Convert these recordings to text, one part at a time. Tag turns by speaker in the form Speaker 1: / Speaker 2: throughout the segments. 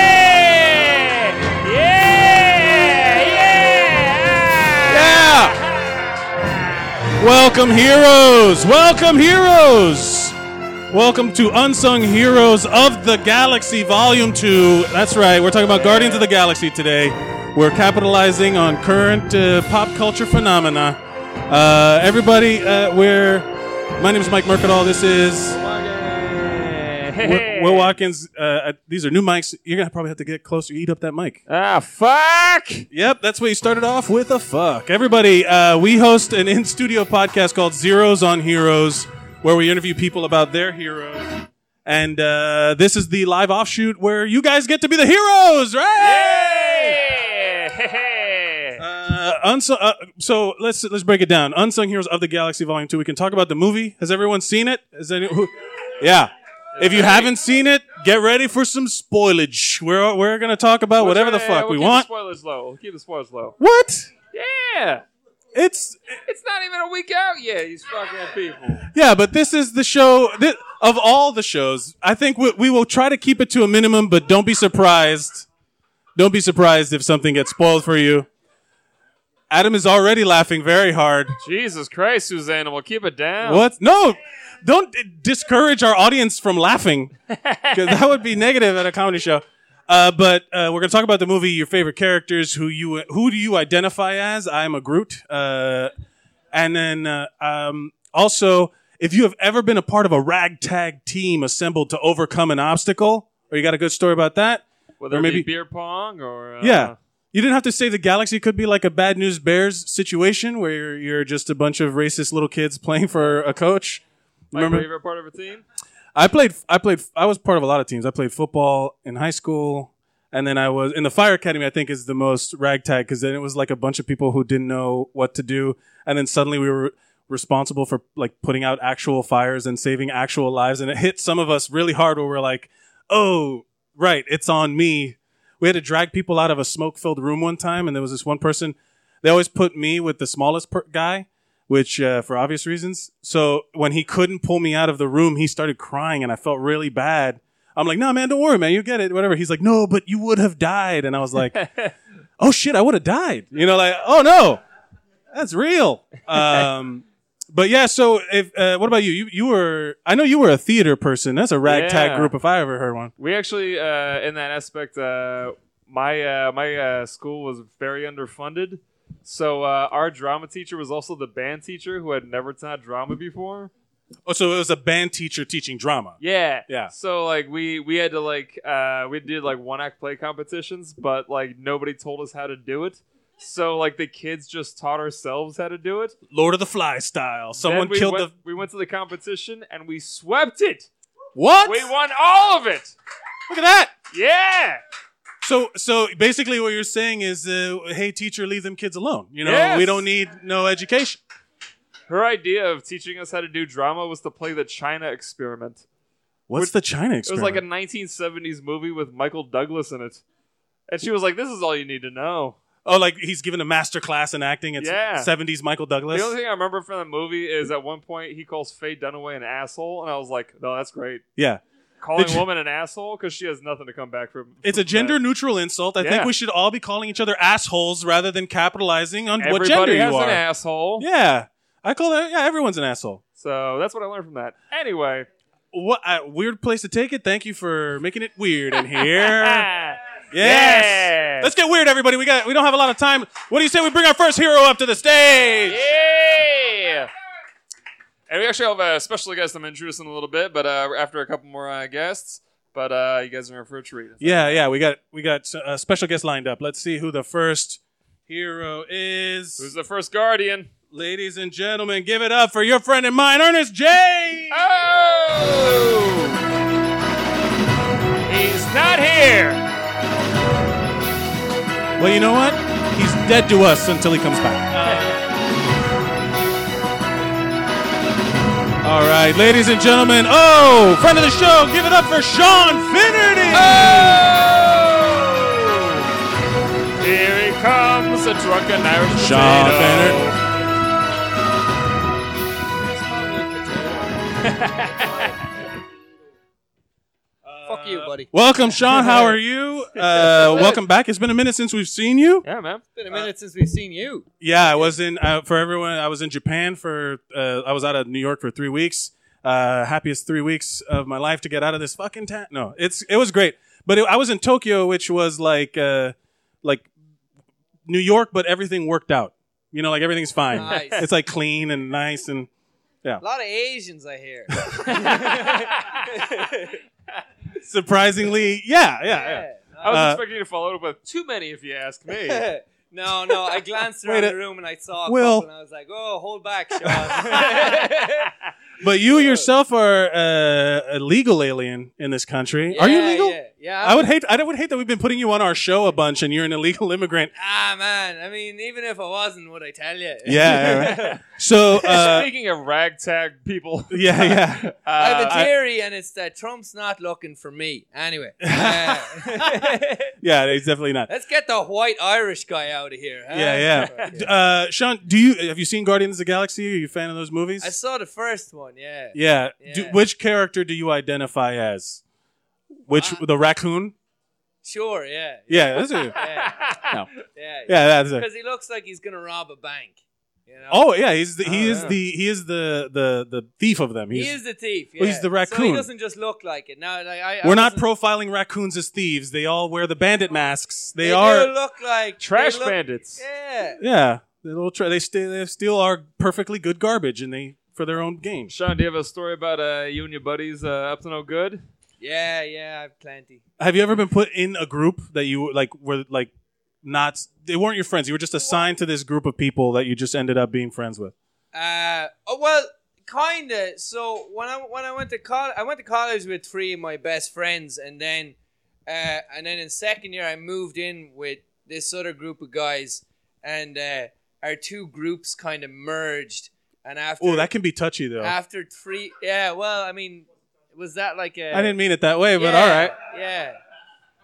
Speaker 1: Hey! Yeah! Yeah!
Speaker 2: Yeah! Welcome, heroes! Welcome, heroes! Welcome to Unsung Heroes of the Galaxy Volume 2. That's right, we're talking about Guardians of the Galaxy today. We're capitalizing on current uh, pop culture phenomena. Uh, everybody, uh, we're. My name is Mike Mercadal. This is Will, Will Watkins. Uh, uh, these are new mics. You're going to probably have to get closer. Eat up that mic.
Speaker 1: Ah, fuck!
Speaker 2: Yep, that's what you started off with a fuck. Everybody, uh, we host an in studio podcast called Zeros on Heroes, where we interview people about their heroes. And uh, this is the live offshoot where you guys get to be the heroes, right?
Speaker 1: Yeah!
Speaker 2: Uh, unsung, uh, so let's let's break it down. Unsung Heroes of the Galaxy Volume Two. We can talk about the movie. Has everyone seen it? Has any, who, yeah. If you haven't seen it, get ready for some spoilage. We're we're gonna talk about whatever the
Speaker 1: Yeah,
Speaker 2: fuck
Speaker 1: we'll
Speaker 2: we
Speaker 1: keep
Speaker 2: want.
Speaker 1: The spoilers low. We'll keep the spoilers low.
Speaker 2: What?
Speaker 1: Yeah!
Speaker 2: It's
Speaker 1: It's not even a week out yet, these fucking people.
Speaker 2: Yeah, but this is the show thi- of all the shows. I think we, we will try to keep it to a minimum, but don't be surprised. Don't be surprised if something gets spoiled for you. Adam is already laughing very hard.
Speaker 1: Jesus Christ, Susanna, we'll keep it down.
Speaker 2: What? No, don't d- discourage our audience from laughing because that would be negative at a comedy show. Uh, but uh, we're gonna talk about the movie, your favorite characters, who you who do you identify as? I'm a Groot. Uh, and then uh, um, also, if you have ever been a part of a ragtag team assembled to overcome an obstacle, or you got a good story about that,
Speaker 1: Whether
Speaker 2: Or
Speaker 1: it be
Speaker 2: maybe-
Speaker 1: beer pong or. Uh,
Speaker 2: yeah. You didn't have to save the galaxy. It could be like a bad news bears situation where you're, you're just a bunch of racist little kids playing for a coach.
Speaker 1: My
Speaker 2: Remember?
Speaker 1: favorite part of a team?
Speaker 2: I played. I played. I was part of a lot of teams. I played football in high school, and then I was in the fire academy. I think is the most ragtag because then it was like a bunch of people who didn't know what to do, and then suddenly we were responsible for like putting out actual fires and saving actual lives, and it hit some of us really hard where we're like, oh right, it's on me. We had to drag people out of a smoke-filled room one time, and there was this one person. They always put me with the smallest per- guy which uh, for obvious reasons. So when he couldn't pull me out of the room, he started crying, and I felt really bad. I'm like, no, man, don't worry, man, you get it, whatever. He's like, no, but you would have died, and I was like, oh shit, I would have died. You know, like, oh no, that's real. Um, but yeah, so if uh, what about you? You you were, I know you were a theater person. That's a ragtag
Speaker 1: Yeah.
Speaker 2: group if I ever heard one.
Speaker 1: We actually, uh, in that aspect, uh, my uh, my uh, school was very underfunded, so uh, our drama teacher was also the band teacher who had never taught drama before.
Speaker 2: Oh, so it was a band teacher teaching drama.
Speaker 1: Yeah,
Speaker 2: Yeah.
Speaker 1: So like we we had to like uh, we did like one act play competitions, but like nobody told us how to do it. So like the kids just taught ourselves how to do it.
Speaker 2: Lord of the Fly style.
Speaker 1: Then
Speaker 2: Someone
Speaker 1: we
Speaker 2: killed
Speaker 1: went,
Speaker 2: the
Speaker 1: We went to the competition and we swept it.
Speaker 2: what?
Speaker 1: We won all of it.
Speaker 2: Look at that.
Speaker 1: Yeah.
Speaker 2: So, so basically, what you're saying is, uh, hey, teacher, leave them kids alone. You know,
Speaker 1: Yes.
Speaker 2: we don't need no education.
Speaker 1: Her idea of teaching us how to do drama was to play the China experiment.
Speaker 2: What's the China
Speaker 1: It was
Speaker 2: experiment?
Speaker 1: like a 1970s movie with Michael Douglas in it. And she was like, This is all you need to know.
Speaker 2: oh, like he's given a master class in acting. It's
Speaker 1: Yeah.
Speaker 2: 70s Michael Douglas.
Speaker 1: The only thing I remember from that movie is at one point he calls Faye Dunaway an asshole. And I was like, No, that's great.
Speaker 2: yeah,
Speaker 1: Calling
Speaker 2: Did
Speaker 1: a
Speaker 2: you-
Speaker 1: woman an asshole because she has nothing to come back from.
Speaker 2: it's a
Speaker 1: from that.
Speaker 2: gender neutral insult. I
Speaker 1: Yeah.
Speaker 2: think we should all be calling each other assholes rather than capitalizing on
Speaker 1: Everybody
Speaker 2: what gender
Speaker 1: has
Speaker 2: you are.
Speaker 1: an asshole.
Speaker 2: yeah, I call that. Yeah, everyone's an asshole.
Speaker 1: So that's what I learned from that. Anyway.
Speaker 2: What a weird place to take it. Thank you for making it weird in here. yes.
Speaker 1: Yeah.
Speaker 2: Let's get weird, everybody. We got. We don't have a lot of time. What do you say we bring our first hero up to the stage?
Speaker 1: Yeah! And we actually have a special guest I'm introducing in a little bit, but uh, after a couple more uh, guests. But uh, you guys are in for a treat.
Speaker 2: Yeah, yeah, we got we got a special guest lined up. Let's see who the first hero is.
Speaker 1: Who's the first guardian?
Speaker 2: Ladies and gentlemen, give it up for your friend and mine, Ernest J.
Speaker 1: Oh! He's not here.
Speaker 2: Well, you know what? He's dead to us until he comes back.
Speaker 1: Uh.
Speaker 2: All right, ladies and gentlemen. Oh, friend of the show, give it up for Sean Finnerty.
Speaker 1: Oh! Here he comes, a drunken Irish
Speaker 2: Sean
Speaker 1: potato.
Speaker 2: Bennett.
Speaker 3: Fuck you, buddy. buddy.
Speaker 2: Welcome, Sean. How are you? Uh, welcome back. It's been a minute since we've seen you.
Speaker 1: Yeah, man.
Speaker 3: It's been a minute since we've seen you.
Speaker 2: Yeah, I was in uh, for everyone. I was in Japan for. Uh, I was out of New York for three weeks. Uh, happiest three weeks of my life to get out of this fucking town. No, it's it was great. But it, I was in Tokyo, which was like uh, like New York, but everything worked out. You know, like everything's fine.
Speaker 3: Nice.
Speaker 2: It's like clean and nice and
Speaker 3: A lot of Asians, I hear.
Speaker 2: surprisingly, yeah, yeah. yeah.
Speaker 3: Yeah.
Speaker 1: I was
Speaker 2: Uh,
Speaker 1: expecting you to follow it up with too many, if you ask me. yeah,
Speaker 3: no, no. I glanced
Speaker 2: Wait
Speaker 3: around
Speaker 2: a-
Speaker 3: the room and I saw a
Speaker 2: Will.
Speaker 3: couple and I was like, "Oh, hold back, Sean."
Speaker 2: But you yourself are uh, a legal alien in this country. are you
Speaker 3: Yeah,
Speaker 2: legal?
Speaker 3: Yeah, yeah.
Speaker 2: I would hate. I would hate that we've been putting you on our show a bunch, and you're an illegal immigrant.
Speaker 3: Ah, man. I mean, even if I wasn't, would I tell you?
Speaker 2: Yeah. yeah, right. So, uh,
Speaker 1: Speaking of ragtag people,
Speaker 2: yeah, yeah.
Speaker 1: uh,
Speaker 3: I have a
Speaker 1: I-
Speaker 3: theory, and it's that Trump's not looking for me. Anyway, uh,
Speaker 2: Yeah, it's definitely not.
Speaker 3: let's get the white Irish guy out of here. huh?
Speaker 2: Yeah,
Speaker 3: Fuck
Speaker 2: yeah. Uh, Sean, do you have you seen Guardians of the Galaxy? Are you a fan of those movies?
Speaker 3: I saw the first one. Yeah.
Speaker 2: yeah. Do,
Speaker 3: Yeah.
Speaker 2: which character do you identify as? Which
Speaker 3: Uh,
Speaker 2: the raccoon?
Speaker 3: Sure. Yeah.
Speaker 2: Yeah, that's it.
Speaker 3: Yeah.
Speaker 2: No.
Speaker 3: Yeah.
Speaker 2: Yeah, that's it.
Speaker 3: Because he looks like he's gonna rob a bank. You know.
Speaker 2: Oh yeah, he's the, he
Speaker 1: Oh,
Speaker 2: is
Speaker 1: yeah.
Speaker 2: the he is the the the thief of them.
Speaker 3: He
Speaker 2: He's,
Speaker 3: is the thief. Yeah.
Speaker 2: Well, he's the
Speaker 3: So he
Speaker 2: raccoon.
Speaker 3: doesn't just look like it. Now, like, I, I
Speaker 2: we're not
Speaker 3: wasn't-
Speaker 2: profiling raccoons as thieves. They all wear the bandit masks. They,
Speaker 3: do
Speaker 2: are
Speaker 3: look like they
Speaker 1: trash
Speaker 3: look-
Speaker 1: bandits.
Speaker 3: Yeah.
Speaker 2: Yeah, they will try. They steal. They steal our perfectly good garbage, and they for their own gain.
Speaker 1: Sean, do you have a story about uh, you and your buddies uh, up to no good?
Speaker 3: Yeah. Yeah. I have plenty.
Speaker 2: Have you ever been put in a group that you like were like not? They weren't your friends. You were just assigned to this group of people that you just ended up being friends with.
Speaker 3: Uh, oh, well, kinda. So when I when I went to college, I went to college with three of my best friends, and then uh, and then in second year I moved in with this other group of guys, and uh, our two groups kind of merged. And after
Speaker 2: Oh, that can be touchy though.
Speaker 3: after three, yeah. Well, I mean, was that like a?
Speaker 2: I didn't mean it that way, but
Speaker 3: Yeah,
Speaker 2: all right.
Speaker 3: Yeah.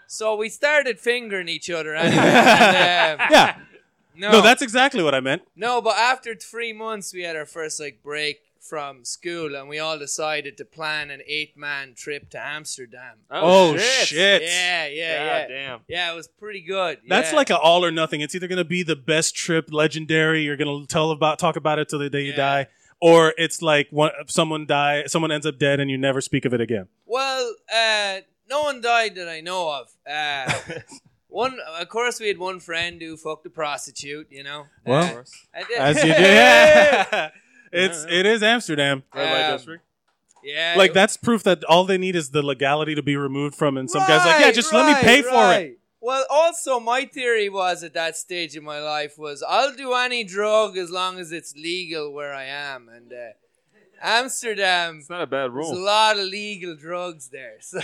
Speaker 3: So we started fingering each other anyway. and, um,
Speaker 2: Yeah,
Speaker 3: no,
Speaker 2: no, that's exactly what I meant.
Speaker 3: no, but after three months, we had our first like break from school, and we all decided to plan an eight-man trip to Amsterdam.
Speaker 2: Oh, shit!
Speaker 3: Yeah, yeah, yeah.
Speaker 1: God damn.
Speaker 3: Yeah, it was pretty good.
Speaker 2: That's
Speaker 3: yeah.
Speaker 2: like an all or nothing. It's either gonna be the best trip, legendary. You're gonna tell about talk about it till the day you
Speaker 3: Yeah.
Speaker 2: die, or it's like one, someone die, someone ends up dead, and you never speak of it again.
Speaker 3: well, uh, no one died that I know of. Uh, one, of course, we had one friend who fucked a prostitute. You know.
Speaker 2: Well,
Speaker 3: Uh, I did-
Speaker 2: As you do. Yeah. It's
Speaker 1: Yeah, yeah.
Speaker 2: it is Amsterdam.
Speaker 1: Red light
Speaker 3: Um,
Speaker 1: district.
Speaker 3: yeah.
Speaker 2: Like
Speaker 3: it-
Speaker 2: that's proof that all they need is the legality to be removed from and some guys like, Yeah,
Speaker 3: Right,
Speaker 2: just let me
Speaker 3: right,
Speaker 2: pay for it.
Speaker 3: right. Well, also my theory was at that stage in my life was I'll do any drug as long as it's legal where I am, and uh, Amsterdam
Speaker 1: It's not a bad
Speaker 3: there's a
Speaker 1: rule.
Speaker 3: lot of legal drugs there. So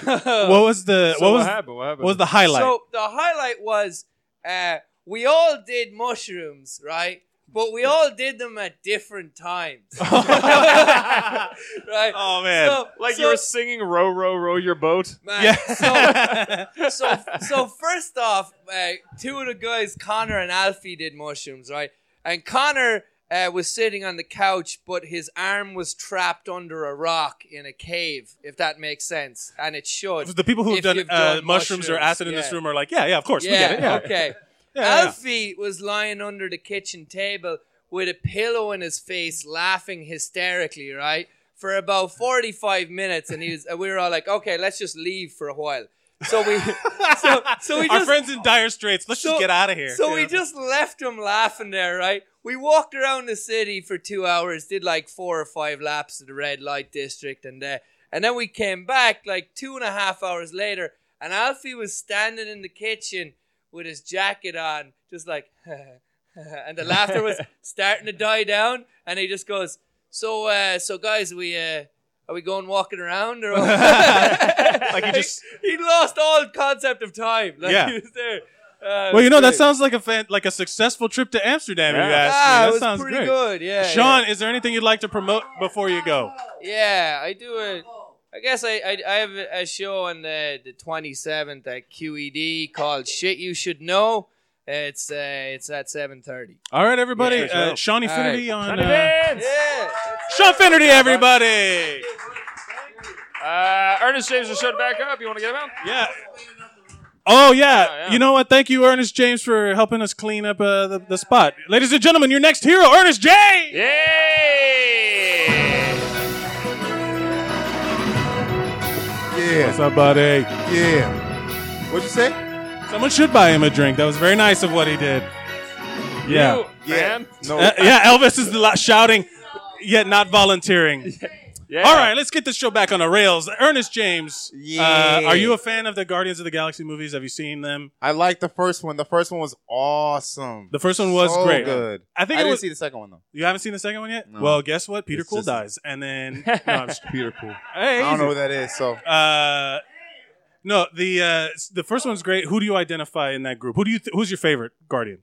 Speaker 2: What was the
Speaker 1: So
Speaker 2: what was
Speaker 1: happened? What happened?
Speaker 2: what was the highlight?
Speaker 3: so the highlight was uh, we all did mushrooms, right? But we all did them at different times, right?
Speaker 2: oh man.
Speaker 3: So-
Speaker 1: like
Speaker 3: so-
Speaker 1: you were singing "Row, row, row your boat."
Speaker 3: man,
Speaker 2: yeah.
Speaker 3: so- so so first off, uh, two of the guys, Connor and Alfie, did mushrooms, right? And Connor uh, was sitting on the couch, but his arm was trapped under a rock in a cave. If that makes sense, and it should.
Speaker 2: the people who've
Speaker 3: If
Speaker 2: done,
Speaker 3: you've
Speaker 2: uh,
Speaker 3: done
Speaker 2: mushrooms or
Speaker 3: mushrooms,
Speaker 2: acid in this
Speaker 3: yeah.
Speaker 2: room are like, yeah, yeah, of course, we
Speaker 3: yeah,
Speaker 2: get it. Yeah.
Speaker 3: Okay.
Speaker 2: Yeah, yeah.
Speaker 3: Alfie was lying under the kitchen table with a pillow in his face, laughing hysterically, right? For about 45 minutes, and he was, and we were all like, okay, let's just leave for a while. So we, so, so we
Speaker 2: Our
Speaker 3: just
Speaker 2: friends in dire straits. Let's just
Speaker 3: So-
Speaker 2: get out of here.
Speaker 3: So we
Speaker 2: Yeah.
Speaker 3: just left him laughing there, right? We walked around the city for two hours, did like four or five laps of the red light district, and uh, and then we came back like two and a half hours later, and Alfie was standing in the kitchen with his jacket on, just like, and the laughter was starting to die down, and he just goes, "So, uh, so guys, we." Uh, are we going walking around or
Speaker 2: Like he just-
Speaker 3: he lost all concept of time. Like
Speaker 2: Yeah.
Speaker 3: he was there. Uh,
Speaker 2: Well, you know, that
Speaker 3: that's.
Speaker 2: sounds like a fan, like a successful trip to Amsterdam.
Speaker 1: Yeah.
Speaker 2: You asked
Speaker 3: Ah,
Speaker 2: me.
Speaker 3: it
Speaker 2: That
Speaker 3: was
Speaker 2: sounds
Speaker 3: pretty
Speaker 2: great.
Speaker 3: good. Yeah,
Speaker 2: Sean, is there anything you'd like to promote before you go?
Speaker 3: Yeah, Yeah, I do it. I guess I, I I have a show on the the twenty seventh at QED called "Shit You Should Know." It's uh, it's at seven thirty.
Speaker 2: All right, everybody.
Speaker 1: Yeah,
Speaker 2: uh,
Speaker 1: sure.
Speaker 2: Sean Infinity on.
Speaker 1: Johnny
Speaker 2: uh,
Speaker 1: Vance!
Speaker 3: Yeah.
Speaker 2: Sean Finnerty, everybody.
Speaker 1: Uh, Ernest James is shut back up. You want to get him out?
Speaker 2: Yeah. Oh yeah.
Speaker 1: Yeah, yeah.
Speaker 2: You know what? Thank you, Ernest James, for helping us clean up uh, the, the spot. Ladies and gentlemen, your next hero, Ernest James.
Speaker 1: Yay!
Speaker 2: What's
Speaker 4: Yeah,
Speaker 2: up, buddy?
Speaker 4: yeah. What'd you say?
Speaker 2: Someone should buy him a drink. That was very nice of what he did. Yeah.
Speaker 1: You, man.
Speaker 4: No.
Speaker 2: Uh, yeah, Elvis is the la- shouting, yet not volunteering.
Speaker 1: Yeah.
Speaker 2: All right, let's get this show back on the rails. Ernest James,
Speaker 4: Yeah.
Speaker 2: uh, are you a fan of the Guardians of the Galaxy movies? Have you seen them?
Speaker 4: I like the first one. The first one was awesome.
Speaker 2: The first one was
Speaker 4: so
Speaker 2: great.
Speaker 4: Good.
Speaker 2: I think
Speaker 4: I
Speaker 2: it
Speaker 4: didn't
Speaker 2: was,
Speaker 4: see the second one though.
Speaker 2: you haven't seen the second one yet.
Speaker 4: No.
Speaker 2: Well, guess what? Peter
Speaker 4: It's
Speaker 2: Quill
Speaker 4: just-
Speaker 2: dies, and then no, I'm just-
Speaker 4: Peter Pool.
Speaker 2: hey,
Speaker 4: I don't know
Speaker 2: easy.
Speaker 4: who that is. So
Speaker 2: Uh, no, the uh, the first one's great. Who do you identify in that group? Who do you th- who's your favorite Guardian?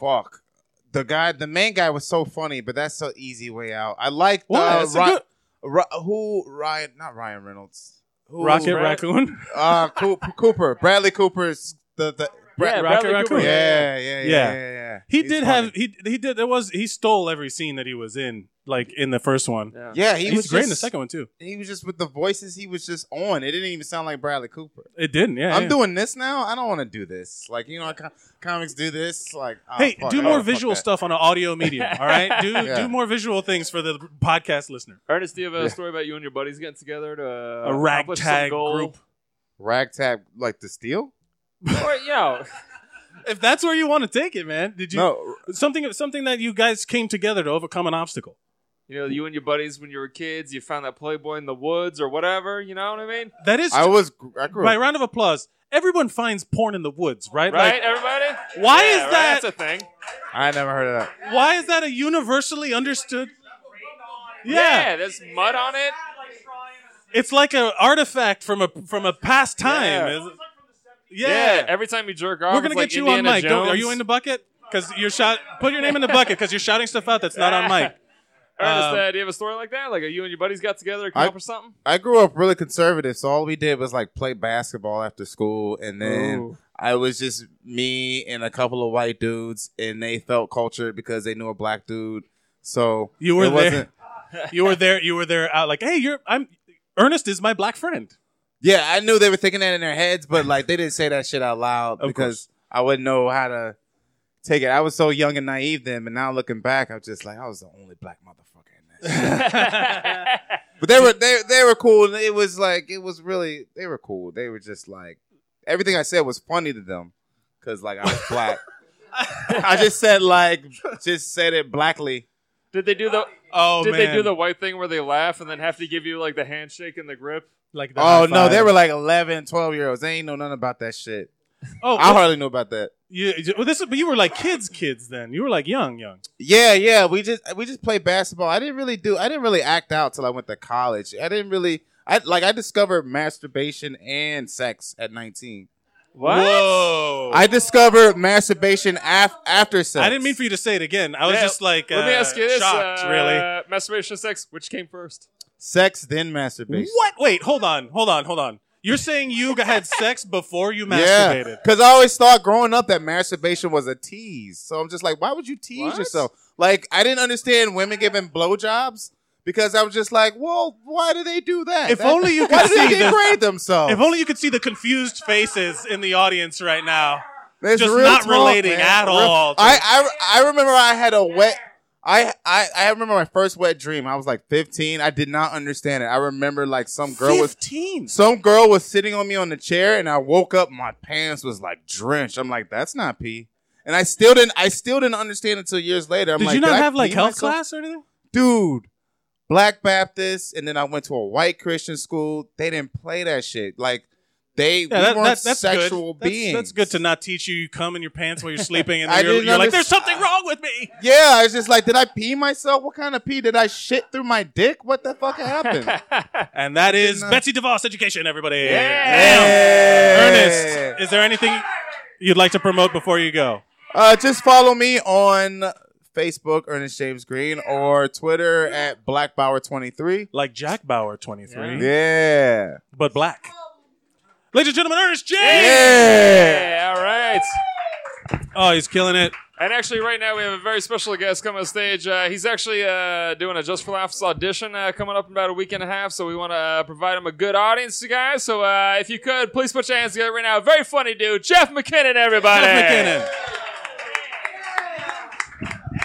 Speaker 4: fuck. The guy, the main guy, was so funny, but that's an easy way out. I like the
Speaker 2: Why? That's a
Speaker 4: Ry-
Speaker 2: good-
Speaker 4: Ry- who Ryan, not Ryan Reynolds. Who,
Speaker 2: Rocket
Speaker 1: Ra-
Speaker 2: Raccoon.
Speaker 4: Uh, Coop, Cooper, Bradley Cooper's the the.
Speaker 1: Yeah,
Speaker 4: Bra-
Speaker 1: Bradley
Speaker 2: Rocket
Speaker 1: Cooper.
Speaker 2: Raccoon.
Speaker 4: yeah, yeah,
Speaker 2: Yeah.
Speaker 4: yeah, yeah, yeah.
Speaker 2: He
Speaker 4: He's
Speaker 2: did
Speaker 4: funny.
Speaker 2: have he he did it was he stole every scene that he was in like in the first one.
Speaker 1: Yeah.
Speaker 4: Yeah, he
Speaker 2: He,
Speaker 4: was
Speaker 2: was great in the
Speaker 4: just-
Speaker 2: second one too.
Speaker 4: He was just with the voices. He was just on. It didn't even sound like Bradley Cooper.
Speaker 2: It didn't. Yeah,
Speaker 4: I'm
Speaker 2: yeah.
Speaker 4: doing this now. I don't want to do this. Like you know, com- comics do this. Like ah,
Speaker 2: Hey,
Speaker 4: fuck,
Speaker 2: do
Speaker 4: I
Speaker 2: more
Speaker 4: gotta fuck
Speaker 2: visual
Speaker 4: that.
Speaker 2: stuff on an audio medium. All right, do
Speaker 4: Yeah.
Speaker 2: do more visual things for the podcast listener.
Speaker 1: Ernest, do you have a
Speaker 4: Yeah.
Speaker 1: story about you and your buddies getting together to uh,
Speaker 2: A
Speaker 1: accomplish some
Speaker 2: ragtag
Speaker 1: goal?
Speaker 2: group.
Speaker 4: Ragtag like the steel.
Speaker 1: Or you know,
Speaker 2: If that's where you want to take it, man, did you
Speaker 4: No,
Speaker 2: something something that you guys came together to overcome an obstacle?
Speaker 1: you know, you and your buddies when you were kids, you found that Playboy in the woods or whatever. You know what I mean?
Speaker 2: That is
Speaker 4: I was. I grew
Speaker 2: by
Speaker 4: up.
Speaker 2: round of applause. Everyone finds porn in the woods, right?
Speaker 1: Right,
Speaker 2: Like,
Speaker 1: everybody.
Speaker 2: Why is
Speaker 1: right,
Speaker 2: that-
Speaker 1: That's a thing.
Speaker 4: I never heard of that.
Speaker 2: why is that a universally understood? yeah.
Speaker 1: there's mud on it.
Speaker 2: It's like an artifact from a from a past time.
Speaker 1: Yeah.
Speaker 2: Is-
Speaker 1: Yeah.
Speaker 2: Yeah.
Speaker 1: every time you jerk off,
Speaker 2: We're gonna
Speaker 1: it's like
Speaker 2: get you
Speaker 1: Indiana
Speaker 2: on mic. Don't-
Speaker 1: Jones.
Speaker 2: Are you in the bucket? Because you're shout. Put your name in the bucket because you're shouting stuff out that's not on mic.
Speaker 1: Ernest,
Speaker 2: um,
Speaker 1: uh, do you have a story like that? Like, are you and your buddies got together,
Speaker 4: I-
Speaker 1: accomplish something?
Speaker 4: I grew up really conservative, so all we did was like play basketball after school, and then
Speaker 1: Ooh.
Speaker 4: I was just me and a couple of white dudes, and they felt cultured because they knew a black dude. So
Speaker 2: You were
Speaker 4: it
Speaker 2: there.
Speaker 4: wasn't-
Speaker 2: You were there. You were there. Out like, hey, you're. I'm. Ernest is my black friend.
Speaker 4: Yeah, I knew they were thinking that in their heads, but like they didn't say that shit out loud
Speaker 2: Of
Speaker 4: because I wouldn't know how to take it. I was so young and naive then, but now looking back, I'm just like I was the only black motherfucker in that. but they were they they were cool. It was like it was really they were cool. They were just like everything I said was funny to them because like I was black. I just said like just said it blackly.
Speaker 1: Did they do the?
Speaker 2: Oh
Speaker 1: did
Speaker 2: man.
Speaker 1: they do the white thing where they laugh and then have to give you like the handshake and the grip?
Speaker 2: like?
Speaker 4: Oh no, they were like 11, 12 year olds. They ain't know nothing about that shit.
Speaker 2: Oh,
Speaker 4: I
Speaker 2: well,
Speaker 4: hardly knew about that.
Speaker 2: you, you- well, this is. But you were like kids, kids then. You were like young, young.
Speaker 4: Yeah, yeah. We just we just played basketball. I didn't really do. I didn't really act out till I went to college. I didn't really. I like. I discovered masturbation and sex at nineteen.
Speaker 1: What?
Speaker 2: Whoa.
Speaker 4: I discovered masturbation af- after sex.
Speaker 2: I didn't mean for you to say it again. I was
Speaker 1: Yeah,
Speaker 2: just like,
Speaker 1: Let me
Speaker 2: uh,
Speaker 1: ask you this:
Speaker 2: shocked,
Speaker 1: uh,
Speaker 2: really.
Speaker 1: masturbation, or sex, which came first?
Speaker 4: sex then masturbation.
Speaker 2: What? Wait, hold on, hold on, hold on. You're saying you g- had sex before you
Speaker 4: Yeah,
Speaker 2: masturbated?
Speaker 4: because I always thought growing up that masturbation was a tease. So I'm just like, why would you tease
Speaker 1: What?
Speaker 4: yourself? Like, I didn't understand women giving blowjobs because I was just like, well, why do they do that?
Speaker 2: If
Speaker 4: That-
Speaker 2: only you
Speaker 4: why
Speaker 2: could
Speaker 4: do they
Speaker 2: see the-
Speaker 4: degrade themselves?
Speaker 2: If only you could see the confused faces in the audience right now.
Speaker 4: It's
Speaker 2: Just
Speaker 4: real
Speaker 2: not
Speaker 4: talk,
Speaker 2: relating
Speaker 4: man.
Speaker 2: at
Speaker 4: Real-
Speaker 2: all.
Speaker 4: I, I I remember I had a wet. I, I I remember my first wet dream. I was like 15. I did not understand it. I remember like some girl was
Speaker 2: fifteen.
Speaker 4: some girl was sitting on me on the chair, and I woke up. My pants was like drenched. I'm like, that's not pee. And I still didn't. I still didn't understand until years later. I'm
Speaker 2: Did
Speaker 4: like,
Speaker 2: you not
Speaker 4: I
Speaker 2: have like
Speaker 4: pee
Speaker 2: health
Speaker 4: myself?"
Speaker 2: class or anything?
Speaker 4: dude? Black Baptist, and then I went to a white Christian school. They didn't play that shit. Like they
Speaker 2: Yeah,
Speaker 4: we
Speaker 2: that,
Speaker 4: weren't
Speaker 2: that, that's
Speaker 4: sexual
Speaker 2: good. That's-
Speaker 4: beings.
Speaker 2: That's, good to not teach you. You come in your pants while you're sleeping, and
Speaker 4: I
Speaker 2: then you're,
Speaker 4: didn't
Speaker 2: you're like,
Speaker 4: underst-
Speaker 2: "There's something wrong with me."
Speaker 4: Yeah, I was just like, did I pee myself? What kind of pee? Did I shit through my dick? What the fuck happened?
Speaker 2: And that is
Speaker 4: not-
Speaker 2: Betsy DeVos Education, everybody.
Speaker 4: Yeah.
Speaker 2: Ernest, is there anything you'd like to promote before you go?
Speaker 4: uh, just follow me on Facebook, Ernest James Green, or Twitter at BlackBauer23.
Speaker 2: Like Jack Bauer, 23,
Speaker 4: Yeah.
Speaker 2: but black. Ladies and gentlemen, Ernest James.
Speaker 4: Yeah.
Speaker 1: Yeah, all right.
Speaker 2: Oh, he's killing it.
Speaker 1: And actually, right now we have a very special guest coming on stage. Uh, he's actually uh, doing a Just for Laughs audition uh, coming up in about a week and a half, so we want to provide him a good audience, you guys. So uh, if you could, please put your hands together right now. Very funny dude, Jeff McKinnon, everybody.
Speaker 2: McKinnon.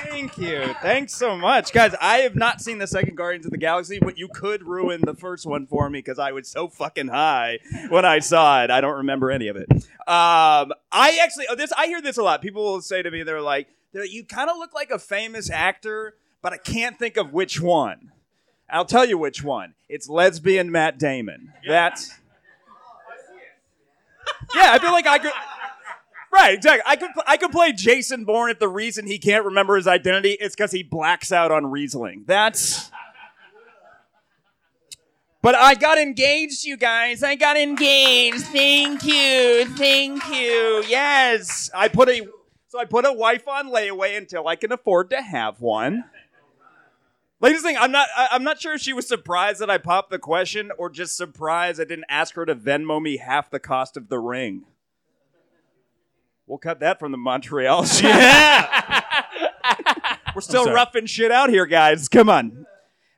Speaker 5: Thank you. Thanks so much. Guys, I have not seen the second Guardians of the Galaxy, but you could ruin the first one for me because I was so fucking high when I saw it. I don't remember any of it. Um, I actually, oh, this I hear this a lot. People will say to me, they're like, they're, you kind of look like a famous actor, but I can't think of which one. I'll tell you which one. It's lesbian Matt Damon. That's. Yeah, I feel like I could. Right, exactly. I could I could play Jason Bourne if the reason he can't remember his identity is because he blacks out on Riesling. That's. But I got engaged, you guys. I got engaged. Thank you, thank you. Yes, I put a so I put a wife on layaway until I can afford to have one. Ladies, thing, I'm not. I, I'm not sure if she was surprised that I popped the question, or just surprised I didn't ask her to Venmo me half the cost of the ring. We'll cut that from the Montreal. Yeah. We're still
Speaker 2: sorry.
Speaker 5: roughing shit out here, guys. Come on.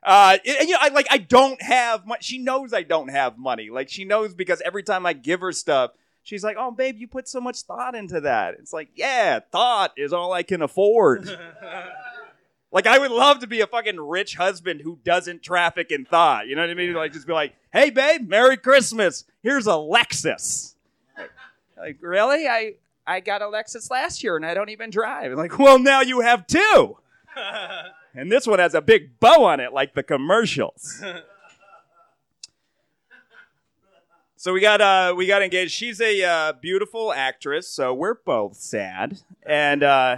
Speaker 5: Uh, it- you know, I like. I don't have money. She knows I don't have money. Like she knows because every time I give her stuff, she's like, "Oh, babe, you put so much thought into that." It's like, yeah, thought is all I can afford. Like I would love to be a fucking rich husband who doesn't traffic in thought. You know what I mean? Like just be like, "Hey babe, Merry Christmas. Here's a Lexus." Like, really? I I got a Lexus last year and I don't even drive. like, well, now you have two. and this one has a big bow on it, like the commercials. so we got uh we got engaged. She's a uh, beautiful actress, so we're both sad. And uh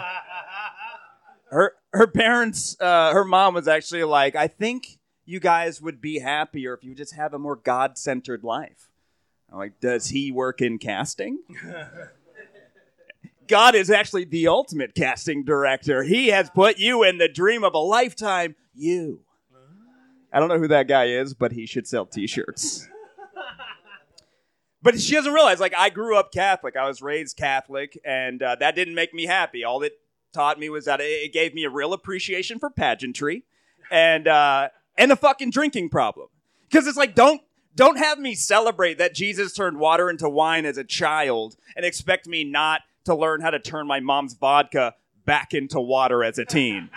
Speaker 5: her her parents uh, her mom was actually like i think you guys would be happier if you just have a more god-centered life i'm like does he work in casting god is actually the ultimate casting director he has put you in the dream of a lifetime you i don't know who that guy is but he should sell t-shirts but she doesn't realize like i grew up catholic i was raised catholic and uh, that didn't make me happy all that taught me was that it, it gave me a real appreciation for pageantry and uh, and a fucking drinking problem because it's like don't don't have me celebrate that Jesus turned water into wine as a child and expect me not to learn how to turn my mom's vodka back into water as a teen.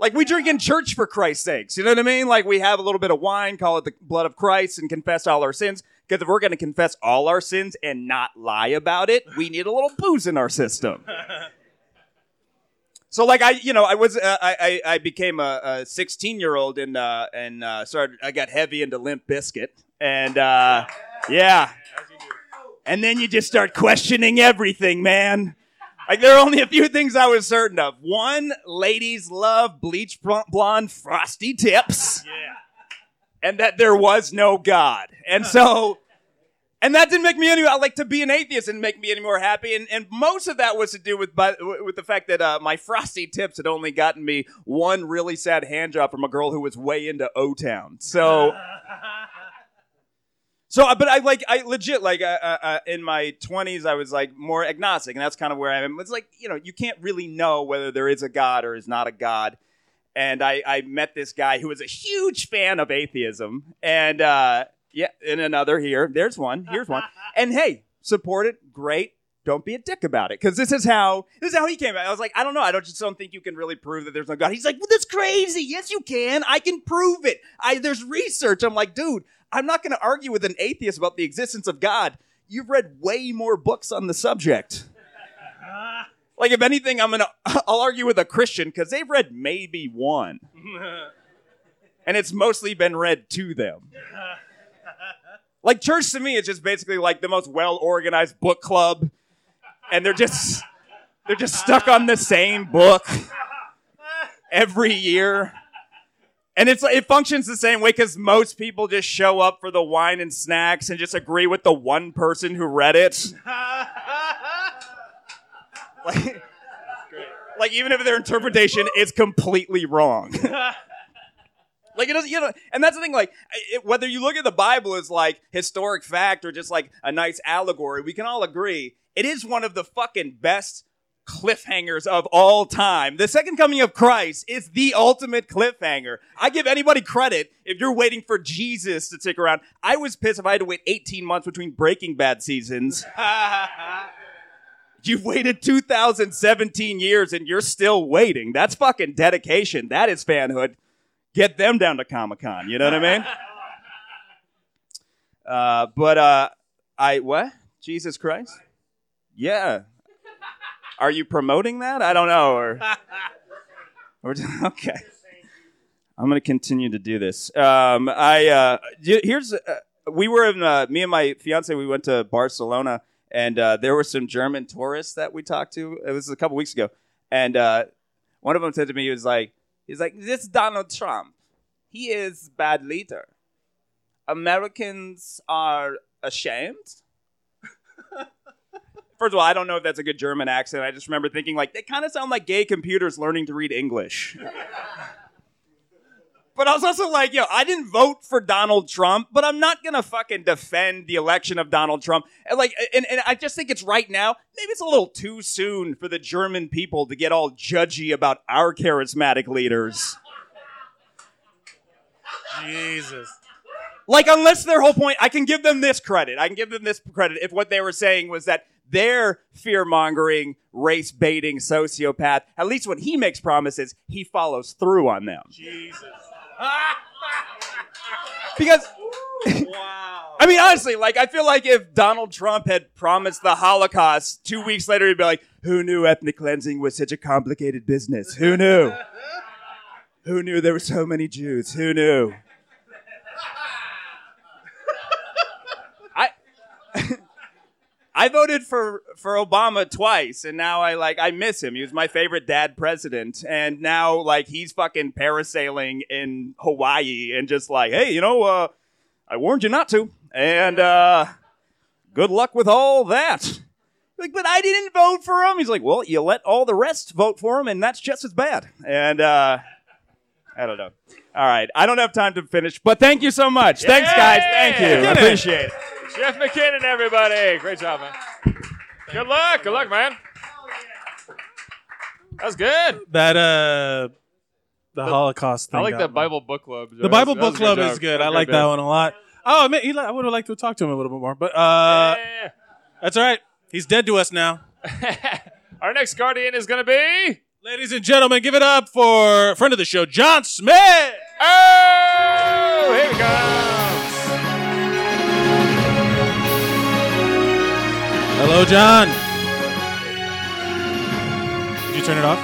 Speaker 5: Like we drink in church for Christ's sakes, you know what I mean? Like we have a little bit of wine, call it the blood of Christ, and confess all our sins. Because if we're going to confess all our sins and not lie about it, we need a little booze in our system. so, like I, you know, I was, uh, I, I, I became a 16 year old and uh, and uh, started. I got heavy into Limp Biscuit, and uh, yeah, and then you just start questioning everything, man. Like there are only a few things I was certain of. One, ladies love bleach bl- blonde frosty tips. Yeah. And that there was no God. And so and that didn't make me any like to be an atheist didn't make me any more happy. And and most of that was to do with by, with the fact that uh, my frosty tips had only gotten me one really sad hand job from a girl who was way into O Town. So so, uh, but I like I legit like uh, uh, uh, in my twenties, I was like more agnostic, and that's kind of where I am. It's like you know, you can't really know whether there is a god or is not a god. And I, I met this guy who was a huge fan of atheism, and uh, yeah, and another here. There's one. Here's one. And hey, support it. Great. Don't be a dick about it, because this is how this is how he came. out. I was like, I don't know. I don't just don't think you can really prove that there's no god. He's like, well, that's crazy. Yes, you can. I can prove it. I there's research. I'm like, dude. I'm not going to argue with an atheist about the existence of God. You've read way more books on the subject. like, if anything, I'm going to, I'll argue with a Christian because they've read maybe one. and it's mostly been read to them. like, church to me is just basically like the most well organized book club. And they're just, they're just stuck on the same book every year. And it's it functions the same way because most people just show up for the wine and snacks and just agree with the one person who read it. like, like even if their interpretation is completely wrong. Like it doesn't, you know, and that's the thing. Like it, whether you look at the Bible as like historic fact or just like a nice allegory, we can all agree it is one of the fucking best cliffhangers of all time. The second coming of Christ is the ultimate cliffhanger. I give anybody credit if you're waiting for Jesus to stick around. I was pissed if I had to wait 18 months between Breaking Bad seasons. You've waited 2017 years and you're still waiting. That's fucking dedication. That is fanhood. Get them down to Comic Con. You know what I mean? uh, but uh, I what? Jesus Christ? Yeah. Are you promoting that? I don't know. Or, or okay. I'm gonna continue to do this. Um, I uh, y- here's uh, we were in uh, me and my fiance. We went to Barcelona and uh, there were some German tourists that we talked to. It was a couple weeks ago, and uh, one of them said to me, "He was like, he's like, this Donald Trump, he is bad leader. Americans are ashamed." First of all, I don't know if that's a good German accent. I just remember thinking like they kind of sound like gay computers learning to read English. But I was also like, yo, I didn't vote for Donald Trump, but I'm not gonna fucking defend the election of Donald Trump. And like, and, and I just think it's right now. Maybe it's a little too soon for the German people to get all judgy about our charismatic leaders.
Speaker 6: Jesus.
Speaker 5: Like, unless their whole point, I can give them this credit. I can give them this credit if what they were saying was that their fear mongering, race baiting sociopath, at least when he makes promises, he follows through on them.
Speaker 6: Jesus.
Speaker 5: Because
Speaker 6: Wow.
Speaker 5: I mean, honestly, like I feel like if Donald Trump had promised the Holocaust two weeks later, he'd be like, "Who knew ethnic cleansing was such a complicated business? Who knew? Who knew there were so many Jews? Who knew?" I I voted for for Obama twice, and now I like I miss him. He was my favorite dad president, and now like he's fucking parasailing in Hawaii and just like, hey, you know, uh, I warned you not to. And uh, good luck with all that. Like, but I didn't vote for him. He's like, well, you let all the rest vote for him, and that's just as bad. And uh, I don't know. All right, I don't have time to finish, but thank you so much. Thanks, guys. Thank you. I appreciate it.
Speaker 1: Jeff McKinnon, everybody. Great job, man. Good luck. Good luck, man. That's good.
Speaker 2: That uh, the Holocaust thing.
Speaker 1: I like
Speaker 2: got
Speaker 1: the
Speaker 2: me.
Speaker 1: Bible book club.
Speaker 2: The Bible book club is good. I like that one a lot. Oh, man, he, li- I would have liked to talk to him a little bit more, but uh, that's all right. He's dead to us now.
Speaker 1: Our next guardian is going to be.
Speaker 2: Ladies and gentlemen, give it up for friend of the show, John Smith.
Speaker 1: Oh, here we go.
Speaker 2: Hello, John. Did you turn it off?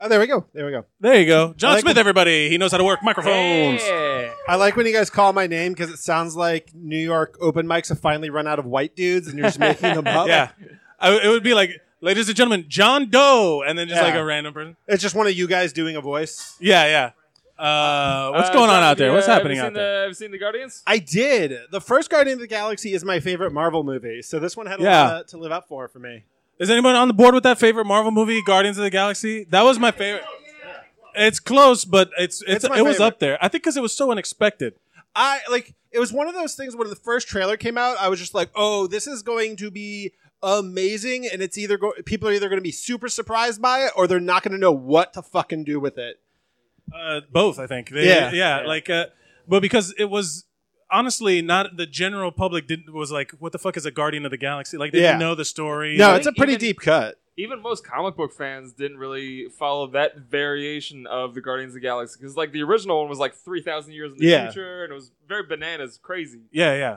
Speaker 6: Oh, there we go. There we go.
Speaker 2: There you go. John
Speaker 6: I like
Speaker 2: Smith, everybody. He knows how to work microphones.
Speaker 1: Yeah.
Speaker 6: I like when you guys call my name because it sounds like New York open mics have finally run out of white dudes and you're just making them up.
Speaker 2: Yeah. I, it would be like, ladies and gentlemen, John Doe, and then just
Speaker 6: Yeah.
Speaker 2: like a random person.
Speaker 6: It's just one of you guys doing a voice.
Speaker 2: Yeah, yeah. Uh, what's
Speaker 1: Uh,
Speaker 2: going
Speaker 1: John,
Speaker 2: on out
Speaker 1: have
Speaker 2: there?
Speaker 1: you,
Speaker 2: What's
Speaker 1: uh,
Speaker 2: happening
Speaker 1: have you
Speaker 2: out
Speaker 1: seen
Speaker 2: there?
Speaker 1: The, have you seen the Guardians?
Speaker 6: I did. The first Guardian of the Galaxy is my favorite Marvel movie, so this one had a
Speaker 2: Yeah.
Speaker 6: lot to live up for for me.
Speaker 2: Is anyone on the board with that favorite Marvel movie, Guardians of the Galaxy? That was my favorite. It's close, but it's it's,
Speaker 6: It's
Speaker 2: it
Speaker 6: my
Speaker 2: was
Speaker 6: favorite.
Speaker 2: up there. I think because it was so unexpected.
Speaker 6: I like it was one of those things when the first trailer came out, I was just like, "Oh, this is going to be amazing," and it's either go- people are either going to be super surprised by it or they're not going to know what to fucking do with it.
Speaker 2: Uh, both, I think. They-
Speaker 6: Yeah.
Speaker 2: yeah, Like, uh, but because it was honestly not the general public didn't was like, what the fuck is a Guardian of the Galaxy? Like they didn't
Speaker 6: Yeah.
Speaker 2: know the story.
Speaker 6: No,
Speaker 1: I
Speaker 6: it's a
Speaker 1: think
Speaker 6: pretty
Speaker 1: even-
Speaker 6: deep cut.
Speaker 1: Even most comic book fans didn't really follow that variation of the Guardians of the Galaxy because, like, the original one was like three thousand years in the
Speaker 6: Yeah.
Speaker 1: future, and it was very bananas, crazy.
Speaker 2: Yeah, yeah.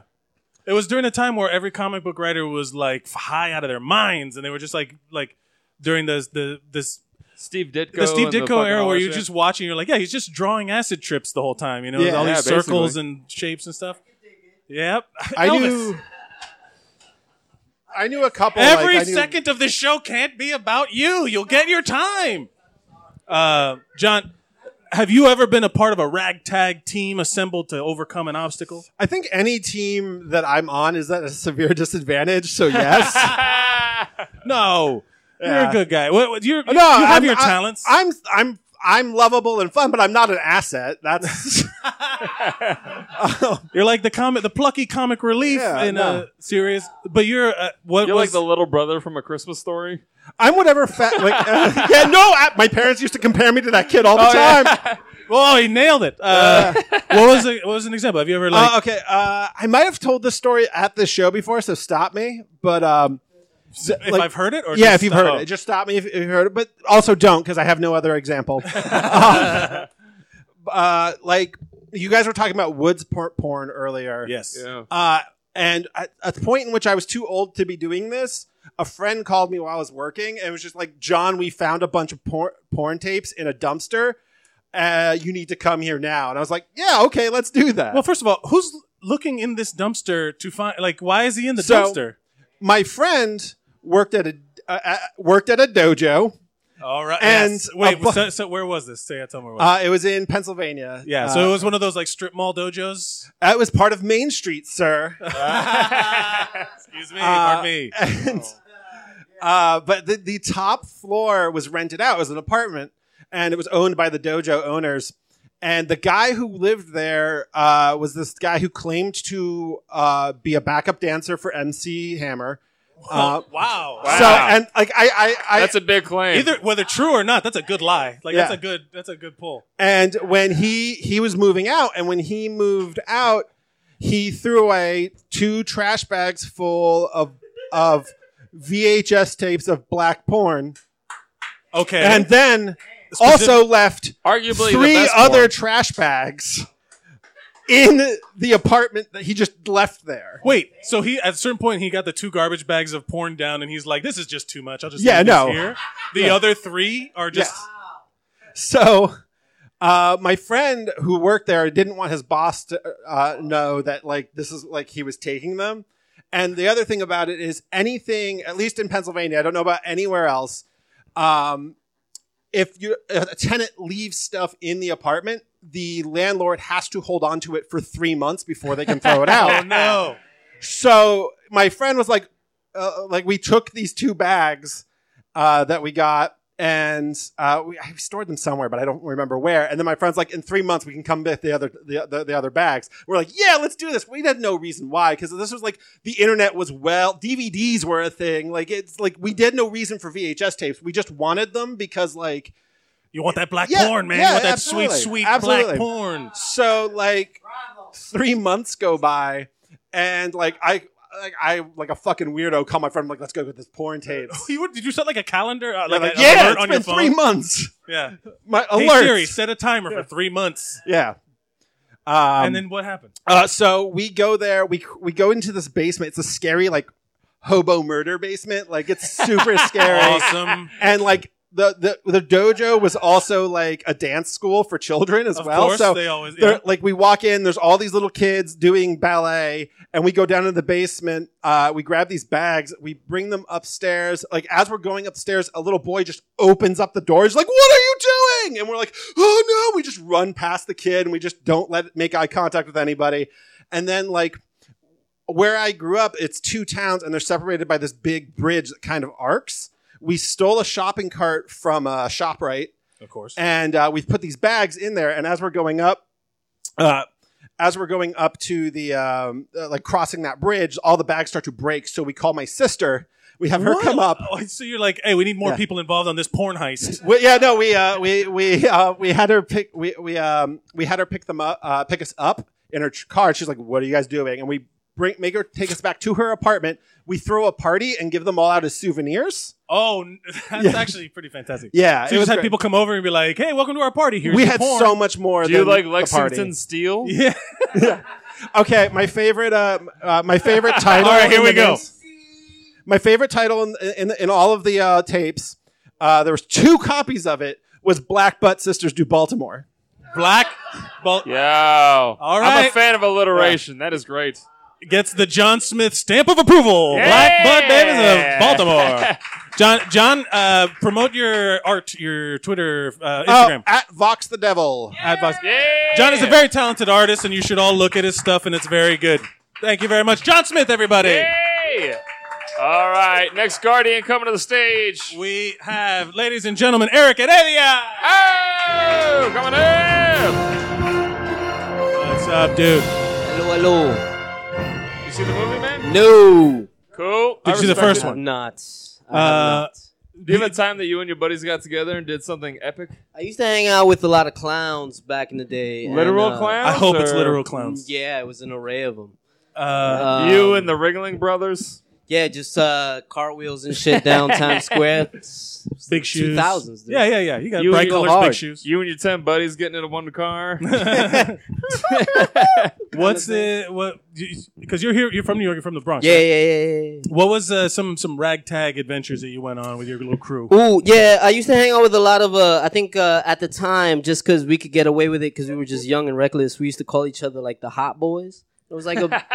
Speaker 2: It was during a time where every comic book writer was like f- high out of their minds, and they were just like like during this the this
Speaker 1: Steve Ditko.
Speaker 2: the Steve
Speaker 1: and
Speaker 2: Ditko
Speaker 1: fucking
Speaker 2: era
Speaker 1: all
Speaker 2: where
Speaker 1: that
Speaker 2: you're
Speaker 1: shit.
Speaker 2: just watching, you're like, yeah, he's just drawing acid trips the whole time, you know,
Speaker 6: Yeah.
Speaker 2: all
Speaker 1: Yeah,
Speaker 2: these
Speaker 1: basically.
Speaker 2: circles and shapes and stuff. Yep.
Speaker 6: I
Speaker 2: Elvis.
Speaker 6: knew. I knew a couple. like,
Speaker 2: Every
Speaker 6: I knew-
Speaker 2: second of this show can't be about you. You'll get your time. Uh, John, have you ever been a part of a ragtag team assembled to overcome an obstacle?
Speaker 6: I think any team that I'm on is at a severe disadvantage. So yes,
Speaker 1: Ah!
Speaker 2: No. You're a
Speaker 6: Yeah.
Speaker 2: good guy. What, what, you're,
Speaker 6: no,
Speaker 2: you have
Speaker 6: I'm-
Speaker 2: your
Speaker 6: I-
Speaker 2: talents.
Speaker 6: I'm I'm I'm lovable and fun, but I'm not an asset. That's
Speaker 2: You're like the comic, the plucky comic relief
Speaker 6: Yeah,
Speaker 2: in uh,
Speaker 6: no.
Speaker 2: a series. But you're uh, what
Speaker 1: You're
Speaker 2: was
Speaker 1: like the little brother from A Christmas Story.
Speaker 6: I'm whatever fat. Like, uh, yeah, no, I, my parents used to compare me to that kid all the time.
Speaker 2: oh he nailed it. Uh, what was a, what was an example? Have you ever like
Speaker 6: uh, okay, uh, I might have told this story at this show before, so stop me. But um, z-
Speaker 2: if
Speaker 6: like-
Speaker 2: I've heard it? Or
Speaker 6: yeah,
Speaker 2: just-
Speaker 6: if you've heard
Speaker 2: oh.
Speaker 6: it, just stop me if, if you heard it. But also don't, because I have no other example. Um, uh, like you guys were talking about woods por- porn earlier.
Speaker 2: yes.
Speaker 1: Yeah.
Speaker 6: Uh, and at at the point in which I was too old to be doing this, a friend called me while I was working and was just like, John, we found a bunch of por- porn tapes in a dumpster. Uh, you need to come here now. And I was like, yeah, okay, let's do that.
Speaker 2: Well, first of all, who's looking in this dumpster to find? Like, why is he in the
Speaker 6: So-
Speaker 2: dumpster?
Speaker 6: My friend worked at a uh, uh, worked at a dojo.
Speaker 2: All right.
Speaker 6: And
Speaker 2: yes. wait,
Speaker 6: a bu-
Speaker 2: so, so where was this? Say, tell me where. It was.
Speaker 6: Uh, it was in Pennsylvania.
Speaker 2: yeah,
Speaker 6: Uh,
Speaker 2: so it was one of those like strip mall dojos.
Speaker 6: that was part of Main Street, sir.
Speaker 2: Excuse me,
Speaker 6: Uh,
Speaker 2: pardon me.
Speaker 6: and uh, but the, the top floor was rented out. It was an apartment, and it was owned by the dojo owners. And the guy who lived there uh, was this guy who claimed to uh, be a backup dancer for MC Hammer. Uh,
Speaker 2: Oh, Wow.
Speaker 6: So and like I I, I
Speaker 1: That's a big claim.
Speaker 2: Either whether true or not, that's a good lie. Like that's
Speaker 6: Yeah.
Speaker 2: a good that's a good pull.
Speaker 6: and when he he was moving out, and when he moved out, he threw away two trash bags full of of VHS tapes of black porn.
Speaker 2: Okay.
Speaker 6: and then also left
Speaker 1: Arguably,
Speaker 6: three
Speaker 1: the best
Speaker 6: other
Speaker 1: one.
Speaker 6: trash bags in the apartment that he just left there.
Speaker 2: wait, so he at a certain point he got the two garbage bags of porn down, and he's like, "This is just too much. I'll just
Speaker 6: Yeah,
Speaker 2: leave this
Speaker 6: no.
Speaker 2: here." The other three are just
Speaker 6: So, uh, my friend who worked there didn't want his boss to uh, know that like this is like he was taking them. And the other thing about it is anything, at least in Pennsylvania, I don't know about anywhere else. Um, if you a tenant leaves stuff in the apartment, the landlord has to hold on to it for three months before they can throw it out.
Speaker 2: oh no.
Speaker 6: so my friend was like, uh, like we took these two bags uh, that we got and uh, we I stored them somewhere, but I don't remember where. And then my friend's like, in three months we can come back the other the, the, the other bags. We're like, yeah, let's do this. We had no reason why because this was like the internet was well, DVDs were a thing. Like it's like we did no reason for VHS tapes. We just wanted them because like
Speaker 2: You want that black
Speaker 6: Yeah,
Speaker 2: porn, man.
Speaker 6: yeah,
Speaker 2: you want that sweet,
Speaker 6: absolutely.
Speaker 2: sweet
Speaker 6: Absolutely.
Speaker 2: black porn.
Speaker 6: so like three months go by and like I like I like a fucking weirdo call my friend like let's go get this porn tape.
Speaker 2: You would- did you set like a calendar? Uh,
Speaker 6: Like,
Speaker 2: like a- an
Speaker 6: yeah,
Speaker 2: alert
Speaker 6: it's
Speaker 2: on
Speaker 6: been
Speaker 2: your phone?
Speaker 6: three months.
Speaker 2: Yeah.
Speaker 6: My
Speaker 2: Hey
Speaker 6: alert.
Speaker 2: Siri, set a timer for three months.
Speaker 6: Yeah. Um,
Speaker 2: and then what happened?
Speaker 6: uh, so we go there. We we go into this basement. It's a scary like hobo murder basement. Like it's super scary.
Speaker 2: Awesome.
Speaker 6: and like the, the the dojo was also like a dance school for children as
Speaker 2: Of
Speaker 6: well.
Speaker 2: course,
Speaker 6: so
Speaker 2: they always.
Speaker 6: they're-
Speaker 2: yeah.
Speaker 6: like we walk in, there's all these little kids doing ballet, and we go down to the basement. Uh, we grab these bags, we bring them upstairs. Like as we're going upstairs, a little boy just opens up the door. He's like, "What are you doing?" And we're like, "Oh no!" We just run past the kid, and we just don't let make eye contact with anybody. And then like where I grew up, it's two towns, and they're separated by this big bridge that kind of arcs. We stole a shopping cart from a Shoprite
Speaker 2: Of course.
Speaker 6: and uh, we've put these bags in there. And as we're going up, uh, as we're going up to the um, uh, like crossing that bridge, all the bags start to break. So we call my sister. We have her
Speaker 2: What?
Speaker 6: come up.
Speaker 2: Oh, so you're like, hey, we need more
Speaker 6: Yeah.
Speaker 2: people involved on this porn heist.
Speaker 6: We, yeah, no, we uh, we we uh, we had her pick. We we um, we had her pick them up, uh, pick us up in her tr- car. She's like, "What are you guys doing?" And we bring make her take us back to her apartment. We throw a party and give them all out as souvenirs.
Speaker 2: Oh, n- that's
Speaker 6: Yeah.
Speaker 2: actually pretty fantastic.
Speaker 6: Yeah,
Speaker 2: So you just had
Speaker 6: great.
Speaker 2: people come over and be like, hey, welcome to our party. Here's
Speaker 6: We
Speaker 2: your
Speaker 6: had
Speaker 2: porn.
Speaker 6: so much more.
Speaker 1: Do you
Speaker 6: than
Speaker 1: like
Speaker 6: the party.
Speaker 1: Lexington Steel?
Speaker 2: Yeah.
Speaker 6: Okay, my favorite, uh, uh, my favorite title.
Speaker 2: All right, here
Speaker 6: in
Speaker 2: we
Speaker 6: the
Speaker 2: go.
Speaker 6: news- my favorite title in in, in all of the uh, tapes. Uh, there was two copies of it. Was Black Butt Sisters Do Baltimore?
Speaker 2: Black Bolt
Speaker 1: Yeah.
Speaker 2: All
Speaker 1: I'm a
Speaker 2: right.
Speaker 1: fan of alliteration. That is great.
Speaker 2: gets the John Smith stamp of approval.
Speaker 1: Yeah.
Speaker 2: Black Bud Davis of Baltimore. John, John, uh, promote your art, your Twitter, uh, Instagram.
Speaker 6: Oh, at Vox the Devil.
Speaker 2: Ad Vox.
Speaker 1: Yeah.
Speaker 2: John is a very talented artist, and you should all look at his stuff, and it's very good. Thank you very much, John Smith, everybody.
Speaker 1: Hey! All right, next Guardian coming to the stage.
Speaker 2: We have, ladies and gentlemen, Eric and Evia.
Speaker 1: Oh, coming in.
Speaker 2: What's up, dude?
Speaker 7: Hello, hello.
Speaker 1: You see the movie, man?
Speaker 7: No,
Speaker 1: Cool.
Speaker 2: Did
Speaker 1: I
Speaker 2: you see the
Speaker 1: respect
Speaker 2: first
Speaker 1: it.
Speaker 7: I have
Speaker 2: one?
Speaker 7: not. I,
Speaker 2: Uh,
Speaker 7: have not.
Speaker 1: Do you have a time that you and your buddies got together and did something epic?
Speaker 7: I used to hang out with a lot of clowns back in the day. and,
Speaker 1: Literal
Speaker 7: uh,
Speaker 1: clowns?
Speaker 2: I hope it's
Speaker 1: or-
Speaker 2: literal clowns.
Speaker 7: Mm, Yeah, it was an array of them.
Speaker 2: Uh,
Speaker 1: you
Speaker 7: Um,
Speaker 1: and the Ringling Brothers.
Speaker 7: yeah, just uh, cartwheels and shit down Times Square. It's- it's
Speaker 2: big
Speaker 7: the
Speaker 2: shoes.
Speaker 7: 2000s. dude.
Speaker 2: Yeah, yeah, yeah. You got
Speaker 1: You
Speaker 2: bright
Speaker 1: go
Speaker 2: colors, big
Speaker 7: hard.
Speaker 2: shoes.
Speaker 1: You and your ten buddies getting into one car.
Speaker 2: What's the what? Because you, are here, you're from New York, you're from the Bronx.
Speaker 7: Yeah,
Speaker 2: right?
Speaker 7: yeah, yeah, yeah, yeah.
Speaker 2: What was uh, some some ragtag adventures that you went on with your little crew?
Speaker 7: Ooh, yeah. I used to hang out with a lot of. Uh, I think uh, at the time, just because we could get away with it, because we were just young and reckless, we used to call each other like the hot boys. It was like a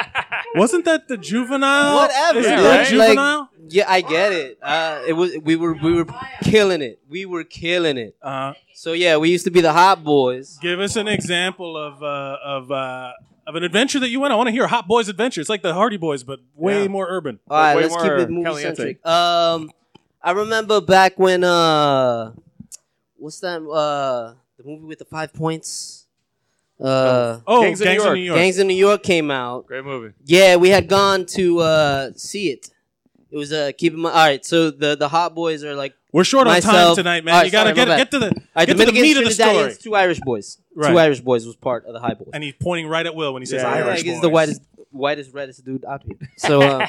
Speaker 2: Wasn't that the juvenile?
Speaker 7: Whatever,
Speaker 2: Isn't
Speaker 1: dude.
Speaker 2: that
Speaker 1: Like-
Speaker 2: juvenile?
Speaker 7: yeah. I get it. Uh, it was we were we were killing it. We were killing it.
Speaker 2: uh,
Speaker 7: So yeah, we used to be the hot boys.
Speaker 2: give us an example of uh, of uh, of an adventure that you went. on. I want to hear a Hot Boys adventure. It's like the Hardy Boys, but way
Speaker 1: Yeah.
Speaker 2: more urban.
Speaker 7: All right,
Speaker 1: Way
Speaker 7: let's keep
Speaker 1: more
Speaker 7: it movie
Speaker 1: Caliente.
Speaker 7: centric. Um, I remember back when uh, what's that? Uh, the movie with the five points. Uh,
Speaker 2: Oh,
Speaker 1: Gangs of New
Speaker 2: Gangs of
Speaker 1: York.
Speaker 2: New York.
Speaker 7: Gangs of New York came out.
Speaker 1: Great movie.
Speaker 7: Yeah, we had gone to uh, see it. It was uh, keep in mind. All right, so the the hot boys are like
Speaker 2: We're short on time
Speaker 7: Myself-
Speaker 2: tonight, man.
Speaker 7: All right,
Speaker 2: you gotta
Speaker 7: sorry, my
Speaker 2: get
Speaker 7: bad.
Speaker 2: get to the
Speaker 7: all right,
Speaker 2: get to the meat of the
Speaker 7: Trinidadians,
Speaker 2: story.
Speaker 7: Two Irish boys.
Speaker 2: Right.
Speaker 7: Two Irish boys was part of the high boys.
Speaker 2: And he's pointing right at Will when he says
Speaker 7: yeah,
Speaker 2: Irish
Speaker 7: like, he's
Speaker 2: Boys.
Speaker 7: the whitest, whitest, reddest dude out here. So uh,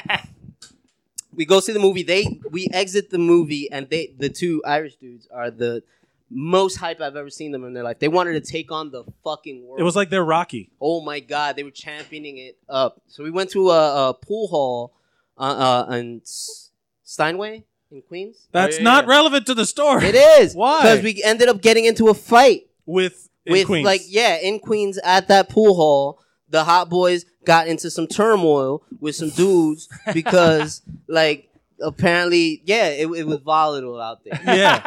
Speaker 7: we go see the movie. They we exit the movie, and they the two Irish dudes are the most hype I've ever seen them in their life. They wanted to take on the fucking world.
Speaker 2: It was like they're Rocky.
Speaker 7: oh my god, they were championing it up. So we went to a, a pool hall uh, uh, in S- Steinway in Queens.
Speaker 2: That's
Speaker 1: yeah,
Speaker 2: not
Speaker 1: yeah.
Speaker 2: relevant to the story.
Speaker 7: It is
Speaker 2: Why?
Speaker 7: because we ended up getting into a fight
Speaker 2: with in
Speaker 7: with
Speaker 2: Queens.
Speaker 7: like yeah in Queens at that pool hall. The hot boys got into some turmoil with some dudes because like apparently yeah it, it was volatile out there.
Speaker 2: yeah,
Speaker 7: It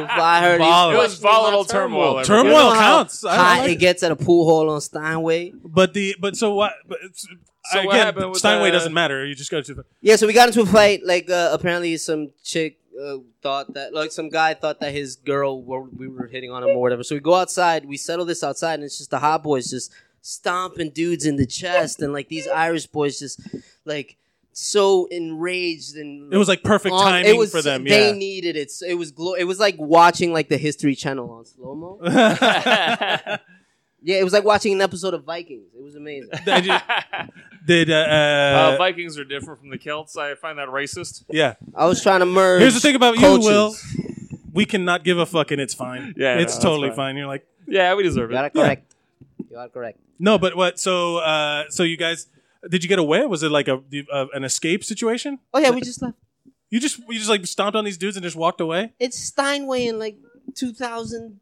Speaker 7: was- I heard
Speaker 1: It
Speaker 2: Volatile.
Speaker 1: was volatile turmoil. everybody.
Speaker 7: You
Speaker 2: Turmoil.
Speaker 7: know how
Speaker 2: counts. I don't
Speaker 7: hot
Speaker 2: like
Speaker 7: it
Speaker 2: it.
Speaker 7: gets at a pool hall on Steinway.
Speaker 2: but the but so what? But it's,
Speaker 1: So what
Speaker 2: again,
Speaker 1: happened with uh,
Speaker 2: Steinway
Speaker 1: the-
Speaker 2: doesn't matter. You just go to the
Speaker 7: Yeah, so we got into a fight. Like, uh, apparently, some chick uh, thought that, like, some guy thought that his girl, were, we were hitting on him or whatever. So we go outside, we settle this outside, and it's just the hot boys just stomping dudes in the chest, and like these Irish boys just like so enraged and
Speaker 2: It was like perfect
Speaker 7: on-
Speaker 2: timing
Speaker 7: it was,
Speaker 2: for them.
Speaker 7: They
Speaker 2: Yeah.
Speaker 7: needed it. So It was glo- it was like watching like the History Channel on slow mo. Yeah, it was like watching an episode of Vikings. It was amazing.
Speaker 2: Did you- did uh,
Speaker 1: uh,
Speaker 2: uh,
Speaker 1: Vikings are different from the Celts. I find that racist.
Speaker 2: yeah?
Speaker 7: I was trying to merge.
Speaker 2: Here's the thing about you,
Speaker 7: cultures.
Speaker 2: Will. We cannot give a fuck, and it's fine.
Speaker 1: Yeah, no,
Speaker 2: it's
Speaker 1: that's
Speaker 2: totally
Speaker 1: fine.
Speaker 2: fine. You're like
Speaker 1: Yeah, we deserve
Speaker 7: You are
Speaker 1: it.
Speaker 7: correct. You are correct.
Speaker 2: no, but what? So uh, so you guys, did you get away? Was it like a the- uh, an escape situation?
Speaker 7: Oh yeah, we just left.
Speaker 2: You just you just like stomped on these dudes and just walked away.
Speaker 7: It's Steinway in like 2005.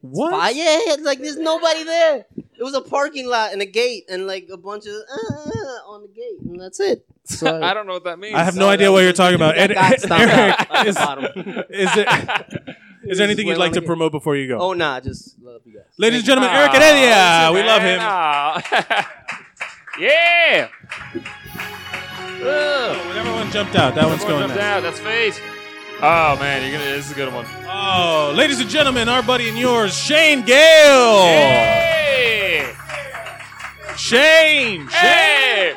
Speaker 2: What?
Speaker 7: Yeah, yeah, like there's nobody there. It was a parking lot and a gate and like a bunch of uh, uh, on the gate and that's it. Sorry.
Speaker 1: I don't know what that means.
Speaker 2: I have no idea what you're talking about.
Speaker 7: That
Speaker 2: Ed-
Speaker 7: guy stomped
Speaker 2: Eric,
Speaker 7: out at the
Speaker 2: is,
Speaker 7: bottom.
Speaker 2: is, there, is there anything
Speaker 7: Well,
Speaker 2: you'd like to
Speaker 7: like-
Speaker 2: promote before you go?
Speaker 7: Oh nah, just love you guys.
Speaker 2: Ladies and
Speaker 7: Thank
Speaker 2: gentlemen, Eric and
Speaker 1: Ah,
Speaker 2: Edia. We love him.
Speaker 1: him. yeah.
Speaker 2: Oh, when everyone jumped out, that one's
Speaker 1: Everyone
Speaker 2: going
Speaker 1: jumped
Speaker 2: next.
Speaker 1: out. That's fate. Oh man, you're gonna. This is a good one.
Speaker 2: Oh, ladies and gentlemen, our buddy and yours, Shane Gale.
Speaker 1: Hey.
Speaker 2: Shane.
Speaker 1: Hey.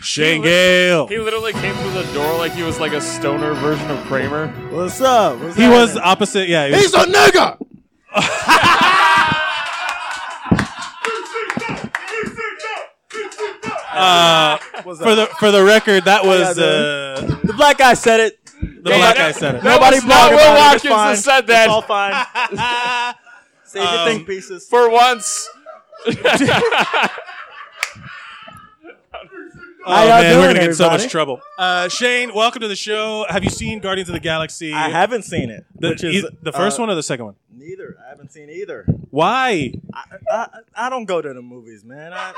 Speaker 2: Shane Gale.
Speaker 1: He literally came through the door like he was like a stoner version of Kramer.
Speaker 4: What's up? What's
Speaker 2: He was opposite. Yeah. He was,
Speaker 4: He's a nigga.
Speaker 2: uh,
Speaker 4: What's
Speaker 2: for the for the record, that was uh,
Speaker 4: the black guy said it.
Speaker 2: the black guy said it.
Speaker 1: No,
Speaker 4: Nobody
Speaker 1: it's not
Speaker 4: blogged
Speaker 1: Will
Speaker 4: about it.
Speaker 1: Watkins
Speaker 4: It's fine.
Speaker 1: that said
Speaker 4: fine.
Speaker 1: that.
Speaker 4: Save your
Speaker 2: Um,
Speaker 4: think pieces.
Speaker 1: for once.
Speaker 2: Oh
Speaker 4: How y'all
Speaker 2: man, we're
Speaker 4: doing,
Speaker 2: gonna get in so
Speaker 4: everybody?
Speaker 2: much trouble. Uh, Shane, welcome to the show. Have you seen Guardians of the Galaxy?
Speaker 4: I haven't seen it.
Speaker 2: The,
Speaker 4: which is
Speaker 2: e- the first
Speaker 4: uh,
Speaker 2: one or the second one?
Speaker 4: Neither. I haven't
Speaker 8: haven't seen either.
Speaker 2: Why?
Speaker 8: I, I, I don't go to the movies, man. I,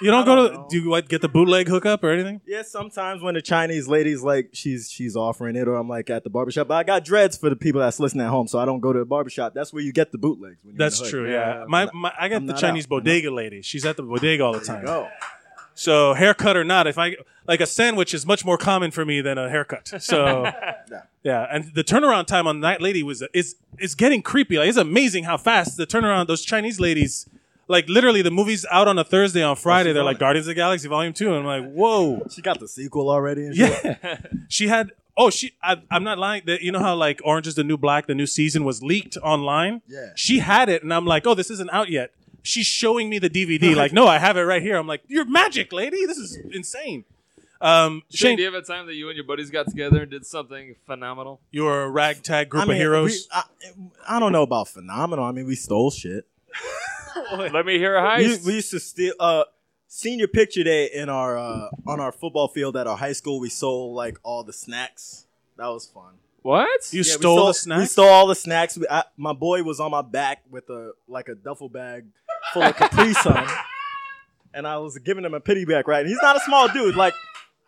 Speaker 2: You don't
Speaker 8: I
Speaker 2: go
Speaker 8: don't
Speaker 2: to
Speaker 8: know.
Speaker 2: do you like, get the bootleg hookup or anything?
Speaker 8: yeah, sometimes when the Chinese lady's like she's she's offering it, or I'm like at the barbershop. But I got dreads for the people that's listening at home, so I don't go to the barbershop. That's where you get the bootlegs. When you're in
Speaker 2: That's
Speaker 8: the hood.
Speaker 2: true. Yeah. My, my I got
Speaker 8: I'm
Speaker 2: the
Speaker 8: not
Speaker 2: Chinese
Speaker 8: out. I'm
Speaker 2: bodega lady. She's at the bodega all the
Speaker 8: There
Speaker 2: time.
Speaker 8: you go.
Speaker 2: So haircut or not, if I like a sandwich is much more common for me than a haircut. So yeah, and the turnaround time on that lady was is it's getting creepy. Like it's amazing how fast the turnaround those Chinese ladies. Like literally, the movie's out on a Thursday. On Friday, they're like Guardians of the Galaxy Volume Two, and I'm like, whoa.
Speaker 8: She got the sequel already. And shit.
Speaker 2: Yeah. she had. Oh, she. I, I'm not lying. That you know how like Orange is the New Black, the new season was leaked online.
Speaker 8: Yeah.
Speaker 2: She had it, and I'm like, oh, this isn't out yet. She's showing me the DVD. like, no, I have it right here. I'm like, you're magic, lady. This is insane. Um,
Speaker 1: Shane,
Speaker 2: Shane,
Speaker 1: do you have a time that you and your buddies got together and did something phenomenal?
Speaker 2: your ragtag group
Speaker 8: I mean,
Speaker 2: of heroes.
Speaker 8: we- I, I don't know about phenomenal. I mean, we stole shit.
Speaker 1: Let me hear a
Speaker 8: We,
Speaker 1: heist.
Speaker 8: we used to steal uh, senior picture day in our uh, on our football field at our high school. We sold like all the snacks. That was fun.
Speaker 1: what?
Speaker 2: you
Speaker 8: Yeah, we
Speaker 2: stole
Speaker 8: stole-
Speaker 2: the
Speaker 8: We
Speaker 2: snack.
Speaker 8: stole all the snacks. We, I, my boy was on my back with a like a duffel bag full of Capri Sun, and I was giving him a pity back. Right, and he's not a small dude. Like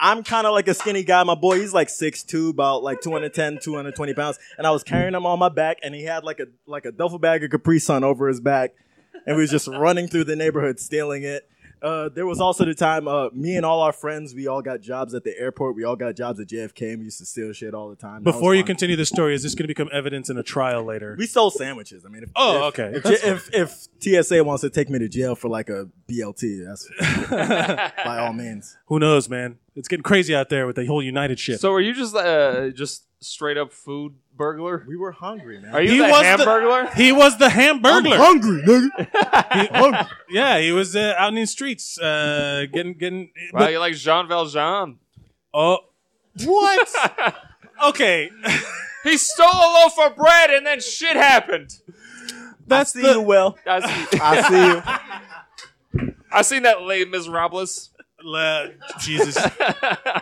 Speaker 8: I'm kind of like a skinny guy. My boy, he's like 6'2", about like 210, 220 pounds, and I was carrying him on my back, and he had like a like a duffel bag of Capri Sun over his back, and we was just running through the neighborhood stealing it. Uh, there was also the time uh, me and all our friends, we all got jobs at the airport. We all got jobs at JFK. And we used to steal shit all the time. That was
Speaker 2: Before you
Speaker 8: fun.
Speaker 2: continue the story, is this going to become evidence in a trial later?
Speaker 8: We sold sandwiches. I mean, if,
Speaker 2: Oh,
Speaker 8: if-
Speaker 2: okay.
Speaker 8: If,
Speaker 2: That's
Speaker 8: if, if TSA wants to take me to jail for like a BLT, that's by all means.
Speaker 2: Who knows, man? It's getting crazy out there with the whole United ship.
Speaker 1: So are you just uh, just straight up food burglar?
Speaker 8: We were hungry, man.
Speaker 1: Are you
Speaker 2: He
Speaker 1: the
Speaker 2: was the-
Speaker 1: hamburglar?
Speaker 2: he was the Hamburglar.
Speaker 8: hungry, nigga.
Speaker 2: He- oh, yeah, he was uh, out in the streets, uh, getting getting.
Speaker 1: Wow, you're like Jean Valjean.
Speaker 2: oh, what? okay,
Speaker 1: He stole a loaf of bread and then shit happened.
Speaker 2: that's
Speaker 8: See you
Speaker 2: the
Speaker 8: well.
Speaker 1: I see.
Speaker 8: I see you.
Speaker 1: I seen that late Miserables.
Speaker 2: Le- Jesus.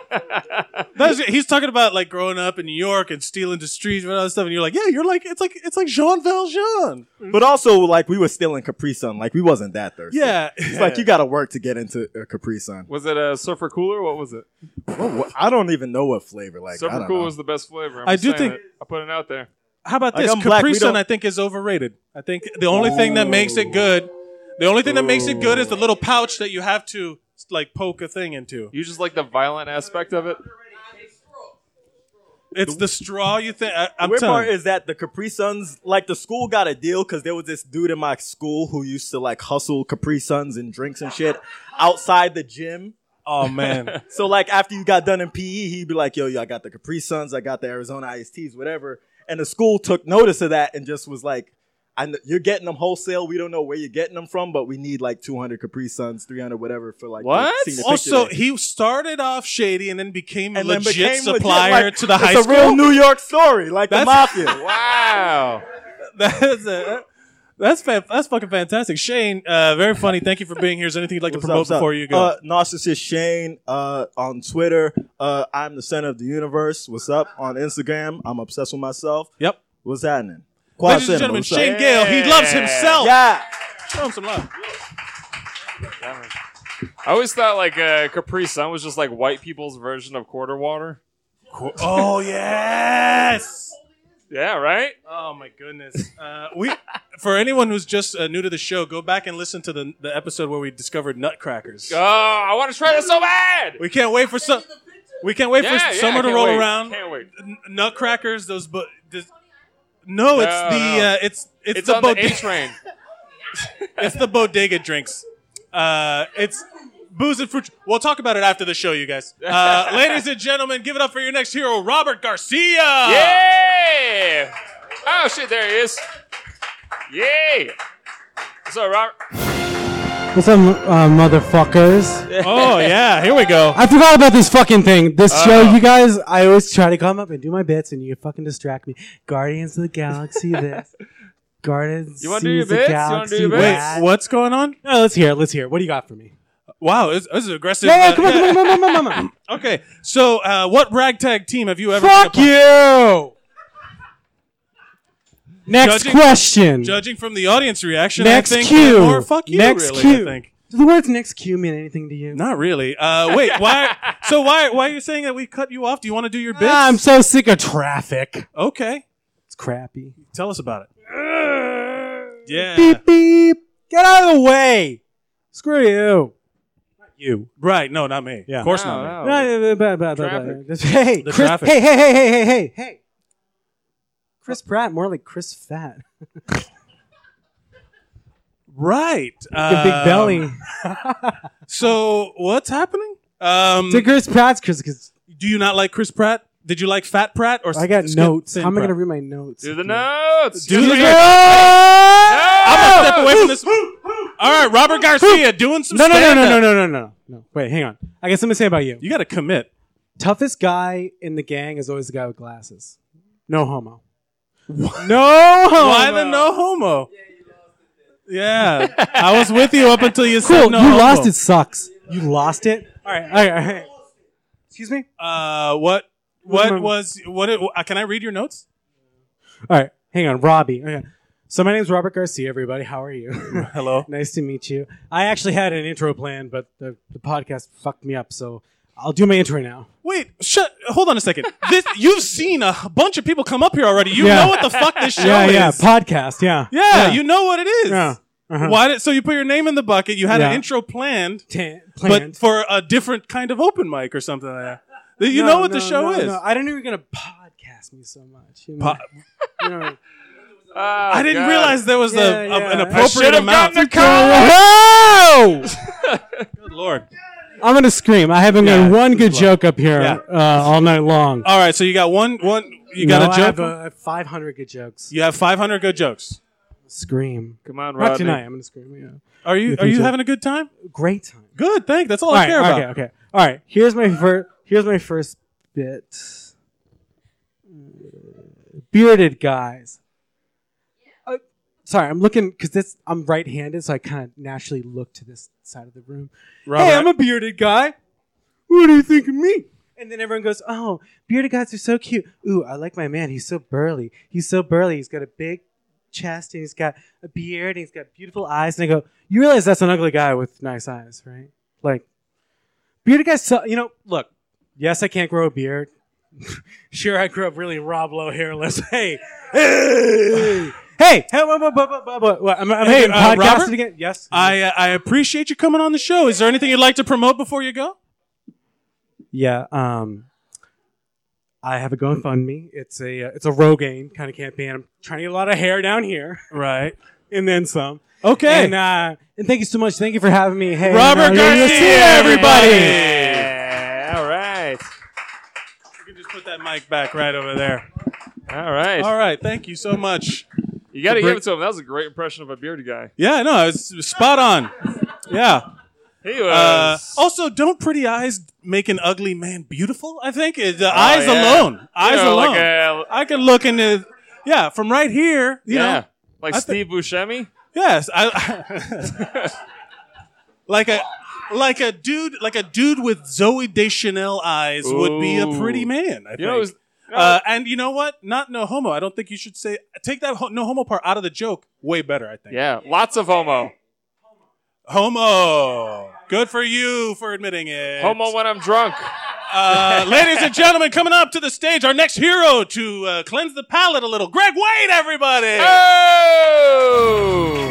Speaker 2: That's, he's talking about like growing up in New York and stealing the streets and all that stuff, and you're like, yeah, you're like, it's like it's like Jean Valjean.
Speaker 8: Mm-hmm. But also, like, we were still in Capri Sun. Like, we wasn't that thirsty.
Speaker 2: Yeah,
Speaker 8: It's like you got to work to get into a Capri Sun.
Speaker 1: Was it a Surfer Cooler? What was it?
Speaker 8: What- what- I don't even know what flavor. Like, I
Speaker 1: Surfer
Speaker 8: don't
Speaker 1: Cool
Speaker 8: know.
Speaker 1: was the best flavor. I'm
Speaker 2: I
Speaker 1: just
Speaker 2: do
Speaker 1: saying
Speaker 2: think-
Speaker 1: it. I put it out there.
Speaker 2: How about
Speaker 8: Like,
Speaker 2: this?
Speaker 8: I'm black,
Speaker 2: Capri
Speaker 8: we
Speaker 2: Sun,
Speaker 8: don't-
Speaker 2: I think, is overrated. I think the only thing that makes it good, the only thing that makes it good is the little pouch that you have to like poke a thing into.
Speaker 1: You just like the violent aspect of it.
Speaker 2: It's the straw you think. I-
Speaker 8: The
Speaker 2: I'm
Speaker 8: weird
Speaker 2: telling.
Speaker 8: part
Speaker 2: you.
Speaker 8: is that the Capri Suns, like the school got a deal because there was this dude in my school who used to like hustle Capri Suns and drinks and shit outside the gym.
Speaker 2: oh man.
Speaker 8: So like after you got done in PE, he'd be like, "Yo, yo, I got the Capri Suns, I got the Arizona ISTs, whatever." And the school took notice of that and just was like, "I know, you're getting them wholesale. We don't know where you're getting them from, but we need like 200 Capri Suns, 300, whatever for like the
Speaker 1: What?
Speaker 8: senior
Speaker 2: Also,
Speaker 8: picture day."
Speaker 2: he started off shady and then became a
Speaker 8: And then
Speaker 2: legit
Speaker 8: became legit,
Speaker 2: supplier
Speaker 8: like,
Speaker 2: to the high
Speaker 8: it's
Speaker 2: school.
Speaker 8: a real New York story, like the
Speaker 2: That's-
Speaker 8: mafia.
Speaker 1: Wow.
Speaker 2: that's a, that's fan, that's fucking fantastic. Shane, uh, very funny. Thank you for being here. Is there anything you'd like to
Speaker 8: What's up,
Speaker 2: promote
Speaker 8: what's up?
Speaker 2: before you go?
Speaker 8: Uh, Narcissist Shane uh, on Twitter. Uh, I'm the center of the universe. What's up on Instagram? I'm obsessed with myself.
Speaker 2: yep.
Speaker 8: What's happening? Quad
Speaker 2: Ladies and gentlemen,
Speaker 8: Cinema, what's up?
Speaker 2: Shane Gale. He loves
Speaker 1: Yeah.
Speaker 2: himself.
Speaker 8: Uh, Yeah.
Speaker 2: Show him some love.
Speaker 1: I always thought like uh, Capri Sun was just like white people's version of quarter water.
Speaker 2: Oh yes.
Speaker 1: Yeah, right.
Speaker 2: Oh my goodness. Uh, we for anyone who's just uh, new to the show, go back and listen to the the episode where we discovered nutcrackers.
Speaker 1: Oh, I want to try that so bad.
Speaker 2: We can't wait for some. We can't wait
Speaker 1: Yeah,
Speaker 2: for
Speaker 1: yeah,
Speaker 2: summer
Speaker 1: I
Speaker 2: to
Speaker 1: can't
Speaker 2: roll
Speaker 1: wait.
Speaker 2: around.
Speaker 1: Can't wait.
Speaker 2: N- nutcrackers. Those but. This, no, it's
Speaker 1: No,
Speaker 2: the
Speaker 1: no.
Speaker 2: Uh, it's it's,
Speaker 1: It's,
Speaker 2: the
Speaker 1: on the
Speaker 2: bodega.
Speaker 1: A train.
Speaker 2: it's the bodega drinks. Uh, it's booze and fruit. We'll talk about it after the show, you guys. Uh, ladies and gentlemen, give it up for your next hero, Robert Garcia.
Speaker 1: Yeah. Oh shit, there he is. Yay. So Robert,
Speaker 9: What's up, uh, motherfuckers?
Speaker 2: Oh yeah, here we go.
Speaker 9: I forgot about this fucking thing. This show, you guys, I always try to come up and do my bits, and you fucking distract me. Guardians of the Galaxy, this. Guardians.
Speaker 1: You wanna do your
Speaker 9: of the
Speaker 1: bits? You wanna
Speaker 9: Galaxy,
Speaker 1: do your bits?
Speaker 2: Wait,
Speaker 9: that.
Speaker 2: what's going on?
Speaker 9: No, let's hear. it, Let's hear. it. What do you got for me?
Speaker 2: Wow, this, this is aggressive.
Speaker 9: Yeah, yeah,
Speaker 2: uh,
Speaker 9: come on, come on, come on, come on, come
Speaker 2: Okay, so uh, what ragtag team have you
Speaker 9: on.
Speaker 2: ever?
Speaker 9: Fuck you. Next
Speaker 2: Judging-
Speaker 9: question.
Speaker 2: Judging from the audience reaction,
Speaker 9: next
Speaker 2: I think
Speaker 9: cue.
Speaker 2: more fuck you.
Speaker 9: next
Speaker 2: really,
Speaker 9: cue.
Speaker 2: I think.
Speaker 9: Do the words next cue mean anything to you?
Speaker 2: Not really. Uh, wait, why? So why why are you saying that we cut you off? Do you want to do your bits?
Speaker 9: Ah, I'm so sick of traffic.
Speaker 2: okay,
Speaker 9: It's crappy.
Speaker 2: tell us about it. Yeah,
Speaker 9: Beep beep. Get out of the way. Screw you.
Speaker 2: you right? No, not me.
Speaker 9: Yeah.
Speaker 2: of course
Speaker 1: No,
Speaker 2: not. me.
Speaker 1: no.
Speaker 9: No, no, no, no, no, no, no, no,
Speaker 1: Traffic.
Speaker 9: no. Hey,
Speaker 2: The
Speaker 9: Chris,
Speaker 2: traffic.
Speaker 9: hey, hey, hey, hey, hey, hey, hey. Chris Pratt, more like Chris Fat.
Speaker 2: Right,
Speaker 9: The big
Speaker 2: Um,
Speaker 9: belly.
Speaker 2: So what's happening? Um,
Speaker 9: To Chris Pratt's Chris, because
Speaker 2: do you not like Chris Pratt? Did you like Fat Pratt or
Speaker 9: I got
Speaker 2: s-
Speaker 9: notes.
Speaker 2: thin
Speaker 9: How am I
Speaker 2: Pratt?
Speaker 9: going to read my notes?
Speaker 1: Do the notes.
Speaker 2: Do the
Speaker 9: notes.
Speaker 2: notes. I'm gonna
Speaker 1: No!
Speaker 2: step away from this. All right, Robert Garcia doing some.
Speaker 9: No, no, no, no,
Speaker 2: stand-up.
Speaker 9: no, no, no, no, no. Wait, hang on. I got something to say about you.
Speaker 2: You got to commit.
Speaker 9: Toughest guy in the gang is always the guy with glasses. No homo. No homo.
Speaker 2: Why the no homo? Yeah, I was with you up until you
Speaker 9: Cool.
Speaker 2: said no.
Speaker 9: you
Speaker 2: homo.
Speaker 9: lost it. Sucks. You lost it. All right. All right. All right. Excuse me.
Speaker 2: Uh, what? What
Speaker 9: Remember.
Speaker 2: was? What? It, uh, can I read your notes?
Speaker 9: All right. Hang on, Robbie. Okay. So my name's Robert Garcia. Everybody, how are you?
Speaker 2: Hello.
Speaker 9: nice to meet you. I actually had an intro planned, but the, the podcast fucked me up, so I'll do my intro now.
Speaker 2: Wait. Shut. Hold on a second. This. You've seen a h- bunch of people come up here already. You
Speaker 9: Yeah.
Speaker 2: know what the fuck this show
Speaker 9: yeah,
Speaker 2: is.
Speaker 9: yeah. Podcast. Yeah.
Speaker 2: Yeah, You know what it is.
Speaker 9: Yeah. Uh-huh.
Speaker 2: Why did? So you put your name in the bucket. You had an
Speaker 9: Yeah.
Speaker 2: intro planned,
Speaker 9: Tan- planned.
Speaker 2: but for a different kind of open mic or something like that. That You
Speaker 9: No,
Speaker 2: know what the
Speaker 9: no,
Speaker 2: show
Speaker 9: no,
Speaker 2: is.
Speaker 9: no. I didn't know you were gonna podcast me so much. You know?
Speaker 2: Po-
Speaker 9: You know.
Speaker 1: Oh,
Speaker 2: I didn't
Speaker 1: God.
Speaker 2: realize there was
Speaker 9: Yeah,
Speaker 2: a, a-
Speaker 9: yeah.
Speaker 2: an
Speaker 9: I
Speaker 2: appropriate
Speaker 1: should've
Speaker 2: amount.
Speaker 1: gotten a
Speaker 2: Good lord.
Speaker 9: I'm gonna scream. I haven't
Speaker 2: Yeah,
Speaker 9: got one
Speaker 2: it's
Speaker 9: good
Speaker 2: low.
Speaker 9: joke up here
Speaker 2: Yeah.
Speaker 9: uh, all night long.
Speaker 2: All right, so you got one one you got
Speaker 9: No,
Speaker 2: a
Speaker 9: I
Speaker 2: joke.
Speaker 9: have, uh, 500 good jokes.
Speaker 2: you have 500 good jokes.
Speaker 9: Scream.
Speaker 1: Come on,
Speaker 9: Not
Speaker 1: Rodney.
Speaker 9: tonight. I'm gonna scream. Yeah.
Speaker 2: Are you
Speaker 9: You
Speaker 2: are you
Speaker 9: think so?
Speaker 2: having a good time?
Speaker 9: Great time.
Speaker 2: Good, thank. That's all,
Speaker 9: All
Speaker 2: I
Speaker 9: right.
Speaker 2: care about.
Speaker 9: Okay. Okay. All right. Here's my first. Here's my first bit. Uh, Bearded guys. Uh, sorry, I'm looking because this I'm right-handed, so I kind of naturally look to this side of the room.
Speaker 2: Robert,
Speaker 9: hey, I'm a bearded guy. What do you think of me? And then everyone goes, oh, bearded guys are so cute. Ooh, I like my man. He's so burly. He's so burly. He's got a big chest and he's got a beard and he's got beautiful eyes. And I go, you realize that's an ugly guy with nice eyes, right? Like, bearded guys, so, you know, look, yes, I can't grow a beard. sure, I grew up really Rob Lowe hairless. Hey, hey, hey, hey, what, what, what, what, what, what, what, I'm, I'm
Speaker 2: Hey,
Speaker 9: hey,
Speaker 2: uh,
Speaker 9: podcasting
Speaker 2: Robert?
Speaker 9: again. Yes.
Speaker 2: I uh, I appreciate you coming on the show. Is there anything you'd like to promote before you go?
Speaker 9: Yeah. Um, I have a GoFundMe. It's a uh, it's a Rogaine kind of campaign. I'm trying to get a lot of hair down here
Speaker 2: Right.
Speaker 9: and then some.
Speaker 2: Okay.
Speaker 9: And uh, and thank you so much. Thank you for having me. Hey,
Speaker 2: Robert
Speaker 9: and, uh, you'll- you'll
Speaker 2: Garcia,
Speaker 9: see everybody.
Speaker 1: Yeah, All right.
Speaker 2: you can just put that mic back right over there.
Speaker 1: All right.
Speaker 2: All right, thank you so much.
Speaker 1: You got to
Speaker 2: Bring-
Speaker 1: give it to him. That was a great impression of a bearded guy.
Speaker 2: Yeah, no, it's spot on. Yeah.
Speaker 1: He
Speaker 2: Uh,
Speaker 1: was.
Speaker 2: also, don't pretty eyes make an ugly man beautiful? I think Uh, the eyes
Speaker 1: Oh, yeah.
Speaker 2: alone,
Speaker 1: you
Speaker 2: eyes
Speaker 1: know,
Speaker 2: alone.
Speaker 1: Like, a,
Speaker 2: I can look into, yeah, from right here. You
Speaker 1: yeah.
Speaker 2: know,
Speaker 1: like
Speaker 2: I
Speaker 1: Steve Buscemi.
Speaker 2: Yes, I like a like a dude like a dude with Zoe Deschanel eyes would be a
Speaker 1: Ooh.
Speaker 2: pretty man. I think.
Speaker 1: You know, it was,
Speaker 2: uh, and you know what? Not no homo. I don't think you should say take that ho- no homo part out of the joke. Way better, I think.
Speaker 1: yeah, lots of homo.
Speaker 2: Homo. Good for you for admitting it.
Speaker 1: Homo when I'm drunk.
Speaker 2: Uh, ladies and gentlemen, coming up to the stage, our next hero to uh, cleanse the palate a little, Greg Wade, everybody.
Speaker 1: Oh!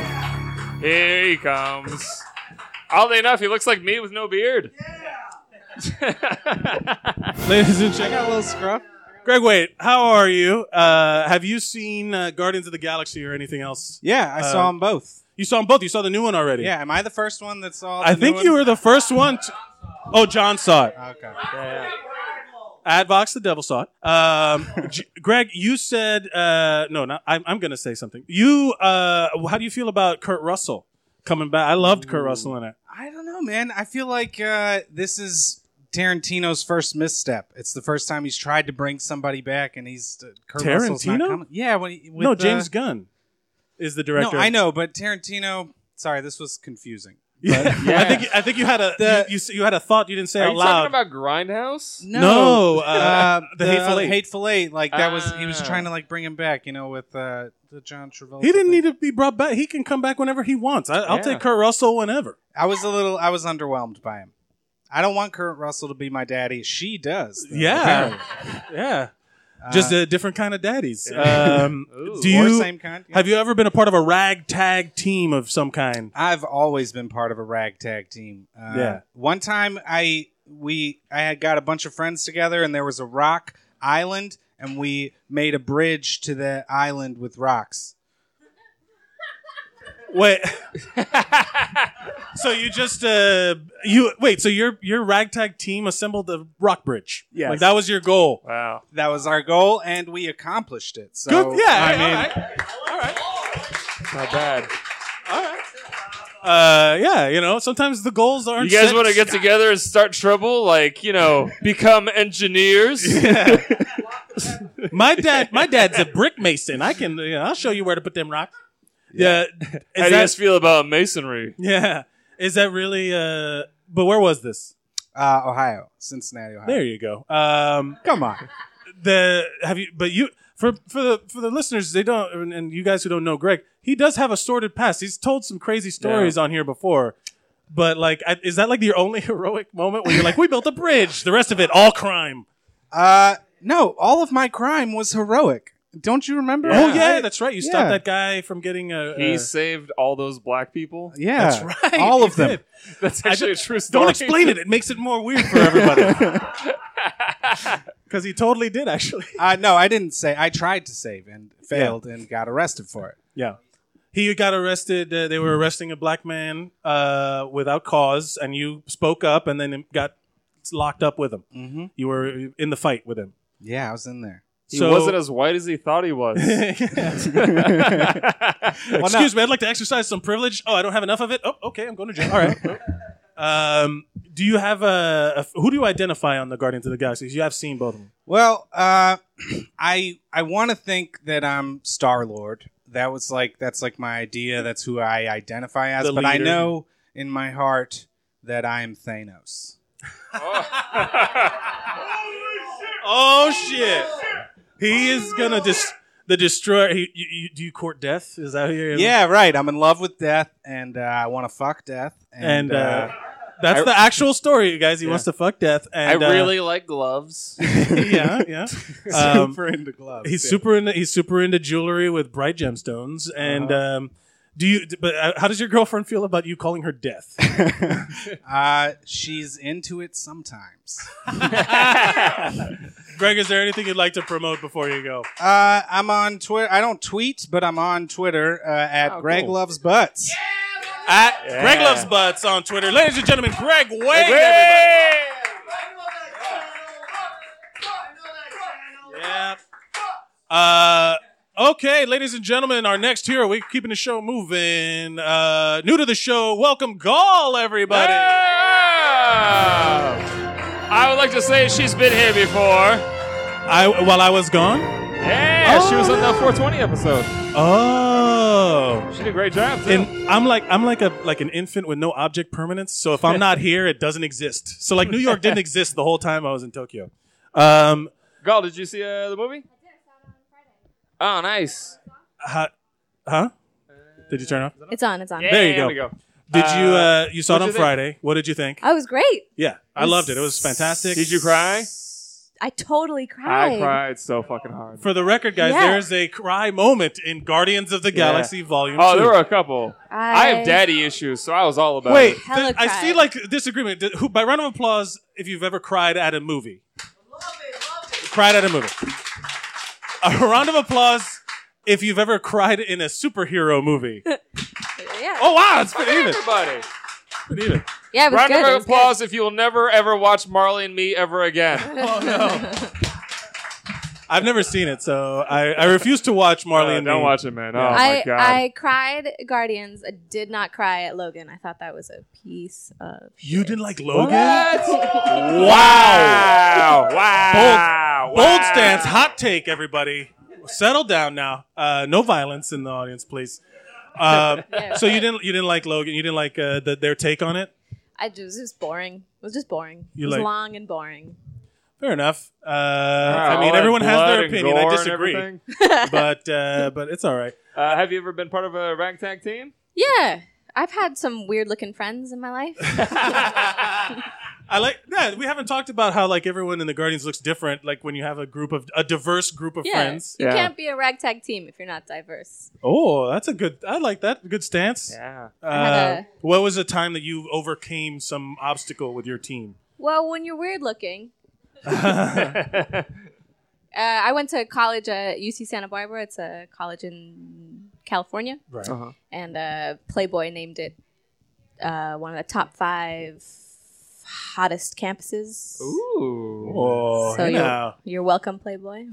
Speaker 1: Here he comes. Oddly enough, he looks like me with no beard.
Speaker 2: Ladies and gentlemen,
Speaker 9: Got a little scruff.
Speaker 2: Greg, wait. How are you? Uh, have you seen uh, Guardians of the Galaxy or anything else? Uh,
Speaker 4: Yeah, I saw them both.
Speaker 2: You saw them both. You saw the new one already.
Speaker 4: Yeah, am I the first one that saw?
Speaker 2: I
Speaker 4: the new
Speaker 2: think
Speaker 4: one?
Speaker 2: you were the first one. To... Oh, John saw it.
Speaker 4: Okay.
Speaker 2: Advox the devil saw it. Um, G- Greg, you said uh, no. Not, I'm, I'm going to say something. You. Uh, how do you feel about Kurt Russell coming back? I loved Kurt Russell in it.
Speaker 4: I don't know, man. I feel like uh, this is Tarantino's first misstep. It's the first time he's tried to bring somebody back, and he's uh, Kurt Russell's not
Speaker 2: Tarantino?
Speaker 4: coming. Yeah, when he, with,
Speaker 2: no,
Speaker 4: uh,
Speaker 2: James Gunn is the director.
Speaker 4: No, I know, but Tarantino. Sorry, this was confusing.
Speaker 2: But I
Speaker 1: Yeah.
Speaker 2: think I think you had a
Speaker 9: The-
Speaker 2: you, you, s- you had a thought you didn't say
Speaker 1: Are
Speaker 2: out
Speaker 1: you
Speaker 2: loud.
Speaker 1: talking about Grindhouse?
Speaker 2: No, uh, The
Speaker 10: the
Speaker 2: Hateful Eight.
Speaker 10: Hateful Eight, Like that was he was
Speaker 1: Ah.
Speaker 10: trying to like bring him back, you know, with uh, the John Travolta.
Speaker 2: he didn't
Speaker 10: thing.
Speaker 2: need to be brought back. He can come back whenever he wants. I, I'll
Speaker 1: Yeah.
Speaker 2: take Kurt Russell whenever.
Speaker 10: I was a little. I was underwhelmed by him. I don't want Kurt Russell to be my daddy. She does. though,
Speaker 2: Yeah,
Speaker 10: apparently.
Speaker 2: yeah. Just
Speaker 10: Uh,
Speaker 2: a different kind of daddies.
Speaker 10: Yeah.
Speaker 2: Um,
Speaker 1: Ooh.
Speaker 2: do
Speaker 10: or
Speaker 2: you
Speaker 10: same kind. yeah.
Speaker 2: have you ever been a part of a ragtag team of some kind?
Speaker 10: I've always been part of a ragtag team. Uh,
Speaker 2: Yeah.
Speaker 10: One time, I we I had got a bunch of friends together, and there was a rock island, and we made a bridge to the island with rocks.
Speaker 2: Wait. so you just uh you wait. So your your ragtag team assembled the rock bridge.
Speaker 8: Yes.
Speaker 2: like that was your goal.
Speaker 1: Wow.
Speaker 10: That was our goal, and we accomplished it. So
Speaker 2: Good. Yeah.
Speaker 10: I
Speaker 2: hey, all
Speaker 10: mean,
Speaker 2: right.
Speaker 1: Not bad.
Speaker 2: Uh, yeah, you know, sometimes the goals aren't.
Speaker 1: You guys
Speaker 2: set.
Speaker 1: want to get together and start trouble? Like, you know, become engineers?
Speaker 2: My dad, my dad's a brick mason. I can, you know, I'll show you where to put them rocks. Yeah, is
Speaker 1: How do you
Speaker 10: E
Speaker 2: that-
Speaker 1: guys feel about masonry?
Speaker 2: yeah, is that really? Uh, but where was this?
Speaker 10: uh, Ohio, Cincinnati, Ohio.
Speaker 2: There you go. Um,
Speaker 10: Come on.
Speaker 2: the have you? But you for for the for the listeners, they don't, and- and you guys who don't know Greg, he does have a sordid past. He's told some crazy stories on here before. But like, I, is that like your only heroic moment where you're like, we built a bridge? The rest of it, all crime.
Speaker 10: Uh, no, all of my crime was heroic. Don't you remember?
Speaker 2: Oh yeah, that's right. You stopped
Speaker 10: Yeah.
Speaker 2: that guy from getting a.
Speaker 1: He
Speaker 2: a-
Speaker 1: saved all those black people.
Speaker 10: yeah,
Speaker 2: that's right.
Speaker 10: All
Speaker 2: you
Speaker 10: of them.
Speaker 2: did.
Speaker 1: That's
Speaker 2: I
Speaker 1: actually a true story.
Speaker 2: Don't explain it. It makes it more weird for everybody. Because he totally did, actually.
Speaker 10: Uh, no, I didn't say. I tried to save and failed and got arrested for it.
Speaker 2: Yeah. He got arrested. Uh, they were arresting a black man uh, without cause, and you spoke up and then got locked up with him.
Speaker 10: Mhm.
Speaker 2: You were in the fight with him.
Speaker 10: Yeah, I was in there.
Speaker 1: He
Speaker 2: So-
Speaker 1: wasn't as white as he thought he was.
Speaker 2: Excuse me, I'd like to exercise some privilege. Oh, I don't have enough of it. Oh, okay, I'm going to jail. All right. um, do you have a, a- Who do you identify on the Guardians of the Galaxy? You have seen both of them.
Speaker 10: Well, uh, I I want to think that I'm Star Lord. That was like that's like my idea. That's who I identify as.
Speaker 2: The
Speaker 10: but I
Speaker 2: leader.
Speaker 10: know in my heart that I am Thanos.
Speaker 2: Oh shit! He is gonna dis- the destroyer. He, you, you, do you court death? Is that who you're
Speaker 10: Yeah, right. I'm in love with death, and uh, I want to fuck death.
Speaker 2: And
Speaker 10: And,
Speaker 2: uh, that's the actual story, you guys. He
Speaker 10: Yeah.
Speaker 2: wants to fuck death. And
Speaker 1: I
Speaker 2: uh,
Speaker 1: really like gloves.
Speaker 2: yeah, yeah. Um,
Speaker 10: super into gloves.
Speaker 2: he's
Speaker 10: yeah. Uh-huh.
Speaker 2: super into he's super into jewelry with bright gemstones. And um, do you? d- But uh, how does your girlfriend feel about you calling her death?
Speaker 10: Uh, she's into it sometimes. Uh,
Speaker 2: Greg, is there anything you'd like to promote before you go?
Speaker 10: Uh, I'm on Twitter. I don't tweet, but I'm on Twitter uh, at Greg Loves Butts.
Speaker 2: At Greg loves butts on Twitter, ladies and gentlemen. Greg Wade. Yeah. Uh, okay, ladies and gentlemen, our next hero. We're keeping the show moving. Uh, new to the show, welcome Gall, everybody.
Speaker 1: Yeah! Ah! I would like to say she's been here before.
Speaker 2: I while I was gone.
Speaker 1: Yeah, she was on the 420 episode.
Speaker 2: Oh.
Speaker 1: She did a great job. Too.
Speaker 2: And I'm like I'm like a like an infant with no object permanence. So if I'm not here, it doesn't exist. So like New York didn't exist the whole time I was in Tokyo. Um,
Speaker 1: Gal, did you see uh, the movie? Oh, nice.
Speaker 2: huh? huh? Did you turn off?
Speaker 11: It's on. It's on.
Speaker 1: Yeah,
Speaker 2: There you go.
Speaker 1: We go.
Speaker 2: Did you uh you saw it
Speaker 1: what'd
Speaker 2: on
Speaker 1: you think?
Speaker 2: Friday? What did you think?
Speaker 11: I was great.
Speaker 2: Yeah, I loved it. It was fantastic.
Speaker 1: Did you cry?
Speaker 11: I totally cried.
Speaker 1: I cried so fucking hard.
Speaker 2: For the record, guys,
Speaker 11: Yeah.
Speaker 2: there's a cry moment in Guardians of the
Speaker 1: Yeah.
Speaker 2: Galaxy Volume
Speaker 1: Oh,
Speaker 2: Two.
Speaker 1: there were a couple.
Speaker 11: I-
Speaker 1: I, have daddy issues, so I was all about
Speaker 2: Wait,
Speaker 1: it.
Speaker 11: Hella
Speaker 2: th- I see
Speaker 11: cried.
Speaker 2: like disagreement. Did- who, by round of applause, if you've ever cried at a movie. Cried at a movie. A round of applause if you've ever cried in a superhero movie.
Speaker 11: Yeah.
Speaker 2: Oh wow, it's pretty even.
Speaker 1: Everybody.
Speaker 2: Pretty even.
Speaker 11: yeah, it was
Speaker 1: Round
Speaker 11: good. it
Speaker 1: of
Speaker 11: was good.
Speaker 1: applause if you will never ever watch Marley and Me ever again.
Speaker 2: I've never seen it, so I, I refuse to watch Marley
Speaker 1: Uh,
Speaker 2: and
Speaker 1: don't
Speaker 2: Me.
Speaker 1: watch it, man. Oh
Speaker 11: I,
Speaker 1: my god.
Speaker 11: I cried Guardians. I did not cry at Logan. I thought that was a piece of.
Speaker 2: You didn't like Logan?
Speaker 1: Wow! Wow!
Speaker 2: Bold stance, hot take, everybody. Settle down now. Uh, no violence in the audience, please. Um,
Speaker 11: Yeah.
Speaker 2: so you didn't you didn't like Logan? You didn't like uh, the, their take on it?
Speaker 11: I just it was boring. It was just boring.
Speaker 2: You
Speaker 11: it was
Speaker 2: like-
Speaker 11: long and boring.
Speaker 2: Fair enough. Uh, I
Speaker 1: all
Speaker 2: mean,
Speaker 1: that
Speaker 2: everyone has
Speaker 1: blood
Speaker 2: their
Speaker 1: and
Speaker 2: opinion. I
Speaker 1: gore and
Speaker 2: disagree,
Speaker 1: everything.
Speaker 2: but uh, but it's all right.
Speaker 1: Uh, have you ever been part of a ragtag team?
Speaker 11: Yeah, I've had some weird looking friends in my life.
Speaker 2: I like. Yeah, we haven't talked about how like everyone in the Guardians looks different. Like when you have a group of a diverse group of
Speaker 11: yeah,
Speaker 2: friends.
Speaker 11: you can't be a ragtag team if you're not diverse.
Speaker 2: Oh, that's a good. I like that. Good stance.
Speaker 1: Yeah.
Speaker 2: Uh,
Speaker 11: had
Speaker 2: what was the time that you overcame some obstacle with your team?
Speaker 11: Well, when you're weird looking. Uh, I went to college at UC Santa Barbara. It's a college in California.
Speaker 2: Right.
Speaker 11: and uh, Playboy named it uh, one of the top five hottest campuses.
Speaker 1: Ooh.
Speaker 2: Oh,
Speaker 11: So
Speaker 2: hey
Speaker 11: you're,
Speaker 2: now.
Speaker 11: you're welcome, Playboy.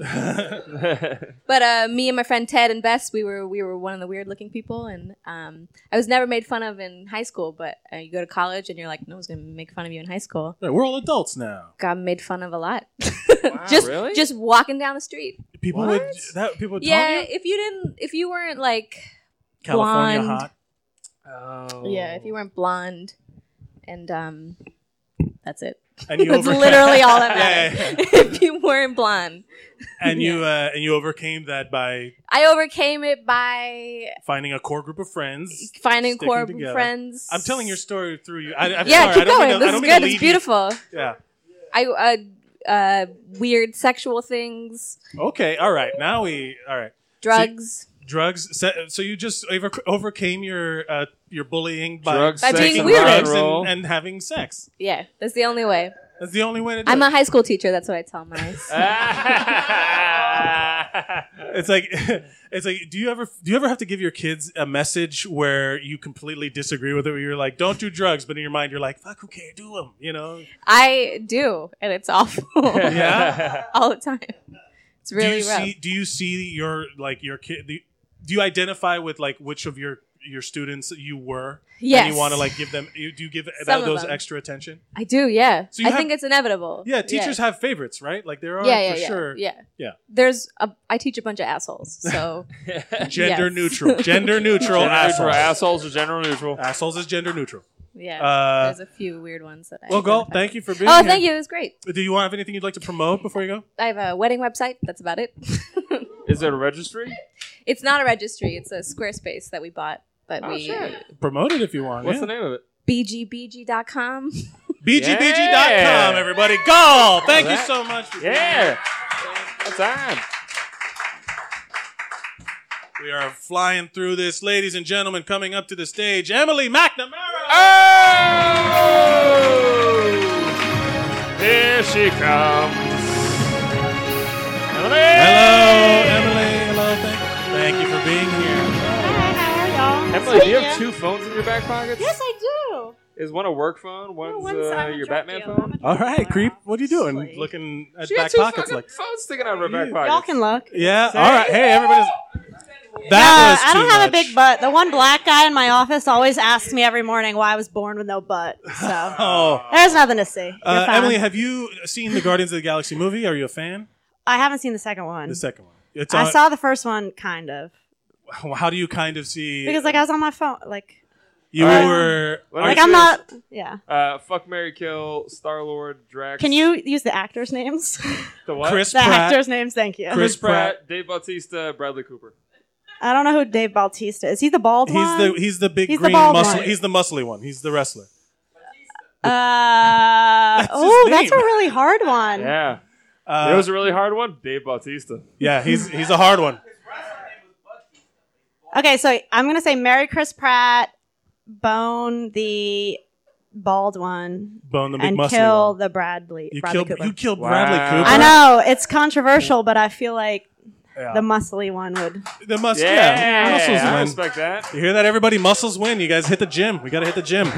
Speaker 1: That's
Speaker 11: but uh, me and my friend Ted and Bess, we were we were one of the weird looking people, and um, I was never made fun of in high school. But uh, you go to college, and you're like, no one's gonna make fun of you in high school.
Speaker 2: Right, we're all adults now.
Speaker 11: Got made fun of a lot. just
Speaker 1: really?
Speaker 11: just walking down the street.
Speaker 2: People
Speaker 1: What?
Speaker 2: would that people would
Speaker 11: yeah,
Speaker 2: taunt you?
Speaker 11: if you didn't, if you weren't like
Speaker 2: California
Speaker 11: blonde.
Speaker 2: hot.
Speaker 1: Oh.
Speaker 11: Yeah, if you weren't blonde, and um, that's it.
Speaker 2: And you
Speaker 11: that's
Speaker 2: overcame-
Speaker 11: literally all that
Speaker 2: Yeah,
Speaker 11: mattered.
Speaker 2: yeah,
Speaker 11: if you weren't blonde,
Speaker 2: and you uh, and you overcame that by
Speaker 11: I overcame it by
Speaker 2: finding a core group of friends.
Speaker 11: finding
Speaker 2: Sticking
Speaker 11: core
Speaker 2: together.
Speaker 11: friends.
Speaker 2: I'm telling your story through you. I, I'm
Speaker 11: yeah,
Speaker 2: sorry, I
Speaker 11: keep
Speaker 2: don't
Speaker 11: going.
Speaker 2: Mean to, I
Speaker 11: this is
Speaker 2: don't mean to
Speaker 11: good.
Speaker 2: lead
Speaker 11: It's
Speaker 2: you-
Speaker 11: beautiful.
Speaker 2: Yeah.
Speaker 11: I uh, uh, weird sexual things,
Speaker 2: Okay. All right. Now we. All right.
Speaker 11: drugs.
Speaker 2: Drugs. So, so you just over, overcame your uh, your bullying by
Speaker 1: Drugs,
Speaker 11: By
Speaker 1: sex,
Speaker 11: being
Speaker 2: taking
Speaker 1: and
Speaker 11: weird.
Speaker 1: rock and
Speaker 2: drugs
Speaker 1: roll.
Speaker 2: and, and having sex.
Speaker 11: yeah, that's the only way.
Speaker 2: That's the only way to do
Speaker 11: I'm
Speaker 2: it.
Speaker 11: a high school teacher. That's what I tell my.
Speaker 2: it's like it's like do you ever do you ever have to give your kids a message where you completely disagree with it where you're like don't do drugs but in your mind you're like fuck who cares do them you know
Speaker 11: I do, and it's awful
Speaker 2: Yeah.
Speaker 11: all the time. It's really
Speaker 2: do you
Speaker 11: rough.
Speaker 2: see do you see your like your kid do you, do you identify with like which of your your students you were
Speaker 11: yes,
Speaker 2: and you want to like give them you do you give
Speaker 11: Some
Speaker 2: that,
Speaker 11: of
Speaker 2: those
Speaker 11: them.
Speaker 2: extra attention
Speaker 11: I do, yeah.
Speaker 2: So you
Speaker 11: I
Speaker 2: have-
Speaker 11: think it's inevitable.
Speaker 2: yeah teachers have favorites right like there are
Speaker 11: yeah, yeah,
Speaker 2: for
Speaker 11: yeah,
Speaker 2: sure
Speaker 11: yeah,
Speaker 2: Yeah.
Speaker 11: There's a. I teach a bunch of assholes, so
Speaker 2: gender
Speaker 11: Yes.
Speaker 2: neutral gender neutral
Speaker 1: Gender neutral.
Speaker 2: assholes
Speaker 1: Assholes are general neutral.
Speaker 2: assholes is gender neutral
Speaker 11: yeah.
Speaker 2: uh
Speaker 11: there's a few weird ones that. I
Speaker 2: well girl
Speaker 11: identify.
Speaker 2: thank you for being
Speaker 11: Oh,
Speaker 2: here.
Speaker 11: thank you. It was great.
Speaker 2: Do you want have anything you'd like to promote before you go?
Speaker 11: I have a wedding website. That's about it.
Speaker 1: Is it a registry?
Speaker 11: it's not a registry. It's a Squarespace that we bought, but
Speaker 1: Oh,
Speaker 11: we
Speaker 1: shit.
Speaker 2: Promote it if you want.
Speaker 1: What's the name of it?
Speaker 11: bgbg.com.
Speaker 2: BGBG.com,
Speaker 1: Yeah.
Speaker 2: everybody. Go! Thank you
Speaker 1: Alright.
Speaker 2: so much. for being
Speaker 1: Yeah.
Speaker 2: here.
Speaker 1: That's on.
Speaker 2: We are flying through this. Ladies and gentlemen, coming up to the stage, Emily McNamara.
Speaker 1: Oh! Here she comes.
Speaker 2: Hello,
Speaker 1: Emily!
Speaker 2: Emily. Hello. Thank, thank you for being here.
Speaker 1: Emily, do you have two phones in your back pockets?
Speaker 12: Yes, I do.
Speaker 1: Is one a work phone? One's,
Speaker 12: one's-
Speaker 1: uh,
Speaker 12: I'm a
Speaker 1: your
Speaker 12: drug
Speaker 1: Batman
Speaker 12: dealer.
Speaker 1: phone?
Speaker 12: I'm a
Speaker 2: All
Speaker 12: drug
Speaker 2: right,
Speaker 12: dealer.
Speaker 2: creep. What are you doing?
Speaker 12: Obviously.
Speaker 2: Looking at
Speaker 1: She got
Speaker 2: back
Speaker 1: two
Speaker 2: pockets
Speaker 1: fucking
Speaker 2: like.
Speaker 1: phones sticking out of her back pocket.
Speaker 12: Y'all can look.
Speaker 2: Yeah. All right. Hey, everybody's. That
Speaker 12: Uh,
Speaker 2: was
Speaker 12: I don't
Speaker 2: too
Speaker 12: have
Speaker 2: much.
Speaker 12: a big butt. The one black guy in my office always asks me every morning why I was born with no butt. So
Speaker 2: Oh.
Speaker 12: there's nothing to see. You're
Speaker 2: Uh,
Speaker 12: fine.
Speaker 2: Emily, have you seen the Guardians of the Galaxy movie? Are you a fan?
Speaker 12: I haven't seen the second one.
Speaker 2: The second one. It's
Speaker 12: I
Speaker 2: on-
Speaker 12: saw the first one kind of
Speaker 2: How do you kind of see?
Speaker 12: because like uh, I was on my phone. Like
Speaker 2: you
Speaker 12: Alright.
Speaker 2: were.
Speaker 1: Let me
Speaker 12: like
Speaker 1: see
Speaker 12: I'm
Speaker 1: this.
Speaker 12: not. Yeah.
Speaker 1: Uh, fuck Mary Kill, Star Lord, Drax.
Speaker 12: Can you use the actors' names?
Speaker 1: The what?
Speaker 2: Chris
Speaker 12: the
Speaker 2: Pratt.
Speaker 12: actors' names. Thank you.
Speaker 1: Chris
Speaker 2: Chris Pratt.
Speaker 1: Pratt, Dave Bautista, Bradley Cooper.
Speaker 12: I don't know who Dave Bautista is. He the bald
Speaker 2: He's
Speaker 12: one.
Speaker 2: the he's the big
Speaker 12: He's the
Speaker 2: green
Speaker 12: bald
Speaker 2: muscle.
Speaker 12: one.
Speaker 2: He's the muscly one. He's the wrestler.
Speaker 12: Uh,
Speaker 2: his
Speaker 12: oh, that's a
Speaker 2: name.
Speaker 12: really hard one.
Speaker 1: Yeah. it
Speaker 2: Uh,
Speaker 1: was a really hard one. Dave Bautista.
Speaker 2: yeah, he's he's a hard one.
Speaker 12: Okay, so I'm gonna say Mary Chris Pratt, bone the bald one,
Speaker 2: Bone the big
Speaker 12: and
Speaker 2: muscly
Speaker 12: kill
Speaker 2: one.
Speaker 12: the Bradley.
Speaker 2: You
Speaker 12: Bradley
Speaker 2: killed
Speaker 12: Cooper.
Speaker 2: you killed
Speaker 1: Wow.
Speaker 2: Bradley Cooper.
Speaker 12: I know it's controversial, but I feel like
Speaker 2: Yeah.
Speaker 12: the muscly one would.
Speaker 2: The mus-
Speaker 1: Yeah.
Speaker 2: yeah,
Speaker 1: I
Speaker 2: muscles win.
Speaker 1: respect that.
Speaker 2: You hear that, everybody? Muscles win. You guys hit the gym. We gotta hit the gym.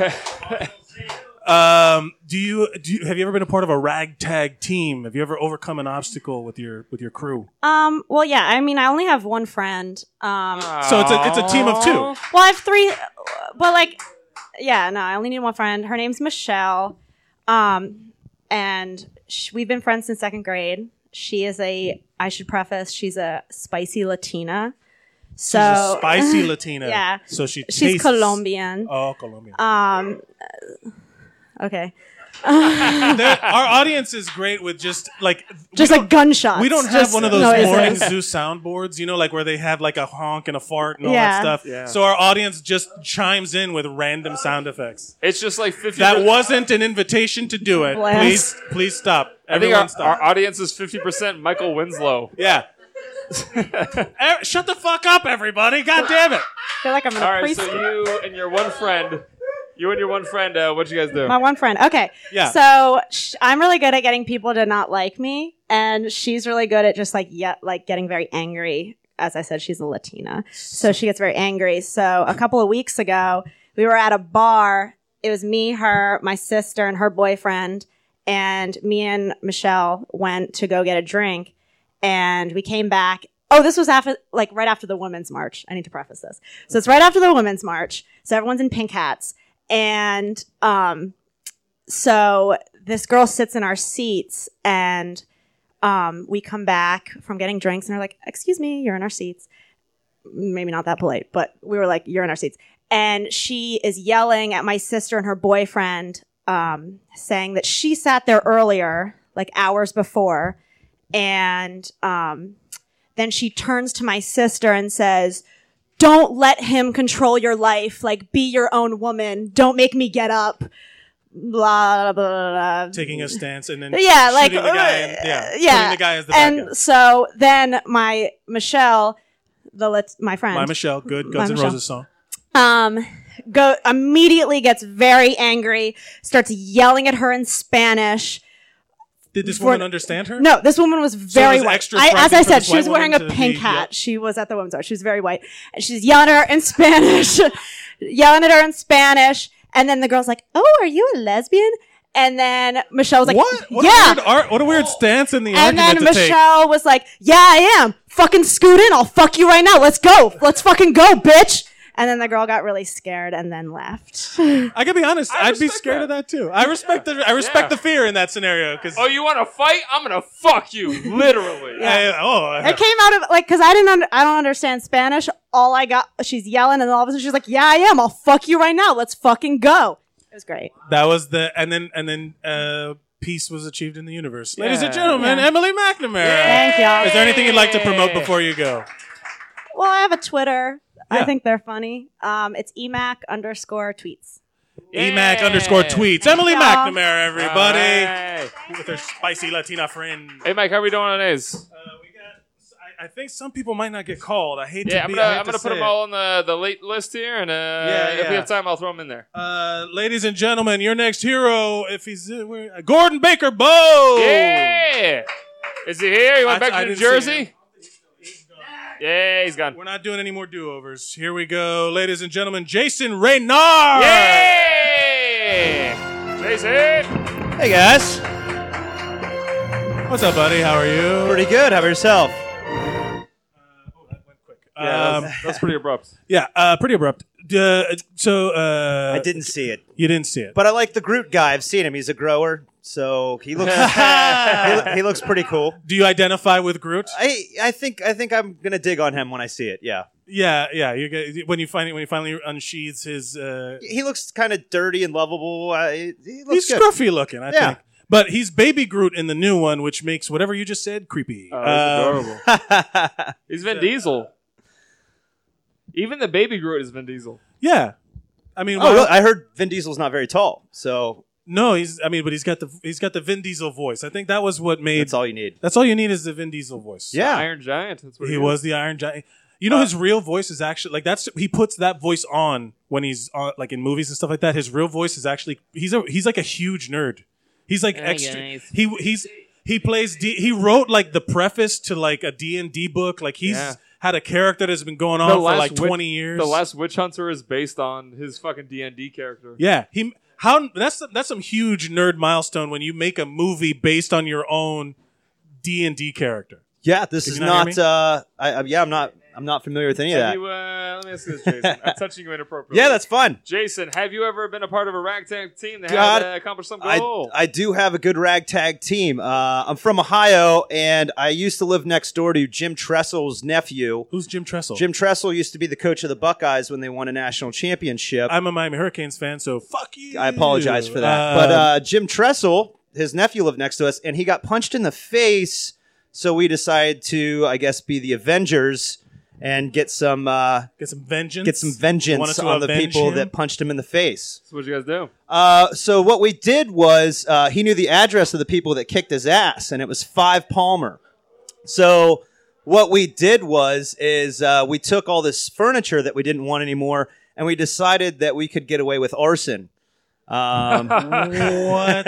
Speaker 2: um, do you do? You, have you ever been a part of a ragtag team? Have you ever overcome an obstacle with your with your crew?
Speaker 12: Um. Well, yeah. I mean, I only have one friend. Um.
Speaker 2: So it's a it's a team of two.
Speaker 12: Well, I have three, but like, yeah, no, I only need one friend. Her name's Michelle, um, and sh- we've been friends since second grade. She is a, I should preface, she's a spicy Latina. So
Speaker 2: a spicy Latina,
Speaker 12: yeah.
Speaker 2: so she
Speaker 12: she's
Speaker 2: tastes-
Speaker 12: Colombian.
Speaker 2: Oh, Colombian.
Speaker 12: Um. uh, Okay.
Speaker 2: There- our audience is great with just like we
Speaker 12: Just like
Speaker 2: don't-
Speaker 12: gunshots.
Speaker 2: We don't have
Speaker 12: Just
Speaker 2: one of those
Speaker 12: noises.
Speaker 2: morning zoo soundboards, you know, like where they have like a honk and a fart and all
Speaker 12: Yeah.
Speaker 2: that stuff.
Speaker 12: Yeah.
Speaker 2: So our audience just chimes in with random sound effects.
Speaker 1: It's just like 50
Speaker 2: That wasn't an invitation to do it.
Speaker 1: Blast.
Speaker 2: Please, please stop.
Speaker 1: I think
Speaker 2: Everyone
Speaker 1: our,
Speaker 2: stop.
Speaker 1: our audience is 50% Michael Winslow.
Speaker 2: Yeah. Eh, Shut the fuck up, everybody! God damn it!
Speaker 12: feel like I'm in a
Speaker 1: All right, so
Speaker 12: preschool.
Speaker 1: you and your one friend, you and your one friend, uh, what you guys do?
Speaker 12: My one friend. Okay.
Speaker 1: Yeah.
Speaker 12: So sh- I'm really good at getting people to not like me, and she's really good at just like yeah, like getting very angry. As I said, she's a Latina, so she gets very angry. So a couple of weeks ago, we were at a bar. It was me, her, my sister, and her boyfriend, and me and Michelle went to go get a drink, and we came back. Oh, this was after, like, right after the Women's March. I need to preface this. So it's right after the Women's March. So everyone's in pink hats. And, um, so this girl sits in our seats and, um, we come back from getting drinks and are like, excuse me, you're in our seats maybe not that polite, but we were like, you're in our seats. And she is yelling at my sister and her boyfriend, um, saying that she sat there earlier, like hours before. And um, then she turns to my sister and says, Don't let him control your life. Like, be your own woman. Don't make me get up. Blah, blah, blah, blah.
Speaker 2: Taking a stance and then
Speaker 12: Mm. Yeah, like,
Speaker 2: shooting the guy and, yeah,
Speaker 12: Uh,
Speaker 2: putting
Speaker 12: yeah.
Speaker 2: the guy as the bad
Speaker 12: and so then my Michelle, the let my friend,
Speaker 2: My Michelle, good
Speaker 12: My
Speaker 2: Guns N'
Speaker 12: Michelle.
Speaker 2: Roses song.
Speaker 12: um, go immediately gets very angry, starts yelling at her in Spanish.
Speaker 2: Did this
Speaker 12: For-
Speaker 2: woman understand her?
Speaker 12: No, this woman was
Speaker 2: So it
Speaker 12: very
Speaker 2: was
Speaker 12: white.
Speaker 2: extra
Speaker 12: I, as
Speaker 2: striking
Speaker 12: I
Speaker 2: for
Speaker 12: said,
Speaker 2: this
Speaker 12: she was
Speaker 2: white
Speaker 12: wearing a
Speaker 2: woman to
Speaker 12: pink
Speaker 2: be-
Speaker 12: hat. She was at the women's art. She was very white. And she's yelling at her in Spanish, yelling at her in Spanish. And then the girl's like, "Oh, are you a lesbian?" And then Michelle was like,
Speaker 2: what? What
Speaker 12: "Yeah."
Speaker 2: A weird art, what a weird stance in the argument
Speaker 12: and then
Speaker 2: to take.
Speaker 12: Michelle was like, "Yeah, I am. Fucking scoot in. I'll fuck you right now. Let's go. Let's fucking go, bitch." And then the girl got really scared and then left.
Speaker 2: I gotta be honest. I would be scared of that too. I respect the I respect the fear in that scenario because
Speaker 1: Oh, you want to fight? I'm gonna fuck you, literally.
Speaker 2: Yeah. oh, I-
Speaker 12: It came out of like because I didn't under, I don't understand Spanish. All I got, she's yelling, and all of a sudden she's like, "Yeah, I am. I'll fuck you right now. Let's fucking go." It was great.
Speaker 2: that was the and then and then uh, peace was achieved in the universe. Ladies and
Speaker 12: Yeah.
Speaker 2: gentlemen,
Speaker 12: Yeah.
Speaker 2: Emily McNamara.
Speaker 12: Thank y'all.
Speaker 2: Is there anything you'd like to promote before you go?
Speaker 12: Well, I have a Twitter. I
Speaker 2: Yeah.
Speaker 12: think they're funny. Um, it's emac underscore tweets.
Speaker 2: Emac E underscore tweets. Emily
Speaker 12: y'all.
Speaker 2: McNamara, everybody,
Speaker 1: All
Speaker 2: with her spicy Latina friend.
Speaker 1: Hey, Mike, how are we doing on A's?
Speaker 2: I, I think some people might not get called. I hate to
Speaker 1: Yeah, I'm
Speaker 2: be.
Speaker 1: gonna,
Speaker 2: I hate
Speaker 1: I'm
Speaker 2: to
Speaker 1: gonna put
Speaker 2: say
Speaker 1: them
Speaker 2: it.
Speaker 1: all on the, the late list here, and uh,
Speaker 2: Yeah,
Speaker 1: if we
Speaker 2: yeah.
Speaker 1: have time, I'll throw them in there.
Speaker 2: Uh, ladies and gentlemen, your next hero, if he's uh, where, uh, Gordon Baker Bowe.
Speaker 1: Yeah. Is he here? You went
Speaker 2: I-
Speaker 1: back to
Speaker 2: I
Speaker 1: New
Speaker 2: didn't see him.
Speaker 1: Jersey? Yeah, he's gone.
Speaker 2: We're not doing any more do overs. Here we go, ladies and gentlemen. Jason Reynard.
Speaker 1: Yay! Jason.
Speaker 13: Hey guys.
Speaker 2: What's up, buddy? How are you? Uh, oh,
Speaker 13: Pretty good. How about yourself?
Speaker 2: Yeah,
Speaker 1: that's, that's pretty abrupt.
Speaker 2: Yeah, uh, pretty abrupt. Uh, so uh,
Speaker 13: I didn't see it,
Speaker 2: You didn't see it.
Speaker 13: but I like the Groot guy. I've seen him. He's a grower, so he looks he, lo- he looks pretty cool.
Speaker 2: Do you identify with Groot?
Speaker 13: I I think I think I'm gonna dig on him when I see it. Yeah,
Speaker 2: Yeah, yeah. You get, when you find when he finally unsheathes his. Uh,
Speaker 13: he looks kind of dirty and lovable. I, he looks
Speaker 2: he's
Speaker 13: good.
Speaker 2: scruffy looking. I
Speaker 13: Yeah.
Speaker 2: think. But he's baby Groot in the new one, which makes whatever you just said creepy.
Speaker 1: Oh,
Speaker 2: Um,
Speaker 1: he's adorable. he's Vin Diesel. Even the baby Groot is Vin Diesel.
Speaker 2: Yeah, I mean,
Speaker 13: Oh,
Speaker 2: why-
Speaker 13: really? I heard Vin Diesel's not very tall, so
Speaker 2: No, he's. I mean, but he's got the he's got the Vin Diesel voice. I think that was what made.
Speaker 13: that's all you need.
Speaker 2: That's all you need is the Vin Diesel voice.
Speaker 13: Yeah.
Speaker 1: Iron Giant. That's what Uh,
Speaker 2: he was the Iron Giant. You know, his real voice is actually like that's he puts that voice on when he's on like in movies and stuff like that. His real voice is actually he's a he's like a huge nerd. He's like
Speaker 1: Ah,
Speaker 2: extra.
Speaker 1: yes.
Speaker 2: He he's he plays D, he wrote like the preface to like a D and D book. Like he's
Speaker 1: Yeah.
Speaker 2: had a character that's been going on
Speaker 1: The
Speaker 2: for
Speaker 1: last
Speaker 2: like
Speaker 1: wit-
Speaker 2: twenty years.
Speaker 1: The last Witch Hunter is based on his fucking D and D character.
Speaker 2: Yeah, he how that's that's some huge nerd milestone when you make a movie based on your own D and D character.
Speaker 13: Yeah, this
Speaker 2: Did
Speaker 13: is
Speaker 2: you not
Speaker 13: not.
Speaker 2: hear
Speaker 13: uh, I, I, yeah, I'm not. I'm not familiar with any of
Speaker 1: Have
Speaker 13: that.
Speaker 1: you, uh, let me ask you this, Jason. I'm touching you inappropriately.
Speaker 13: Yeah, that's fun.
Speaker 1: Jason, have you ever been a part of a ragtag team that
Speaker 13: God,
Speaker 1: had uh, accomplished some
Speaker 13: I,
Speaker 1: goal?
Speaker 13: I do have a good ragtag team. Uh, I'm from Ohio, and I used to live next door to Jim Tressel's nephew.
Speaker 2: Who's Jim Tressel?
Speaker 13: Jim Tressel used to be the coach of the Buckeyes when they won a national championship.
Speaker 2: I'm a Miami Hurricanes fan, so fuck you. Um,
Speaker 13: I apologize for that. but uh, Jim Tressel, his nephew, lived next to us, and he got punched in the face. So we decided to, I guess, be the Avengers and get some uh,
Speaker 2: get some vengeance.
Speaker 13: Get some
Speaker 2: Wanted
Speaker 13: vengeance
Speaker 2: to
Speaker 13: on the
Speaker 2: avenge
Speaker 13: people
Speaker 2: him?
Speaker 13: that punched him in the face.
Speaker 1: So what'd you guys do?
Speaker 13: Uh, so what we did was uh, he knew the address of the people that kicked his ass, and it was Five Palmer. So what we did was is uh, we took all this furniture that we didn't want anymore, and we decided that we could get away with arson. Um,
Speaker 2: what?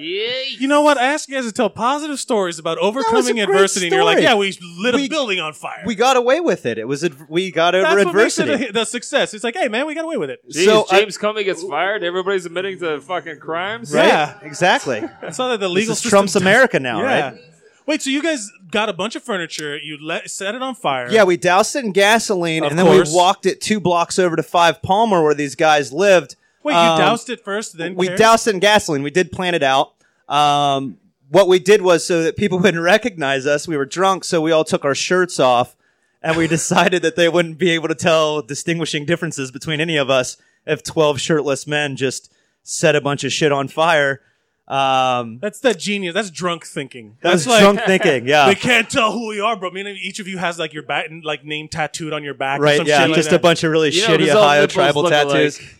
Speaker 2: You know what? I asked you guys to tell positive stories about overcoming
Speaker 13: great
Speaker 2: adversity, and you're like,
Speaker 13: story.
Speaker 2: yeah, we lit
Speaker 13: We-
Speaker 2: a building on fire.
Speaker 13: We got away with it. It was ad- we got over
Speaker 2: That's what makes
Speaker 13: adversity. uh,
Speaker 2: it a, the success. It's like, hey, man, we got away with it.
Speaker 1: Jeez, James Comey gets fired. Everybody's admitting to fucking crimes.
Speaker 13: Right? exactly.
Speaker 2: It's not that the legal
Speaker 13: this is
Speaker 2: system
Speaker 13: Trump's
Speaker 2: does-
Speaker 13: America now,
Speaker 2: Yeah.
Speaker 13: right?
Speaker 2: Wait, so you guys got a bunch of furniture, you let set it on fire.
Speaker 13: Yeah, we doused it in gasoline,
Speaker 2: Of
Speaker 13: and then
Speaker 2: course.
Speaker 13: we walked it two blocks over to Five Palmer, where these guys lived.
Speaker 2: Wait, you
Speaker 13: Um,
Speaker 2: doused it first, then
Speaker 13: we
Speaker 2: cared?
Speaker 13: doused it in gasoline. We did plan it out. Um, what we did was so that people wouldn't recognize us. We were drunk, so we all took our shirts off, and we decided that they wouldn't be able to tell distinguishing differences between any of us if twelve shirtless men just set a bunch of shit on fire. Um,
Speaker 2: That's that genius. That's drunk thinking.
Speaker 13: That's drunk thinking, yeah.
Speaker 2: we can't tell who we are, bro. I mean, each of you has like your bat and like name tattooed on your back. Or
Speaker 13: Right,
Speaker 2: some
Speaker 13: yeah,
Speaker 2: shit like
Speaker 13: just
Speaker 2: that.
Speaker 13: a bunch of really You know, shitty does all Ohio nipples tribal look alike? tattoos.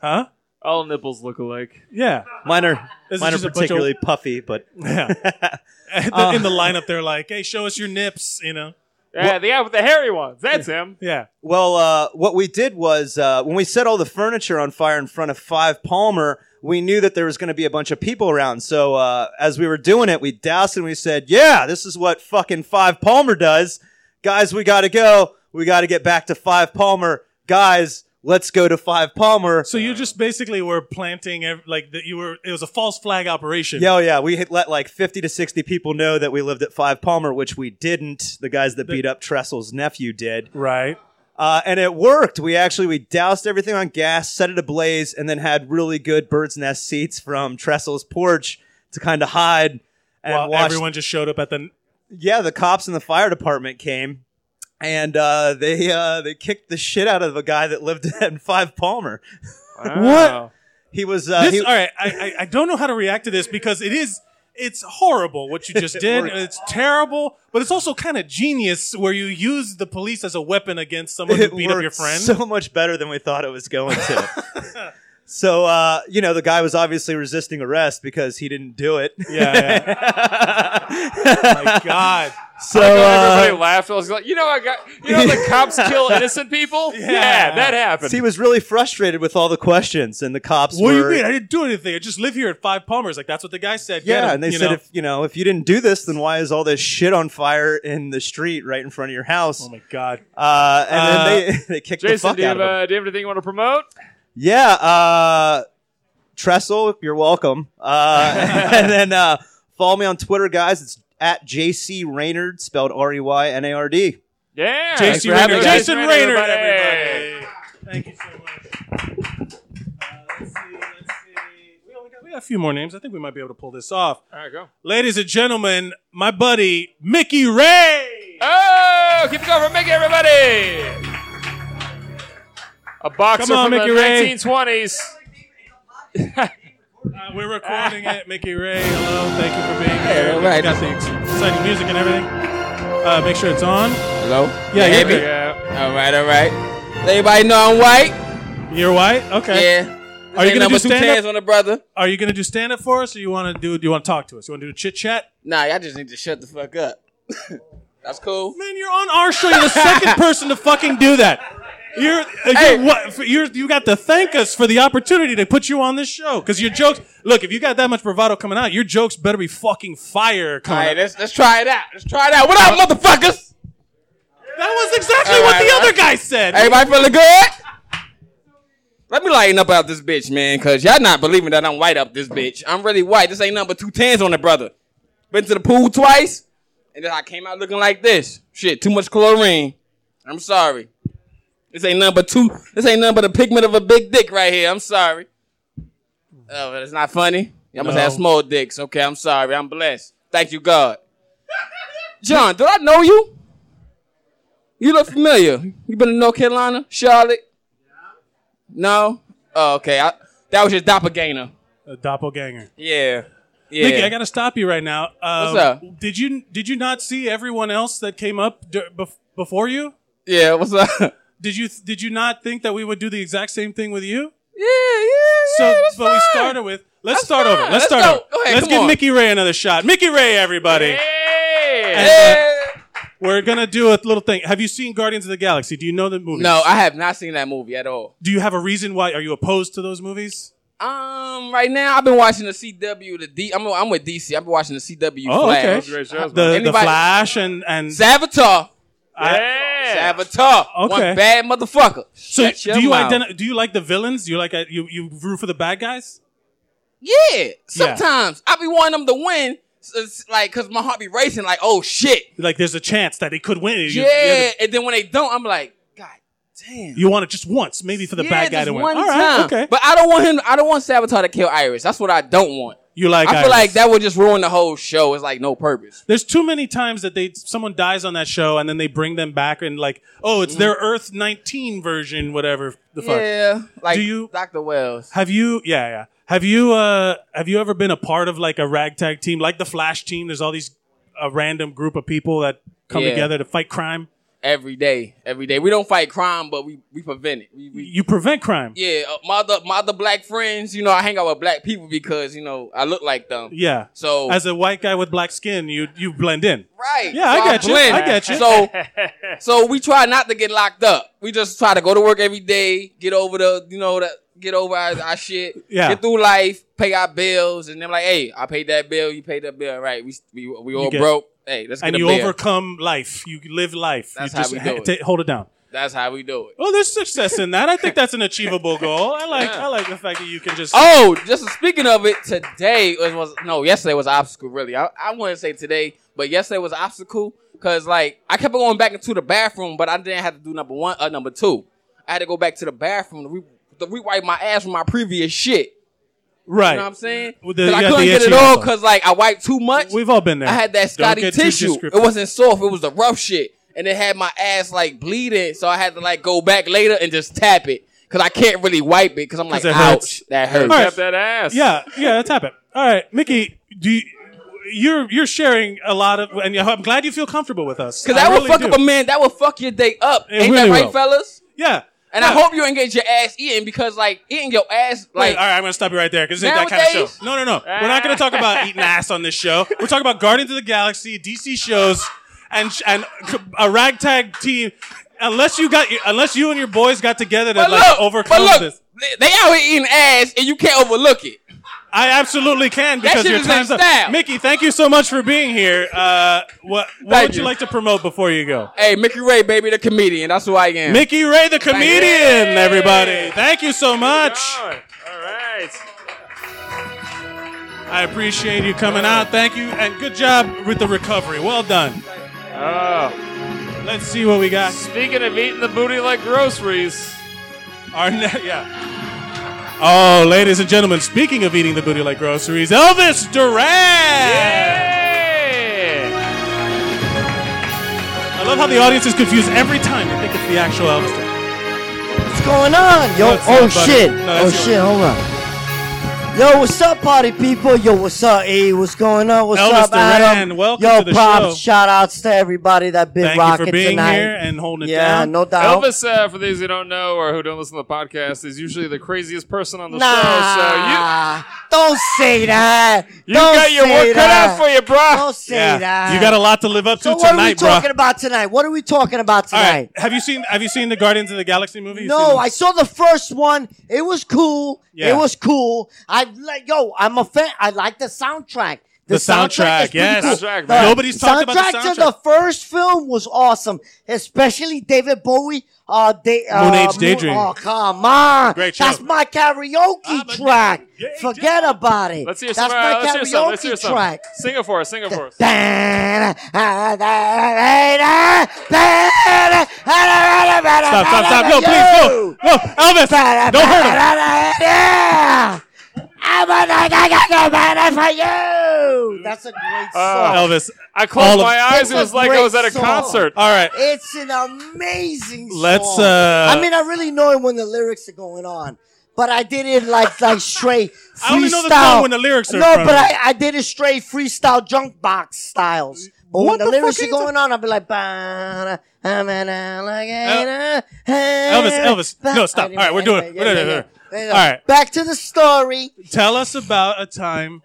Speaker 2: Huh?
Speaker 1: All nipples look alike.
Speaker 2: Yeah.
Speaker 13: mine are
Speaker 2: This is
Speaker 13: mine are
Speaker 2: just a bunch of-
Speaker 13: particularly puffy, but
Speaker 2: Yeah. And the- in the lineup, they're like, "Hey, show us your nips," you know.
Speaker 1: Uh, Yeah, the guy with the hairy ones. That's him.
Speaker 2: Yeah.
Speaker 13: Well, uh, what we did was uh, when we set all the furniture on fire in front of Five Palmer, we knew that there was going to be a bunch of people around. So uh, as we were doing it, we doused and we said, "Yeah, this is what fucking Five Palmer does, guys. We got to go. We got to get back to Five Palmer, guys. Let's go to Five Palmer."
Speaker 2: So you just basically were planting, ev- like that. You were. It was a false flag operation.
Speaker 13: Yeah, oh, yeah. We had let like 50 to 60 people know that we lived at Five Palmer, which we didn't. The guys that beat up Tressel's nephew did.
Speaker 2: Right.
Speaker 13: Uh, and it worked. We actually we doused everything on gas, set it ablaze, and then had really good bird's nest seats from Tressel's porch to kind of hide. And
Speaker 2: While
Speaker 13: watch-
Speaker 2: everyone just showed up at the.
Speaker 13: yeah, the cops and the fire department came, and uh, they uh, they kicked the shit out of a guy that lived in Five Palmer.
Speaker 2: Wow.
Speaker 13: He was uh,
Speaker 2: this,
Speaker 13: he-
Speaker 2: all right, I, I I don't know how to react to this because it is it's horrible what you just did. and it's terrible, but it's also kind of genius where you use the police as a weapon against someone who
Speaker 13: It
Speaker 2: beat up your
Speaker 13: worked
Speaker 2: friend.
Speaker 13: So much better than we thought it was going to. so uh, you know, the guy was obviously resisting arrest because he didn't do it.
Speaker 2: my God.
Speaker 13: So
Speaker 1: I thought
Speaker 13: uh,
Speaker 1: everybody laughed. I was like, you know, I got you know, the cops kill innocent people. Yeah, that happened.
Speaker 13: He was really frustrated with all the questions, and the cops
Speaker 2: What do you
Speaker 13: were-
Speaker 2: mean? I didn't do anything. I just live here at Five Palmers. Like that's what the guy said. Get
Speaker 13: Yeah,
Speaker 2: him,
Speaker 13: and they
Speaker 2: you
Speaker 13: said,
Speaker 2: know?
Speaker 13: if you know, if you didn't do this, then why is all this shit on fire in the street right in front of your house? Oh
Speaker 2: my god!
Speaker 13: Uh, and then they they kicked
Speaker 1: Jason,
Speaker 13: the fuck
Speaker 1: do you
Speaker 13: out of
Speaker 1: have,
Speaker 13: him.
Speaker 1: uh, do you have anything you want to promote?
Speaker 13: Yeah, uh, Trestle, you're welcome. Uh, and then uh, follow me on Twitter, guys. It's at JC Raynard, spelled R E Y N A R D.
Speaker 1: Yeah,
Speaker 13: Thanks
Speaker 1: Jason
Speaker 13: for having
Speaker 1: Raynard.
Speaker 13: me, guys.
Speaker 1: Jason Raynard, everybody.
Speaker 2: Thank you so much. We got a few more names. I think we might be able to pull this off.
Speaker 1: All right, go.
Speaker 2: Ladies and gentlemen, my buddy Mickey Ray.
Speaker 1: Oh, keep it going for Mickey, everybody. A boxer
Speaker 2: Come on,
Speaker 1: from
Speaker 2: Mickey
Speaker 1: the
Speaker 2: Ray.
Speaker 1: 1920s.
Speaker 2: Uh, we're recording it. Mickey Ray, hello. Thank you for being here.
Speaker 1: all
Speaker 2: We
Speaker 1: right.
Speaker 2: Got the exciting music and everything. Uh, make sure it's on.
Speaker 14: Hello?
Speaker 2: Yeah,
Speaker 14: You
Speaker 2: yeah.
Speaker 14: hear me? All right, all right. Let everybody know I'm white.
Speaker 2: You're white? Okay.
Speaker 14: Yeah. This
Speaker 2: Are you
Speaker 14: ain't
Speaker 2: gonna
Speaker 14: number
Speaker 2: do
Speaker 14: two
Speaker 2: stand
Speaker 14: tans
Speaker 2: up?
Speaker 14: on a brother?
Speaker 2: Are you gonna do stand up for us, or you want to do? Do you want to talk to us? You want to do a chit chat?
Speaker 14: Nah, y'all just need to shut the fuck up. That's cool.
Speaker 2: Man, you're on our show. You're the second person to fucking do that. You're, uh, you're what? You're, you got to thank us for the opportunity to put you on this show because your jokes. Look, if you got that much bravado coming out, your jokes better be fucking fire
Speaker 14: All
Speaker 2: coming.
Speaker 14: right,
Speaker 2: out.
Speaker 14: let's, let's try it out. Let's try it out. What up, motherfuckers?
Speaker 2: That was exactly what the other guy said.
Speaker 14: Everybody feeling good? Let me lighten up out this bitch, man, because y'all not believing that I'm white up this bitch. I'm really white. This ain't number two tens on the brother. Been to the pool twice, and then I came out looking like this. Shit, too much chlorine. I'm sorry. This ain't nothing but two. This ain't nothing but a pigment of a big dick right here. I'm sorry. Oh, but it's not funny. Y'all must
Speaker 15: No.
Speaker 14: have small dicks. Okay, I'm sorry. I'm blessed. Thank you, God. John, did I know you? You look familiar. You been in North Carolina, Charlotte? No. Oh, okay. I, that was your doppelganger.
Speaker 2: A doppelganger.
Speaker 14: Yeah. Yeah.
Speaker 2: Mickey, I gotta stop you right now. Um,
Speaker 14: What's up?
Speaker 2: Did you did you not see everyone else that came up d- bef- before you?
Speaker 14: Yeah. What's up?
Speaker 2: Did you did you not think that we would do the exact same thing with you?
Speaker 14: Yeah, yeah.
Speaker 2: So, but we started with. Let's start over. Let's,
Speaker 14: Let's
Speaker 2: start
Speaker 14: go.
Speaker 2: over.
Speaker 14: Go ahead,
Speaker 2: Let's
Speaker 14: come
Speaker 2: give
Speaker 14: on.
Speaker 2: Mickey Ray another shot. Mickey Ray, everybody. And, uh, we're gonna do a little thing. Have you seen Guardians of the Galaxy? Do you know the movie?
Speaker 14: No, I have not seen that movie at all.
Speaker 2: Do you have a reason why? Are you opposed to those movies?
Speaker 14: Um, right now I've been watching the CW. The D. I'm, I'm with DC. I've been watching the CW.
Speaker 2: Oh,
Speaker 14: Flash.
Speaker 2: okay. The, the
Speaker 14: Anybody-
Speaker 2: Flash and and
Speaker 14: Savitar.
Speaker 2: I-
Speaker 14: Yeah. Savitar.
Speaker 2: Okay.
Speaker 14: One bad motherfucker.
Speaker 2: So
Speaker 14: Shut your
Speaker 2: do you
Speaker 14: mouth.
Speaker 2: identi- Do you like the villains? Do you like uh, you you root for the bad guys?
Speaker 14: Yeah. Sometimes I be wanting them to win. so It's like, cause my heart be racing. Like, oh shit.
Speaker 2: Like there's a chance that they could win. You-
Speaker 14: Yeah.
Speaker 2: you have
Speaker 14: and then when they don't, I'm like,
Speaker 2: to- You want it just once, maybe for the
Speaker 14: yeah,
Speaker 2: bad guy
Speaker 14: just
Speaker 2: to win.
Speaker 14: one
Speaker 2: All right,
Speaker 14: time.
Speaker 2: okay.
Speaker 14: But I don't want him. I don't want Savitar to kill Iris. That's what I don't want.
Speaker 2: You like
Speaker 14: I
Speaker 2: Iris.
Speaker 14: feel like that would just ruin the whole show. It's like no purpose.
Speaker 2: There's too many times that they someone dies on that show and then they bring them back and like, oh, it's their Earth 19 version, whatever the fuck.
Speaker 14: Mm-hmm. Yeah. Like
Speaker 2: Do you-
Speaker 14: Dr. Wells.
Speaker 2: Have you? Yeah, yeah. Have you? Uh, have you ever been a part of like a ragtag team, like the Flash team? There's all these a random group of people that come
Speaker 14: Yeah.
Speaker 2: together to fight crime.
Speaker 14: Every day, every day. We don't fight crime, but we, we prevent it. We, we
Speaker 2: You prevent crime.
Speaker 14: yeah. Uh, my other my other black friends, you know, I hang out with black people because you know I look like them.
Speaker 2: Yeah.
Speaker 14: So
Speaker 2: as a white guy with black skin, you you blend in.
Speaker 14: Right.
Speaker 2: Yeah, I
Speaker 14: So
Speaker 2: got you.
Speaker 14: blend.
Speaker 2: I got you.
Speaker 14: So, so we try not to get locked up. We just try to go to work every day, get over the, you know, the, get over our, our shit,
Speaker 2: Yeah.
Speaker 14: get through life, pay our bills, and then like, hey, I paid that bill, you paid that bill, right? We we, we
Speaker 2: You
Speaker 14: all
Speaker 2: get-
Speaker 14: broke. Hey, let's get
Speaker 2: and
Speaker 14: a
Speaker 2: you
Speaker 14: bill.
Speaker 2: overcome life. You live life.
Speaker 14: That's
Speaker 2: you
Speaker 14: how we do
Speaker 2: ha-
Speaker 14: it.
Speaker 2: ta- hold it down.
Speaker 14: That's how we do it.
Speaker 2: Well, there's success in that. I think that's an achievable goal. I like I like the fact that you can just
Speaker 14: Oh, just speaking of it, today was, was no, yesterday was an obstacle. Really, I, I wouldn't say today, but yesterday was an obstacle because like I kept going back into the bathroom, but I didn't have to do number one, uh, number two. I had to go back to the bathroom to, re- to rewipe my ass from my previous shit.
Speaker 2: right.
Speaker 14: You know what I'm saying?
Speaker 2: With the-
Speaker 14: 'Cause I
Speaker 2: you got
Speaker 14: couldn't
Speaker 2: the
Speaker 14: get it
Speaker 2: itchy
Speaker 14: all
Speaker 2: also.
Speaker 14: because like I wiped too much.
Speaker 2: We've all been there.
Speaker 14: I had that
Speaker 2: Don't
Speaker 14: Scotty
Speaker 2: get too
Speaker 14: tissue. It
Speaker 2: descriptive.
Speaker 14: wasn't soft. It was the rough shit, and it had my ass like bleeding. So I had to like go back later and just tap it because I can't really wipe it because I'm like,
Speaker 2: 'Cause it
Speaker 14: ouch,
Speaker 2: hurts.
Speaker 14: that hurts.
Speaker 2: All right.
Speaker 1: Tap that ass.
Speaker 2: Yeah, yeah, let's tap it. All right, Mickey, do you, you're you're sharing a lot of, and I'm glad you feel comfortable with us.
Speaker 14: Because
Speaker 2: I
Speaker 14: that would
Speaker 2: really
Speaker 14: fuck
Speaker 2: do.
Speaker 14: up a man. That would fuck your day up.
Speaker 2: It
Speaker 14: Ain't
Speaker 2: really
Speaker 14: that right,
Speaker 2: will.
Speaker 14: fellas?
Speaker 2: Yeah.
Speaker 14: And I hope you ain't get your ass eaten because, like, eating your ass,
Speaker 2: Wait,
Speaker 14: like,
Speaker 2: all right, I'm gonna stop you right there because this ain't that kind of
Speaker 14: Nowadays-
Speaker 2: show. No, no, no. We're not gonna talk about eating ass on this show. We're talking about Guardians of the Galaxy, DC shows, and and a ragtag team. Unless you got, unless you and your boys got together to
Speaker 14: But
Speaker 2: like
Speaker 14: look,
Speaker 2: overcome
Speaker 14: but look,
Speaker 2: this.
Speaker 14: They, out here eating ass, and you can't overlook it.
Speaker 2: I absolutely can
Speaker 14: That
Speaker 2: because
Speaker 14: shit
Speaker 2: your
Speaker 14: is in
Speaker 2: time's up.
Speaker 14: style.
Speaker 2: Mickey, thank you so much for being here. Uh, what what
Speaker 14: Thank
Speaker 2: would you.
Speaker 14: you.
Speaker 2: like to promote before you go?
Speaker 14: hey, Mickey Ray, baby, the comedian. That's who I am.
Speaker 2: Mickey Ray, the comedian, everybody. Thank you so much.
Speaker 1: All right.
Speaker 2: I appreciate you coming out. Thank you, and good job with the recovery. Well done.
Speaker 1: Oh.
Speaker 2: Let's see what we got.
Speaker 1: Speaking of eating the booty like groceries.
Speaker 2: Our ne- yeah. Oh, ladies and gentlemen, speaking of eating the booty like groceries, Elvis Duran. I love how the audience is confused every time. They think it's the actual Elvis. Duran.
Speaker 16: What's going on? Yo,
Speaker 2: No, it's
Speaker 16: oh
Speaker 2: not, buddy.
Speaker 16: shit.
Speaker 2: No,
Speaker 16: oh
Speaker 2: that's
Speaker 16: shit, hold on. Yo, what's up, party people? Yo, what's up, E? What's going on? What's
Speaker 2: Elvis
Speaker 16: up, Adam?
Speaker 2: Duran, welcome
Speaker 16: Yo,
Speaker 2: to the
Speaker 16: props,
Speaker 2: show.
Speaker 16: shout outs to everybody that been
Speaker 2: Thank you
Speaker 16: rocking
Speaker 2: for being
Speaker 16: tonight.
Speaker 2: here and holding it
Speaker 16: yeah,
Speaker 2: down.
Speaker 16: no doubt.
Speaker 1: Elvis, uh, for those who don't know or who don't listen to the podcast, is usually the craziest person on the
Speaker 16: nah, don't say that.
Speaker 1: You
Speaker 16: don't
Speaker 1: got your
Speaker 16: say
Speaker 1: work cut
Speaker 16: that.
Speaker 1: out for you, bro.
Speaker 16: Don't say that.
Speaker 2: You got a lot to live up to
Speaker 16: So what are we
Speaker 2: tonight, bro.
Speaker 16: talking about tonight? What are we talking about
Speaker 2: All
Speaker 16: tonight?
Speaker 2: right. Have you seen Have you seen the Guardians of the Galaxy movie? You seen
Speaker 16: No,
Speaker 2: it?
Speaker 16: I saw the first one. It was cool.
Speaker 2: Yeah.
Speaker 16: It was cool. I like yo. I'm a fan. I like the soundtrack.
Speaker 2: The soundtrack,
Speaker 16: is pretty
Speaker 2: yes.
Speaker 16: cool.
Speaker 2: Soundtrack, man. Nobody's talked about the
Speaker 16: soundtrack to
Speaker 2: soundtrack.
Speaker 16: the first film was awesome, especially David Bowie. Uh, they, uh,
Speaker 2: Moon Age Daydream.
Speaker 16: Oh come on!
Speaker 2: Great
Speaker 16: That's
Speaker 2: show.
Speaker 16: my karaoke track. Forget about it.
Speaker 1: Let's hear
Speaker 16: That's
Speaker 1: some.
Speaker 16: my
Speaker 1: Uh, let's hear some. Let's hear
Speaker 16: karaoke
Speaker 1: some.
Speaker 16: track.
Speaker 1: Sing it for us. Sing it for us.
Speaker 16: Stop,
Speaker 2: stop, stop. No, please, no. No, Elvis, don't hurt him.
Speaker 16: I'm a man for you. That's a great song.
Speaker 2: Uh, Elvis.
Speaker 1: I closed
Speaker 2: all of-
Speaker 1: my eyes. It
Speaker 16: It's a
Speaker 1: was like I
Speaker 16: great
Speaker 1: was at a
Speaker 16: song.
Speaker 1: concert.
Speaker 2: All right.
Speaker 16: It's an amazing song.
Speaker 2: Let's, uh,
Speaker 16: I mean, I really know it when the lyrics are going on, but I did it like like straight freestyle.
Speaker 2: I only know the song when the lyrics are in
Speaker 16: No,
Speaker 2: front
Speaker 16: but
Speaker 2: of me.
Speaker 16: I, I did it straight freestyle junk box styles. But
Speaker 2: What
Speaker 16: when the,
Speaker 2: the
Speaker 16: lyrics
Speaker 2: fuck
Speaker 16: are
Speaker 2: are you
Speaker 16: going on, I'll be like, "Ba-da, ba-da, like,
Speaker 2: El-
Speaker 16: Elvis,
Speaker 2: Elvis, Elvis. No, stop. All right, we're doing it. We're doing it. All right.
Speaker 16: Back to the story.
Speaker 2: Tell us about a time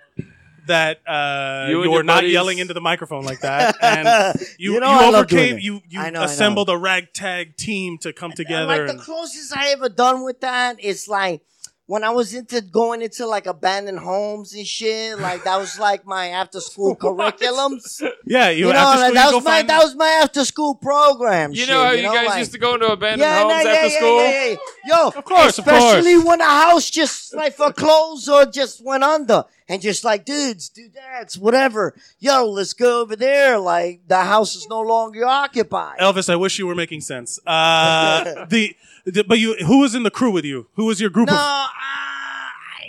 Speaker 2: that uh,
Speaker 10: You
Speaker 2: you,
Speaker 10: and your
Speaker 2: were not
Speaker 10: buddies.
Speaker 2: yelling into the microphone like that, and you,
Speaker 16: You
Speaker 2: you,
Speaker 16: know I love doing
Speaker 2: overcame.
Speaker 16: it.
Speaker 2: You you
Speaker 16: I know, I know.
Speaker 2: assembled a ragtag team to come together.
Speaker 16: Like the
Speaker 2: and-
Speaker 16: closest I ever done with that is like when I was into going into like abandoned homes and shit. Like that was like my after school curriculums.
Speaker 2: yeah,
Speaker 16: You,
Speaker 2: you,
Speaker 16: know,
Speaker 2: after school,
Speaker 16: like, that
Speaker 2: you
Speaker 16: was
Speaker 2: go
Speaker 16: my
Speaker 2: find
Speaker 16: that was my after school program.
Speaker 1: You
Speaker 16: shit,
Speaker 1: know how you, guys
Speaker 16: like-
Speaker 1: used to go into abandoned
Speaker 16: Yeah, no,
Speaker 1: homes
Speaker 16: yeah,
Speaker 1: after
Speaker 16: yeah,
Speaker 1: school?
Speaker 16: yeah, yeah, yeah. Yo, of
Speaker 1: course, of course.
Speaker 16: especially when a house just like foreclosed or just went under, and just like dudes, dudettes, whatever. Yo, let's go over there. Like the house is no longer occupied.
Speaker 2: Elvis, I wish you were making sense. Uh, the, the but you who was in the crew with you? Who was your group?
Speaker 16: No,
Speaker 2: of,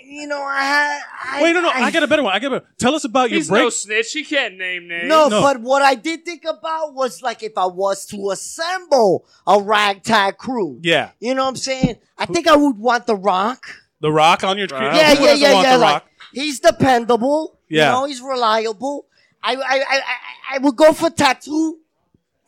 Speaker 16: You know, I had. I,
Speaker 2: Wait, no, no, I, got a better one. I got a better. Tell us about
Speaker 1: He's
Speaker 2: your break.
Speaker 1: no snitch. He can't name names.
Speaker 16: No, but what I did think about was like if I was to assemble a ragtag crew.
Speaker 2: yeah,
Speaker 16: You know what I'm saying? I think I would want The Rock.
Speaker 2: The Rock on your crew.
Speaker 16: yeah,
Speaker 2: Who
Speaker 16: yeah,
Speaker 2: doesn't
Speaker 16: yeah,
Speaker 2: want
Speaker 16: yeah.
Speaker 2: The
Speaker 16: like,
Speaker 2: Rock?
Speaker 16: he's dependable.
Speaker 2: Yeah.
Speaker 16: You know, he's reliable. I, I, I, I, I would go for tattoo.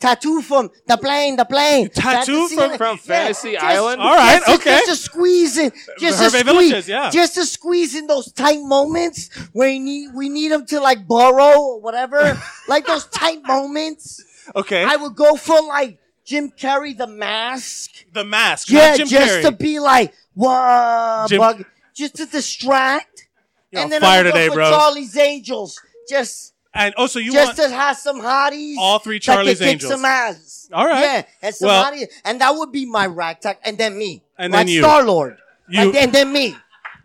Speaker 16: Tattoo from the plane, the plane.
Speaker 1: Tattoo
Speaker 16: That's the
Speaker 1: from-
Speaker 16: scene.
Speaker 1: from Fantasy
Speaker 16: just-
Speaker 1: Island?
Speaker 16: just-
Speaker 1: All right,
Speaker 16: just-
Speaker 1: okay.
Speaker 16: Just to squeeze in, just to
Speaker 1: Hervey
Speaker 16: squeeze,
Speaker 1: Villages, yeah.
Speaker 16: just to squeeze in those tight moments where you need, we need him to like borrow or whatever, like those tight moments.
Speaker 2: Okay.
Speaker 16: I would go for like Jim Carrey, the mask.
Speaker 2: The Mask. not
Speaker 16: Yeah,
Speaker 2: Jim
Speaker 16: just
Speaker 2: Carrey.
Speaker 16: to be like, whoa,
Speaker 2: Jim-
Speaker 16: bug, just to distract.
Speaker 2: You're on
Speaker 16: I
Speaker 2: fire
Speaker 16: would go
Speaker 2: today,
Speaker 16: for
Speaker 2: bro.
Speaker 16: Charlie's Angels, just
Speaker 2: And also, you
Speaker 16: just
Speaker 2: want
Speaker 16: to have some hotties.
Speaker 2: all three
Speaker 16: that could
Speaker 2: Charlie's
Speaker 16: kick
Speaker 2: Angels.
Speaker 16: Some ass.
Speaker 2: All right.
Speaker 16: Yeah, and some
Speaker 2: Well-
Speaker 16: hotties, and that would be my ragtag, and then me,
Speaker 2: And
Speaker 16: like
Speaker 2: then you.
Speaker 16: Star Lord,
Speaker 2: You-
Speaker 16: and then me,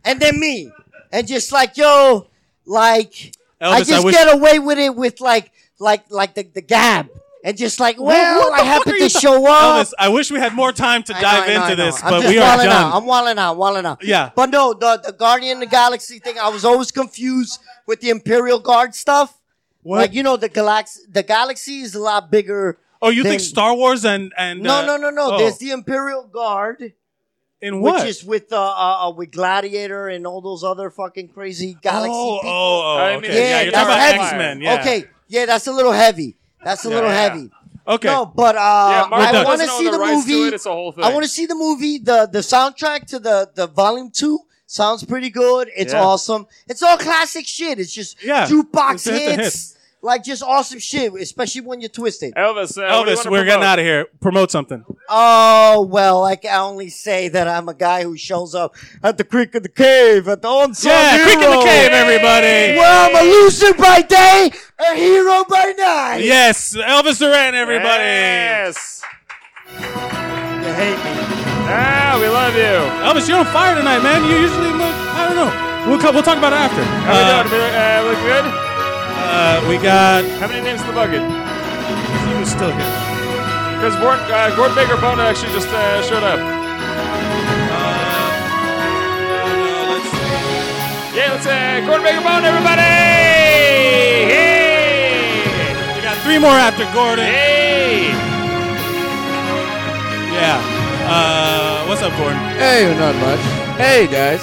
Speaker 16: and then me, and just like yo, like
Speaker 2: Elvis,
Speaker 16: I just
Speaker 2: I wish-
Speaker 16: get away with it with like like like the the gab. And just like,
Speaker 2: What-
Speaker 16: well,
Speaker 2: what the
Speaker 16: I happen
Speaker 2: fuck are
Speaker 16: to
Speaker 2: you ta-
Speaker 16: show up.
Speaker 2: Elvis, I wish we had more time to
Speaker 16: I know,
Speaker 2: dive
Speaker 16: I know, I
Speaker 2: into
Speaker 16: know.
Speaker 2: this,
Speaker 16: I'm
Speaker 2: but
Speaker 16: just
Speaker 2: we are
Speaker 16: walling
Speaker 2: done.
Speaker 16: Out. I'm walling out, walling out.
Speaker 2: Yeah.
Speaker 16: But no, the, the Guardian of the Galaxy thing, I was always confused with the Imperial Guard stuff.
Speaker 2: What?
Speaker 16: Like, you know, the galaxy, the galaxy is a lot bigger.
Speaker 2: Oh, you think
Speaker 16: than-
Speaker 2: Star Wars and and
Speaker 16: No,
Speaker 2: uh,
Speaker 16: no, no, no.
Speaker 2: oh.
Speaker 16: There's the Imperial Guard.
Speaker 2: In what?
Speaker 16: Which is with uh, uh, uh with Gladiator and all those other fucking crazy galaxy
Speaker 2: Oh,
Speaker 16: people.
Speaker 2: oh, oh, I mean, okay. yeah, you're
Speaker 16: that's
Speaker 2: talking about
Speaker 16: heavy.
Speaker 2: X-Men, yeah.
Speaker 16: Okay, yeah, that's a little heavy. That's a
Speaker 2: Yeah,
Speaker 16: little
Speaker 2: yeah.
Speaker 16: heavy.
Speaker 2: Okay.
Speaker 16: No, but uh,
Speaker 2: Marvel
Speaker 16: I
Speaker 2: doesn't
Speaker 16: want to
Speaker 2: own
Speaker 16: see
Speaker 2: the
Speaker 16: the
Speaker 2: rights to
Speaker 16: movie.
Speaker 2: it. It's a whole
Speaker 16: I
Speaker 2: thing.
Speaker 16: want to see the movie. the The soundtrack to the the volume two sounds pretty good. It's
Speaker 2: Yeah.
Speaker 16: awesome. It's all classic shit. It's just
Speaker 2: Yeah.
Speaker 16: jukebox
Speaker 2: It's a hit,
Speaker 16: hits,
Speaker 2: the
Speaker 16: like just awesome shit, especially when you're twisted.
Speaker 1: Elvis,
Speaker 2: Elvis, uh, we're getting out of here. Promote something.
Speaker 16: Oh well, I can only say that I'm a guy who shows up at the creek of the cave at the onset.
Speaker 2: Yeah, Creek in the Cave, everybody.
Speaker 16: Well, I'm a loser by day, a hero by night.
Speaker 2: Yes, Elvis Duran, everybody.
Speaker 1: Yes.
Speaker 16: You hate me.
Speaker 1: Ah, we love you.
Speaker 2: Elvis, you're on fire tonight, man. You usually look. I don't know. We'll co- we'll talk about it after.
Speaker 1: How we doing? Uh, look good?
Speaker 2: Uh, we got.
Speaker 1: How many names in the bucket?
Speaker 2: Who's still good?
Speaker 1: Because Gordon, uh, Gordon Baker Bona actually just uh, showed up. Uh, Yeah, let's uh, Gordon Baker Bona, everybody! Hey!
Speaker 2: We got three more after Gordon.
Speaker 1: Hey!
Speaker 2: Yeah. Uh, what's up, Gordon?
Speaker 15: Hey, not much. Hey, guys.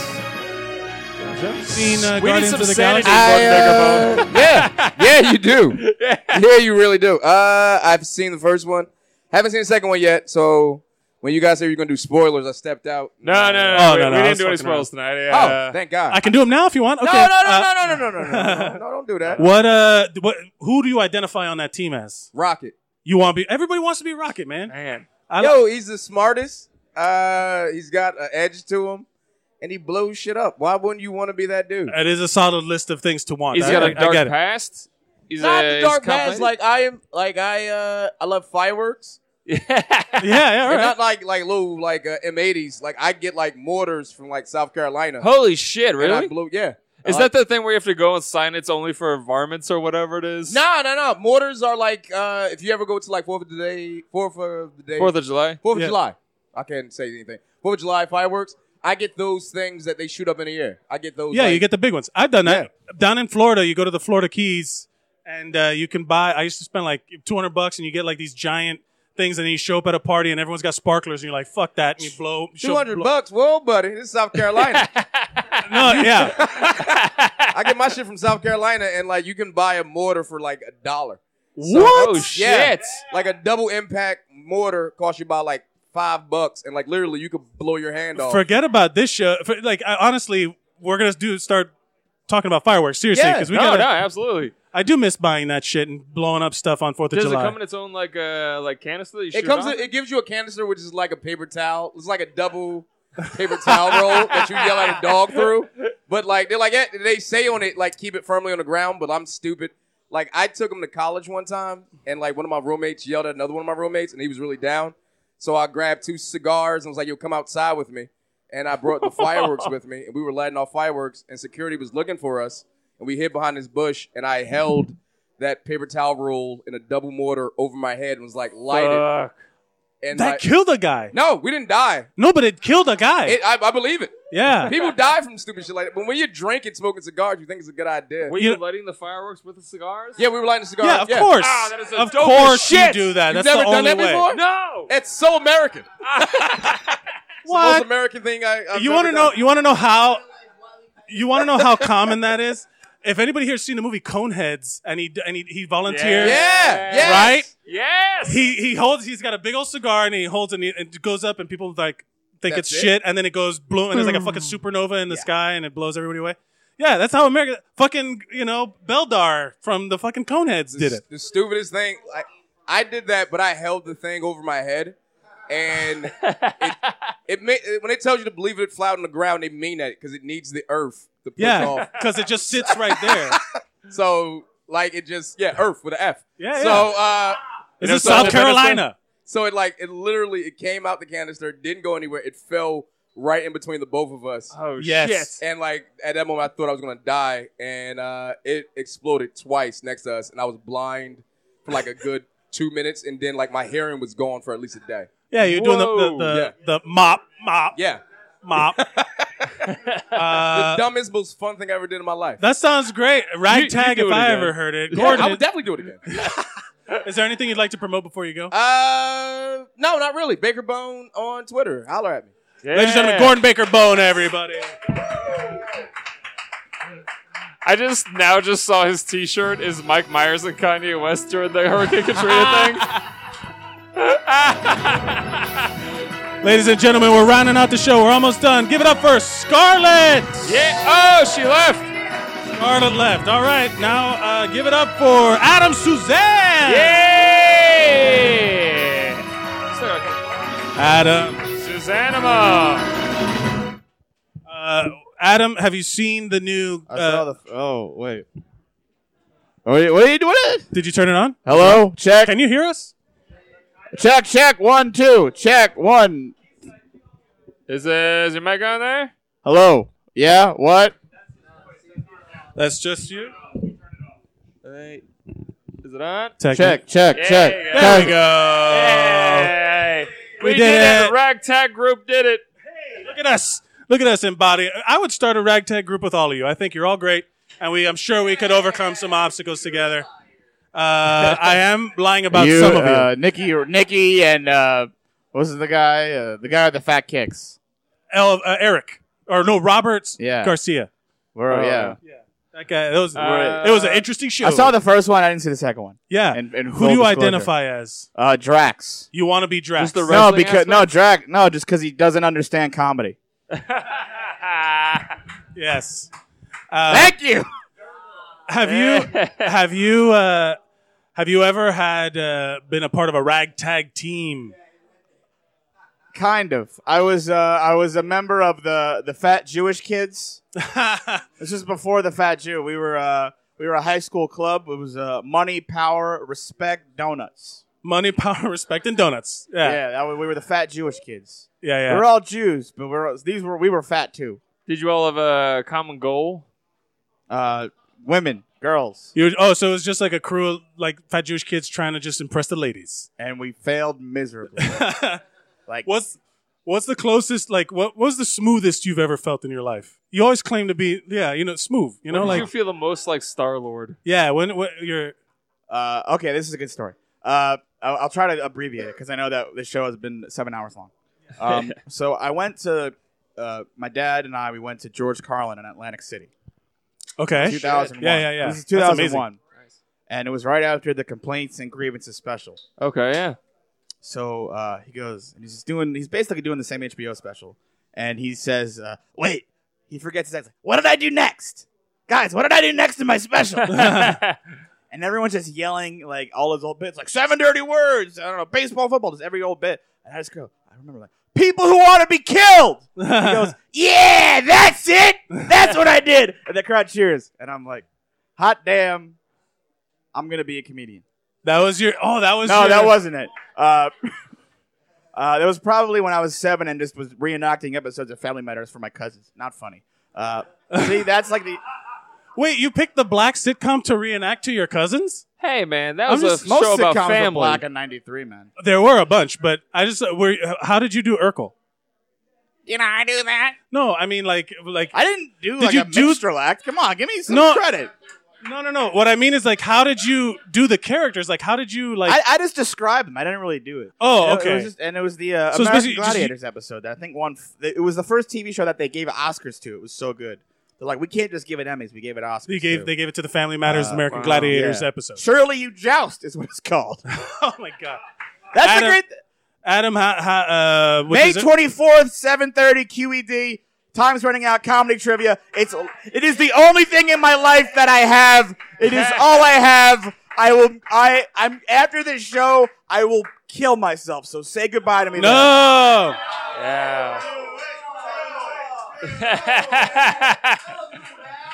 Speaker 2: Seen uh, Guardians of the Galaxy?
Speaker 15: I, uh, yeah, yeah, you do. Yeah, you really do. Uh, I've seen the first one. Haven't seen the second one yet. So when you guys say you're gonna do spoilers, I stepped out.
Speaker 1: No, no, no.
Speaker 2: Oh,
Speaker 1: we,
Speaker 2: no, no,
Speaker 1: we
Speaker 2: I
Speaker 1: didn't
Speaker 2: was
Speaker 1: do any
Speaker 2: fucking around.
Speaker 1: spoils tonight. Yeah.
Speaker 15: Oh, thank God.
Speaker 2: Uh, I can do them now if you want.
Speaker 15: No,
Speaker 2: Okay.
Speaker 15: no, no,
Speaker 2: uh,
Speaker 15: no, no, no, no, no, no, no, no, don't do that.
Speaker 2: What uh what who do you identify on that team as?
Speaker 15: Rocket.
Speaker 2: You want to be everybody wants to be Rocket, man.
Speaker 1: Man.
Speaker 2: I
Speaker 15: Yo, he's the smartest. Uh, he's got an edge to him, and he blows shit up. Why wouldn't you want to be that dude?
Speaker 2: It is a solid list of things to want.
Speaker 15: He's
Speaker 2: I-
Speaker 15: got a
Speaker 2: I- I
Speaker 15: dark
Speaker 2: get it.
Speaker 1: past. He's
Speaker 14: Not
Speaker 1: a-
Speaker 14: the
Speaker 1: he's
Speaker 14: dark
Speaker 1: complicated.
Speaker 14: past. Like I am. Like I. Uh, I love fireworks.
Speaker 1: Yeah.
Speaker 2: yeah.
Speaker 15: They're
Speaker 14: right.
Speaker 15: not like like little like uh, M80s. Like I get like mortars from like South Carolina.
Speaker 1: Holy shit!
Speaker 15: And I
Speaker 1: Really?
Speaker 15: blew- yeah.
Speaker 1: Is
Speaker 15: I like-
Speaker 1: that the thing where you have to go and sign it's only for varmints or whatever it is?
Speaker 15: No, no, no. Mortars are like uh, if you ever go to like Fourth of the Day, Fourth of the Day,
Speaker 1: Fourth of July?
Speaker 15: Fourth
Speaker 1: Yeah.
Speaker 15: of July. I can't say anything. Fourth of July fireworks. I get those things that they shoot up in the air. I get those.
Speaker 2: Yeah,
Speaker 15: Oh, like-
Speaker 2: you get the big ones. I've done that down in Florida. You go to the Florida Keys, and uh, you can buy. I used to spend like two hundred bucks, and you get like these giant things, and then you show up at a party, and everyone's got sparklers, and you're like, "Fuck that!" And you blow show-
Speaker 15: Two hundred
Speaker 2: blow-
Speaker 15: bucks, whoa, buddy! This is South Carolina.
Speaker 2: no, yeah,
Speaker 15: I get my shit from South Carolina, and like you can buy a mortar for like a dollar.
Speaker 1: What? Oh,
Speaker 15: Yeah.
Speaker 1: shit.
Speaker 15: Like a double impact mortar costs you about like five bucks, and like literally you could blow your hand off.
Speaker 2: Forget about this show. For- like, I, honestly, we're gonna do start talking about fireworks seriously
Speaker 1: Yeah.
Speaker 2: because we
Speaker 1: No,
Speaker 2: gotta-
Speaker 1: no, absolutely.
Speaker 2: I do miss buying that shit and blowing up stuff on Fourth of
Speaker 1: Does it
Speaker 2: July.
Speaker 1: come in its own like uh like canister? that you
Speaker 15: It
Speaker 1: shoot
Speaker 15: comes.
Speaker 1: off?
Speaker 15: In, it gives you a canister, which is like a paper towel. It's like a double paper towel roll that you yell at a dog through. But like they're like eh, they say on it, like keep it firmly on the ground. But I'm stupid. Like I took him to college one time, and like one of my roommates yelled at another one of my roommates, and he was really down. So I grabbed two cigars and was like, "Yo, come outside with me." And I brought the fireworks with me, and we were lighting off fireworks, and security was looking for us, and we hid behind this bush, and I held that paper towel roll in a double mortar over my head and was like, "Light it."
Speaker 2: Fuck.
Speaker 15: And
Speaker 2: that
Speaker 15: my-
Speaker 2: killed a guy.
Speaker 15: No, we didn't die.
Speaker 2: No, but it killed a guy.
Speaker 15: It, I, I believe it.
Speaker 2: Yeah.
Speaker 15: People die from stupid shit like that. But when you're drinking, smoking cigars, you think it's a good idea.
Speaker 1: Were you, lighting the fireworks with the cigars?
Speaker 15: Yeah, we were lighting the cigars.
Speaker 1: Yeah, of course. Ah, that is the Of dopest course you shit. do that.
Speaker 15: You've
Speaker 1: That's the
Speaker 15: never done that
Speaker 1: only way.
Speaker 15: before?
Speaker 1: No.
Speaker 15: It's so American. It's
Speaker 2: What?
Speaker 15: the most American thing I, I've
Speaker 2: you
Speaker 15: want to
Speaker 2: know? You want to know how? You want to know how common that is? If anybody here's seen the movie Coneheads, and he and he, he volunteers,
Speaker 1: Yeah. Yes.
Speaker 2: right,
Speaker 1: Yes.
Speaker 2: He he holds. He's got a big old cigar, and he holds it, and, he, and it goes up, and people like think
Speaker 1: That's
Speaker 2: it's
Speaker 1: it?
Speaker 2: shit, and then it goes bloom, and it's like a fucking supernova in the sky, and it blows everybody away. Yeah, that's how America fucking you know Beldar from the fucking Coneheads did it.
Speaker 15: The stupidest thing. Like, I did that, but I held the thing over my head, and it, it, ma- it when it tells you to believe it flat on the ground, they mean that because it needs the earth to push
Speaker 2: Yeah,
Speaker 15: off.
Speaker 2: because it just sits right there.
Speaker 15: So like it just yeah, Earth with an F.
Speaker 2: Yeah,
Speaker 15: So
Speaker 2: yeah.
Speaker 15: uh
Speaker 2: This
Speaker 15: you
Speaker 2: is
Speaker 15: know,
Speaker 2: South
Speaker 15: so-
Speaker 2: Carolina.
Speaker 15: So it like it literally it came out the canister, didn't go anywhere. It fell right in between the both of us.
Speaker 1: Oh
Speaker 2: Yes.
Speaker 15: And like at that moment I thought I was gonna die and uh it exploded twice next to us and I was blind for like a good two minutes and then like my hearing was gone for at least a day.
Speaker 2: Yeah, you're doing the the, the,
Speaker 15: Yeah.
Speaker 2: the mop mop
Speaker 15: yeah
Speaker 2: mop. Uh,
Speaker 15: the dumbest, most fun thing I ever did in my life.
Speaker 2: That sounds great. Ragtag,
Speaker 15: do
Speaker 2: if
Speaker 15: it
Speaker 2: I
Speaker 15: again.
Speaker 2: ever heard it.
Speaker 15: Yeah,
Speaker 2: Gordon,
Speaker 15: I would definitely do it again.
Speaker 2: is there anything you'd like to promote before you go?
Speaker 15: Uh, no, not really. Baker Bone on Twitter. Holler at me.
Speaker 2: Ladies and gentlemen, Gordon Baker Bone, everybody.
Speaker 1: I just now just saw his T-shirt is Mike Myers and Kanye West during the Hurricane Katrina
Speaker 2: Ladies and gentlemen, we're rounding out the show. We're almost done. Give it up for Scarlett.
Speaker 1: Yeah. Oh, she left.
Speaker 2: Scarlett left. All right. Now uh, give it up for Adam Suzanne.
Speaker 1: Yay!
Speaker 2: Adam.
Speaker 1: thing. Susanima.
Speaker 2: Uh, Adam, have you seen the new? uh,
Speaker 1: I saw
Speaker 2: the.
Speaker 17: Oh wait. What are you, what are you doing? It?
Speaker 2: Did you turn it on?
Speaker 17: Hello. Check.
Speaker 2: Can you hear us?
Speaker 17: Check. Check. One. Two. Check. One.
Speaker 1: Is, uh, is your mic on there?
Speaker 17: Hello. Yeah. What?
Speaker 2: That's just you.
Speaker 1: All right. Is it on?
Speaker 2: Check,
Speaker 17: Check, check,
Speaker 1: Yay,
Speaker 17: check.
Speaker 1: guys.
Speaker 17: There we
Speaker 1: Oh. Yay. We, did, it. The ragtag group did it.
Speaker 2: Look at us. Look at us embody. I would start a ragtag group with all of you. I think you're all great, and we. I'm sure we could overcome some obstacles together. Uh, I am lying about
Speaker 17: you,
Speaker 2: some of you.
Speaker 17: uh, Nikki, or Nikki, and uh, what's the guy? Uh, the guy with the fat kicks.
Speaker 2: El, uh, Eric or no Roberts
Speaker 17: Yeah.
Speaker 2: Garcia.
Speaker 17: We're,
Speaker 2: Oh,
Speaker 17: yeah.
Speaker 2: That guy. That was
Speaker 1: Uh,
Speaker 2: it was an interesting show.
Speaker 17: I saw the first one. I didn't see the second one.
Speaker 2: Yeah.
Speaker 17: And, and
Speaker 2: Who
Speaker 17: full
Speaker 2: do you
Speaker 17: disclosure.
Speaker 2: identify as?
Speaker 17: Uh, Drax.
Speaker 2: You want to be Drax?
Speaker 17: no, because no Drax. No, just because he doesn't understand comedy.
Speaker 2: Yes. Uh,
Speaker 17: Thank you.
Speaker 2: Have you have you uh, have you ever had uh, been a part of a ragtag team?
Speaker 17: Kind of. I was uh, I was a member of the the Fat Jewish Kids. this was before the Fat Jew. We were uh, we were a high school club. It was uh, Money, Power, Respect, Donuts.
Speaker 2: Money, power, respect, and donuts.
Speaker 17: Yeah,
Speaker 2: Yeah.
Speaker 17: that was, we were the Fat Jewish Kids.
Speaker 2: Yeah, yeah.
Speaker 17: We were all Jews, but we are these were we were fat too.
Speaker 1: Did you all have a common goal?
Speaker 17: Uh, women, girls.
Speaker 2: You were, oh, so it was just like a crew of like fat Jewish kids trying to just impress the ladies.
Speaker 17: And we failed miserably. like
Speaker 2: what's what's the closest like what was the smoothest you've ever felt in your life? You always claim to be yeah, you know, smooth, you know,
Speaker 1: When did
Speaker 2: like
Speaker 1: you feel the most like Star Lord?
Speaker 2: yeah, when, when you're
Speaker 17: Uh, okay, this is a good story. Uh, I'll, I'll try to abbreviate it because I know that this show has been seven hours long. Um, so I went to uh, my dad and I. We went to George Carlin in Atlantic City.
Speaker 2: Okay.
Speaker 17: 2001.
Speaker 2: Yeah, yeah, yeah.
Speaker 17: This is
Speaker 2: That's amazing.
Speaker 17: 2001, and it was right after the complaints and grievances special.
Speaker 1: Okay, yeah.
Speaker 17: So uh, he goes, and he's just doing. He's basically doing the same HBO special, and he says, uh, "Wait." He forgets his accent. What did I do next, guys? What did I do next in my special? and everyone's just yelling like all his old bits, like seven dirty words. I don't know, baseball, football, just every old bit. And I just go, I remember like people who want to be killed. he goes, yeah, that's it. That's what I did. And the crowd cheers, and I'm like, hot damn, I'm gonna be a comedian.
Speaker 2: That was your oh, that was
Speaker 17: no,
Speaker 2: your-
Speaker 17: that wasn't it. Uh, uh, that was probably when I was seven and just was reenacting episodes of Family Matters for my cousins. Not funny. Uh, see, that's like the
Speaker 2: Wait, you picked the black sitcom to reenact to your cousins?
Speaker 1: Hey man, that
Speaker 17: I'm
Speaker 1: was a
Speaker 17: just- most
Speaker 1: show about
Speaker 17: sitcoms were
Speaker 1: family.
Speaker 17: black in '93, man.
Speaker 2: There were a bunch, but I just uh, were how did you do Urkel?
Speaker 17: You know, I do that.
Speaker 2: No, I mean like like
Speaker 17: I didn't do
Speaker 2: Did
Speaker 17: like
Speaker 2: you
Speaker 17: a
Speaker 2: do-
Speaker 17: minstrel act. Come on, give me some
Speaker 2: No.
Speaker 17: credit.
Speaker 2: No, no, no. What I mean is like how did you do the characters? Like how did you like
Speaker 17: I, I just described them. I didn't really do it.
Speaker 2: Oh,
Speaker 17: You know, It
Speaker 2: okay.
Speaker 17: was just, and it was the uh,
Speaker 2: So it's
Speaker 17: American
Speaker 2: basically just you-
Speaker 17: Gladiators episode that I think won. F- it was the first TV show that they gave Oscars to. It was so good. They're like, we can't just give it Emmys. We gave it Oscars.
Speaker 2: They gave
Speaker 17: too.
Speaker 2: they gave it to the Family Matters
Speaker 17: Uh,
Speaker 2: American
Speaker 17: wow.
Speaker 2: Gladiators
Speaker 17: Yeah.
Speaker 2: episode.
Speaker 17: Surely you joust is what it's called.
Speaker 2: oh my god,
Speaker 17: that's
Speaker 2: Adam-
Speaker 17: a great.
Speaker 2: Adam, ha, ha, uh, what
Speaker 17: May
Speaker 2: is it?
Speaker 17: twenty fourth, seven thirty, QED. Time's running out. Comedy trivia. It's it is the only thing in my life that I have. It is all I have. I will. I I'm after this show. I will kill myself. So say goodbye to me.
Speaker 2: No.
Speaker 1: Yeah.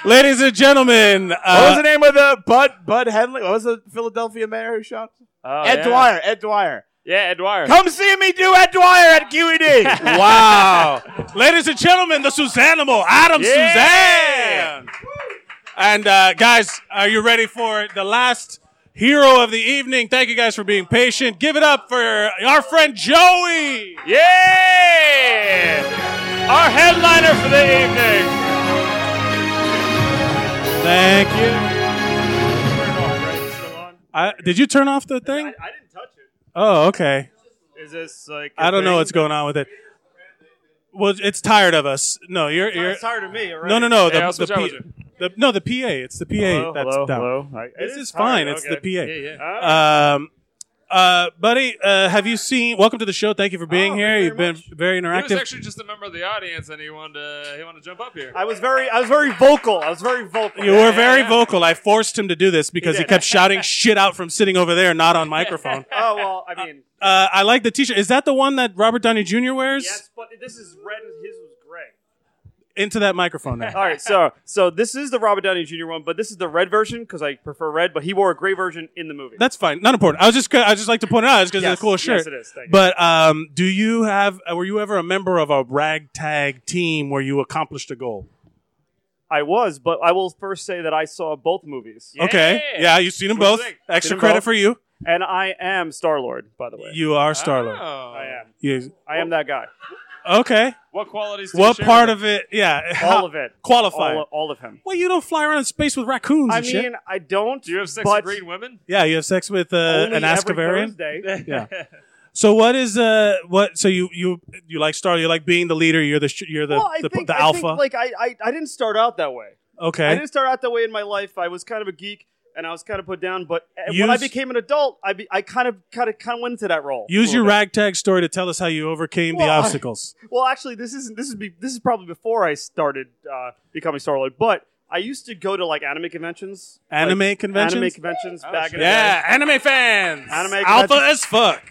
Speaker 2: Ladies and gentlemen,
Speaker 17: what was
Speaker 2: uh,
Speaker 17: the name of the Bud Bud Henley? What was the Philadelphia mayor who shot?
Speaker 1: Oh,
Speaker 17: Ed
Speaker 1: yeah.
Speaker 17: Dwyer. Ed Dwyer.
Speaker 1: Yeah, Edwire.
Speaker 17: Come see me do Ed Dwyer at E QED.
Speaker 2: wow. Ladies and gentlemen, the Suzannimal, Adam
Speaker 1: Yeah.
Speaker 2: Suzanne. And uh, guys, are you ready for the last hero of the evening? Thank you guys for being patient. Give it up for our friend Joey.
Speaker 1: Yeah. Our headliner for the evening.
Speaker 2: Thank you. I, did you turn off the thing?
Speaker 18: I didn't touch it.
Speaker 2: Oh, okay.
Speaker 18: Is this like? I
Speaker 2: I don't know what's going on with it. Well, it's tired of us. No, you're
Speaker 18: It's
Speaker 2: you're
Speaker 18: tired of me, all right.
Speaker 2: No, no, no.
Speaker 18: Hey,
Speaker 2: The,
Speaker 18: I'll
Speaker 2: the,
Speaker 18: switch out with
Speaker 2: P, the no, the PA. It's the PA
Speaker 18: Hello,
Speaker 2: that's
Speaker 18: hello,
Speaker 2: down.
Speaker 18: hello. I- it
Speaker 2: this
Speaker 18: is
Speaker 2: is fine.
Speaker 18: tired,
Speaker 2: It's
Speaker 18: okay.
Speaker 2: the PA.
Speaker 18: Yeah, yeah.
Speaker 2: Um, uh, buddy, uh, have you seen? Welcome to the show. Thank you for
Speaker 18: Oh,
Speaker 2: being here. You've been very
Speaker 1: He
Speaker 2: interactive.
Speaker 1: was actually just a member of the audience, and he wanted to, he wanted to jump up here.
Speaker 18: I was very, I was very vocal. I was very vocal.
Speaker 2: you were very vocal. I forced him to do this because he,
Speaker 18: did.
Speaker 2: kept shouting shit out from sitting over there, not on microphone.
Speaker 18: Oh well, I mean,
Speaker 2: Uh, I like the T-shirt. Is that the one that Robert Downey Jr. wears?
Speaker 18: yes, but this is red and his was gray.
Speaker 2: Into that microphone there.
Speaker 18: All right, so so this is the Robert Downey Jr. one, but this is the red version because I prefer red. But he wore a gray version in the movie.
Speaker 2: That's fine. Not important. I was just I just like to point it out because
Speaker 18: Yes.
Speaker 2: it's a cool
Speaker 18: Yes,
Speaker 2: shirt.
Speaker 18: it is. Thank you.
Speaker 2: but um, do you have? uh, Were you ever a member of a ragtag team where you accomplished a goal?
Speaker 18: I was, but I will first say that I saw both movies.
Speaker 2: Okay. Yeah, you've seen 'em
Speaker 18: What do you
Speaker 2: both.
Speaker 18: think?
Speaker 2: Extra
Speaker 18: Seen 'em
Speaker 2: credit
Speaker 18: both.
Speaker 2: for you.
Speaker 18: And I am Star Lord, by the way.
Speaker 2: You are Star Lord.
Speaker 18: I am.
Speaker 2: You-
Speaker 18: I am that guy.
Speaker 2: Okay.
Speaker 1: Oh. What qualities? do you
Speaker 2: What
Speaker 1: share
Speaker 2: part
Speaker 1: with
Speaker 2: of it? Yeah.
Speaker 18: All of it.
Speaker 2: Qualified.
Speaker 18: All, all of him.
Speaker 2: well, you don't fly around in space with raccoons.
Speaker 18: I
Speaker 2: and shit.
Speaker 18: mean, I don't. Do you have
Speaker 1: sexy green women?
Speaker 2: Yeah, you have sex with uh,
Speaker 18: Only
Speaker 2: an
Speaker 18: every
Speaker 2: Ascavarian.
Speaker 18: Thursday.
Speaker 2: Yeah. So what is uh what? So you you you like Star? You like being the leader? You're the sh- you're the
Speaker 18: well, I
Speaker 2: the,
Speaker 18: think,
Speaker 2: the
Speaker 18: I
Speaker 2: alpha.
Speaker 18: think, like I, I, I didn't start out that way.
Speaker 2: Okay.
Speaker 18: I didn't start out that way in my life. I was kind of a geek and I was kind of put down. But uh,
Speaker 2: Use-
Speaker 18: when I became an adult, I be, I kind of kind of kind of went into that role. a
Speaker 2: Use
Speaker 18: little
Speaker 2: your
Speaker 18: bit.
Speaker 2: ragtag story to tell us how you overcame
Speaker 18: Well,
Speaker 2: the
Speaker 18: I-
Speaker 2: obstacles.
Speaker 18: Well, actually, this isn't. This is be, this is probably before I started uh, becoming Star Lord. But I used to go to like anime conventions.
Speaker 2: Anime
Speaker 18: like,
Speaker 2: conventions?
Speaker 18: Anime conventions back in
Speaker 2: Yeah,
Speaker 18: the day.
Speaker 2: anime fans.
Speaker 18: Anime
Speaker 2: Alpha
Speaker 18: conventions.
Speaker 2: as fuck.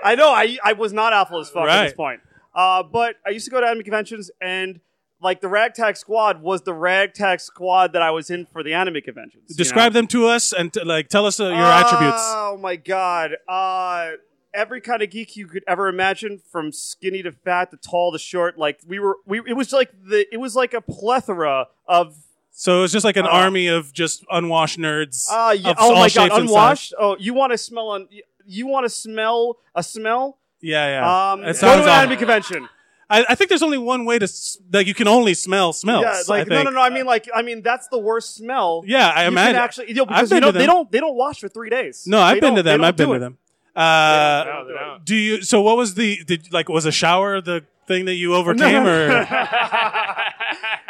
Speaker 18: I know. I I was not alpha as fuck at
Speaker 2: Right.
Speaker 18: this point. Uh, but I used to go to anime conventions, and like the ragtag squad was the ragtag squad that I was in for the anime conventions. you know?
Speaker 2: Describe them to us and t- like tell us uh, your attributes.
Speaker 18: Oh my god. Uh every kind of geek you could ever imagine from skinny to fat to tall to short like we were we it was like the it was like a plethora of
Speaker 2: So it's just like an
Speaker 18: Uh,
Speaker 2: army of just unwashed nerds.
Speaker 18: uh yeah,
Speaker 2: of
Speaker 18: oh
Speaker 2: all
Speaker 18: my god
Speaker 2: shapes and
Speaker 18: unwashed
Speaker 2: sizes.
Speaker 18: oh you want to smell on you want to smell a smell
Speaker 2: Yeah, yeah.
Speaker 18: um
Speaker 2: It
Speaker 18: go to
Speaker 2: sounds
Speaker 18: an
Speaker 2: awful.
Speaker 18: anime convention
Speaker 2: I, I think there's only one way to s- like you can only smell smells.
Speaker 18: yeah
Speaker 2: I
Speaker 18: like no
Speaker 2: think.
Speaker 18: no no i mean like i mean that's the worst smell
Speaker 2: Yeah, I
Speaker 18: you
Speaker 2: imagine.
Speaker 18: can actually you know,
Speaker 2: I've
Speaker 18: because you
Speaker 2: been to
Speaker 18: know they
Speaker 2: them.
Speaker 18: don't they don't wash for three days
Speaker 2: No,
Speaker 18: They
Speaker 2: I've been
Speaker 18: don't-
Speaker 2: to
Speaker 18: they
Speaker 2: them.
Speaker 18: don't
Speaker 2: I've been
Speaker 18: do
Speaker 2: to
Speaker 18: it.
Speaker 2: them. Uh, do you? So what was the? Did like was a shower the thing that you overcame or?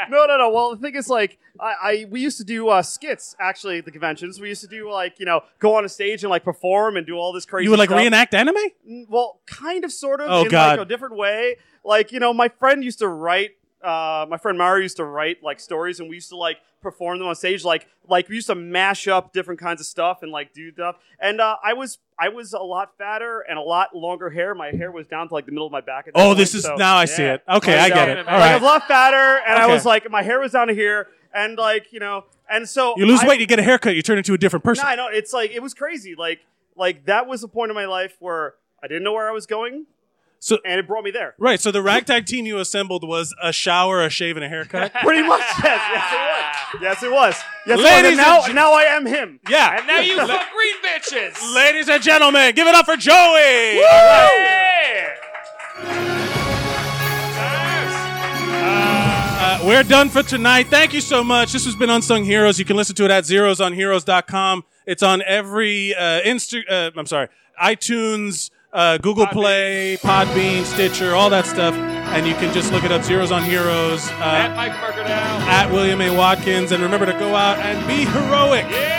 Speaker 18: no, no, no. Well, the thing is, like, I, I we used to do uh, skits actually at the conventions. We used to do like you know go on a stage and like perform and do all this crazy.
Speaker 2: You would like
Speaker 18: stuff.
Speaker 2: reenact anime?
Speaker 18: Mm, Well, kind of, sort of,
Speaker 2: Oh,
Speaker 18: in
Speaker 2: God.
Speaker 18: like a different way. Like you know, my friend used to write. Uh, my friend Mario used to write like stories, and we used to like perform them on stage. Like, like we used to mash up different kinds of stuff and like do stuff. And uh, I was, I was a lot fatter and a lot longer hair. My hair was down to like the middle of my back. At that
Speaker 2: Oh, this
Speaker 18: point,
Speaker 2: is
Speaker 18: so-
Speaker 2: now I see it. Okay,
Speaker 18: Like,
Speaker 2: I get
Speaker 18: so-
Speaker 2: it. All
Speaker 18: like, I
Speaker 2: right.
Speaker 18: was a lot fatter, and I
Speaker 2: Okay.
Speaker 18: was like, my hair was down to here, and like you know, and so
Speaker 2: You lose
Speaker 18: I-
Speaker 2: weight, you get a haircut, you turn into a different person.
Speaker 18: No, I know it's like it was crazy. Like like that was the point of my life where I didn't know where I was going,
Speaker 2: so
Speaker 18: and it brought me there.
Speaker 2: Right. So the ragtag team you assembled was a shower, a shave, and a haircut.
Speaker 18: Pretty much, yes, yes, it was. Yes, it was. Yes, it was.
Speaker 2: Ladies
Speaker 18: And now,
Speaker 2: and gen-
Speaker 18: now I am him.
Speaker 2: Yeah.
Speaker 18: And now you fuck
Speaker 1: green bitches.
Speaker 2: Ladies and gentlemen, give it up for Joey.
Speaker 1: Woo!
Speaker 2: All right.
Speaker 1: Yeah.
Speaker 2: Uh, we're done for tonight. Thank you so much. This has been Unsung Heroes. You can listen to it at zerosonheroes.com. It's on every uh, Insta. Uh, I'm sorry, iTunes, uh, Google Play, Podbean, Stitcher, all that stuff. And you can just look it up. Zeros on Heroes. Uh,
Speaker 1: At Mike Parker now.
Speaker 2: at William A. Watkins. And remember to go out and be heroic.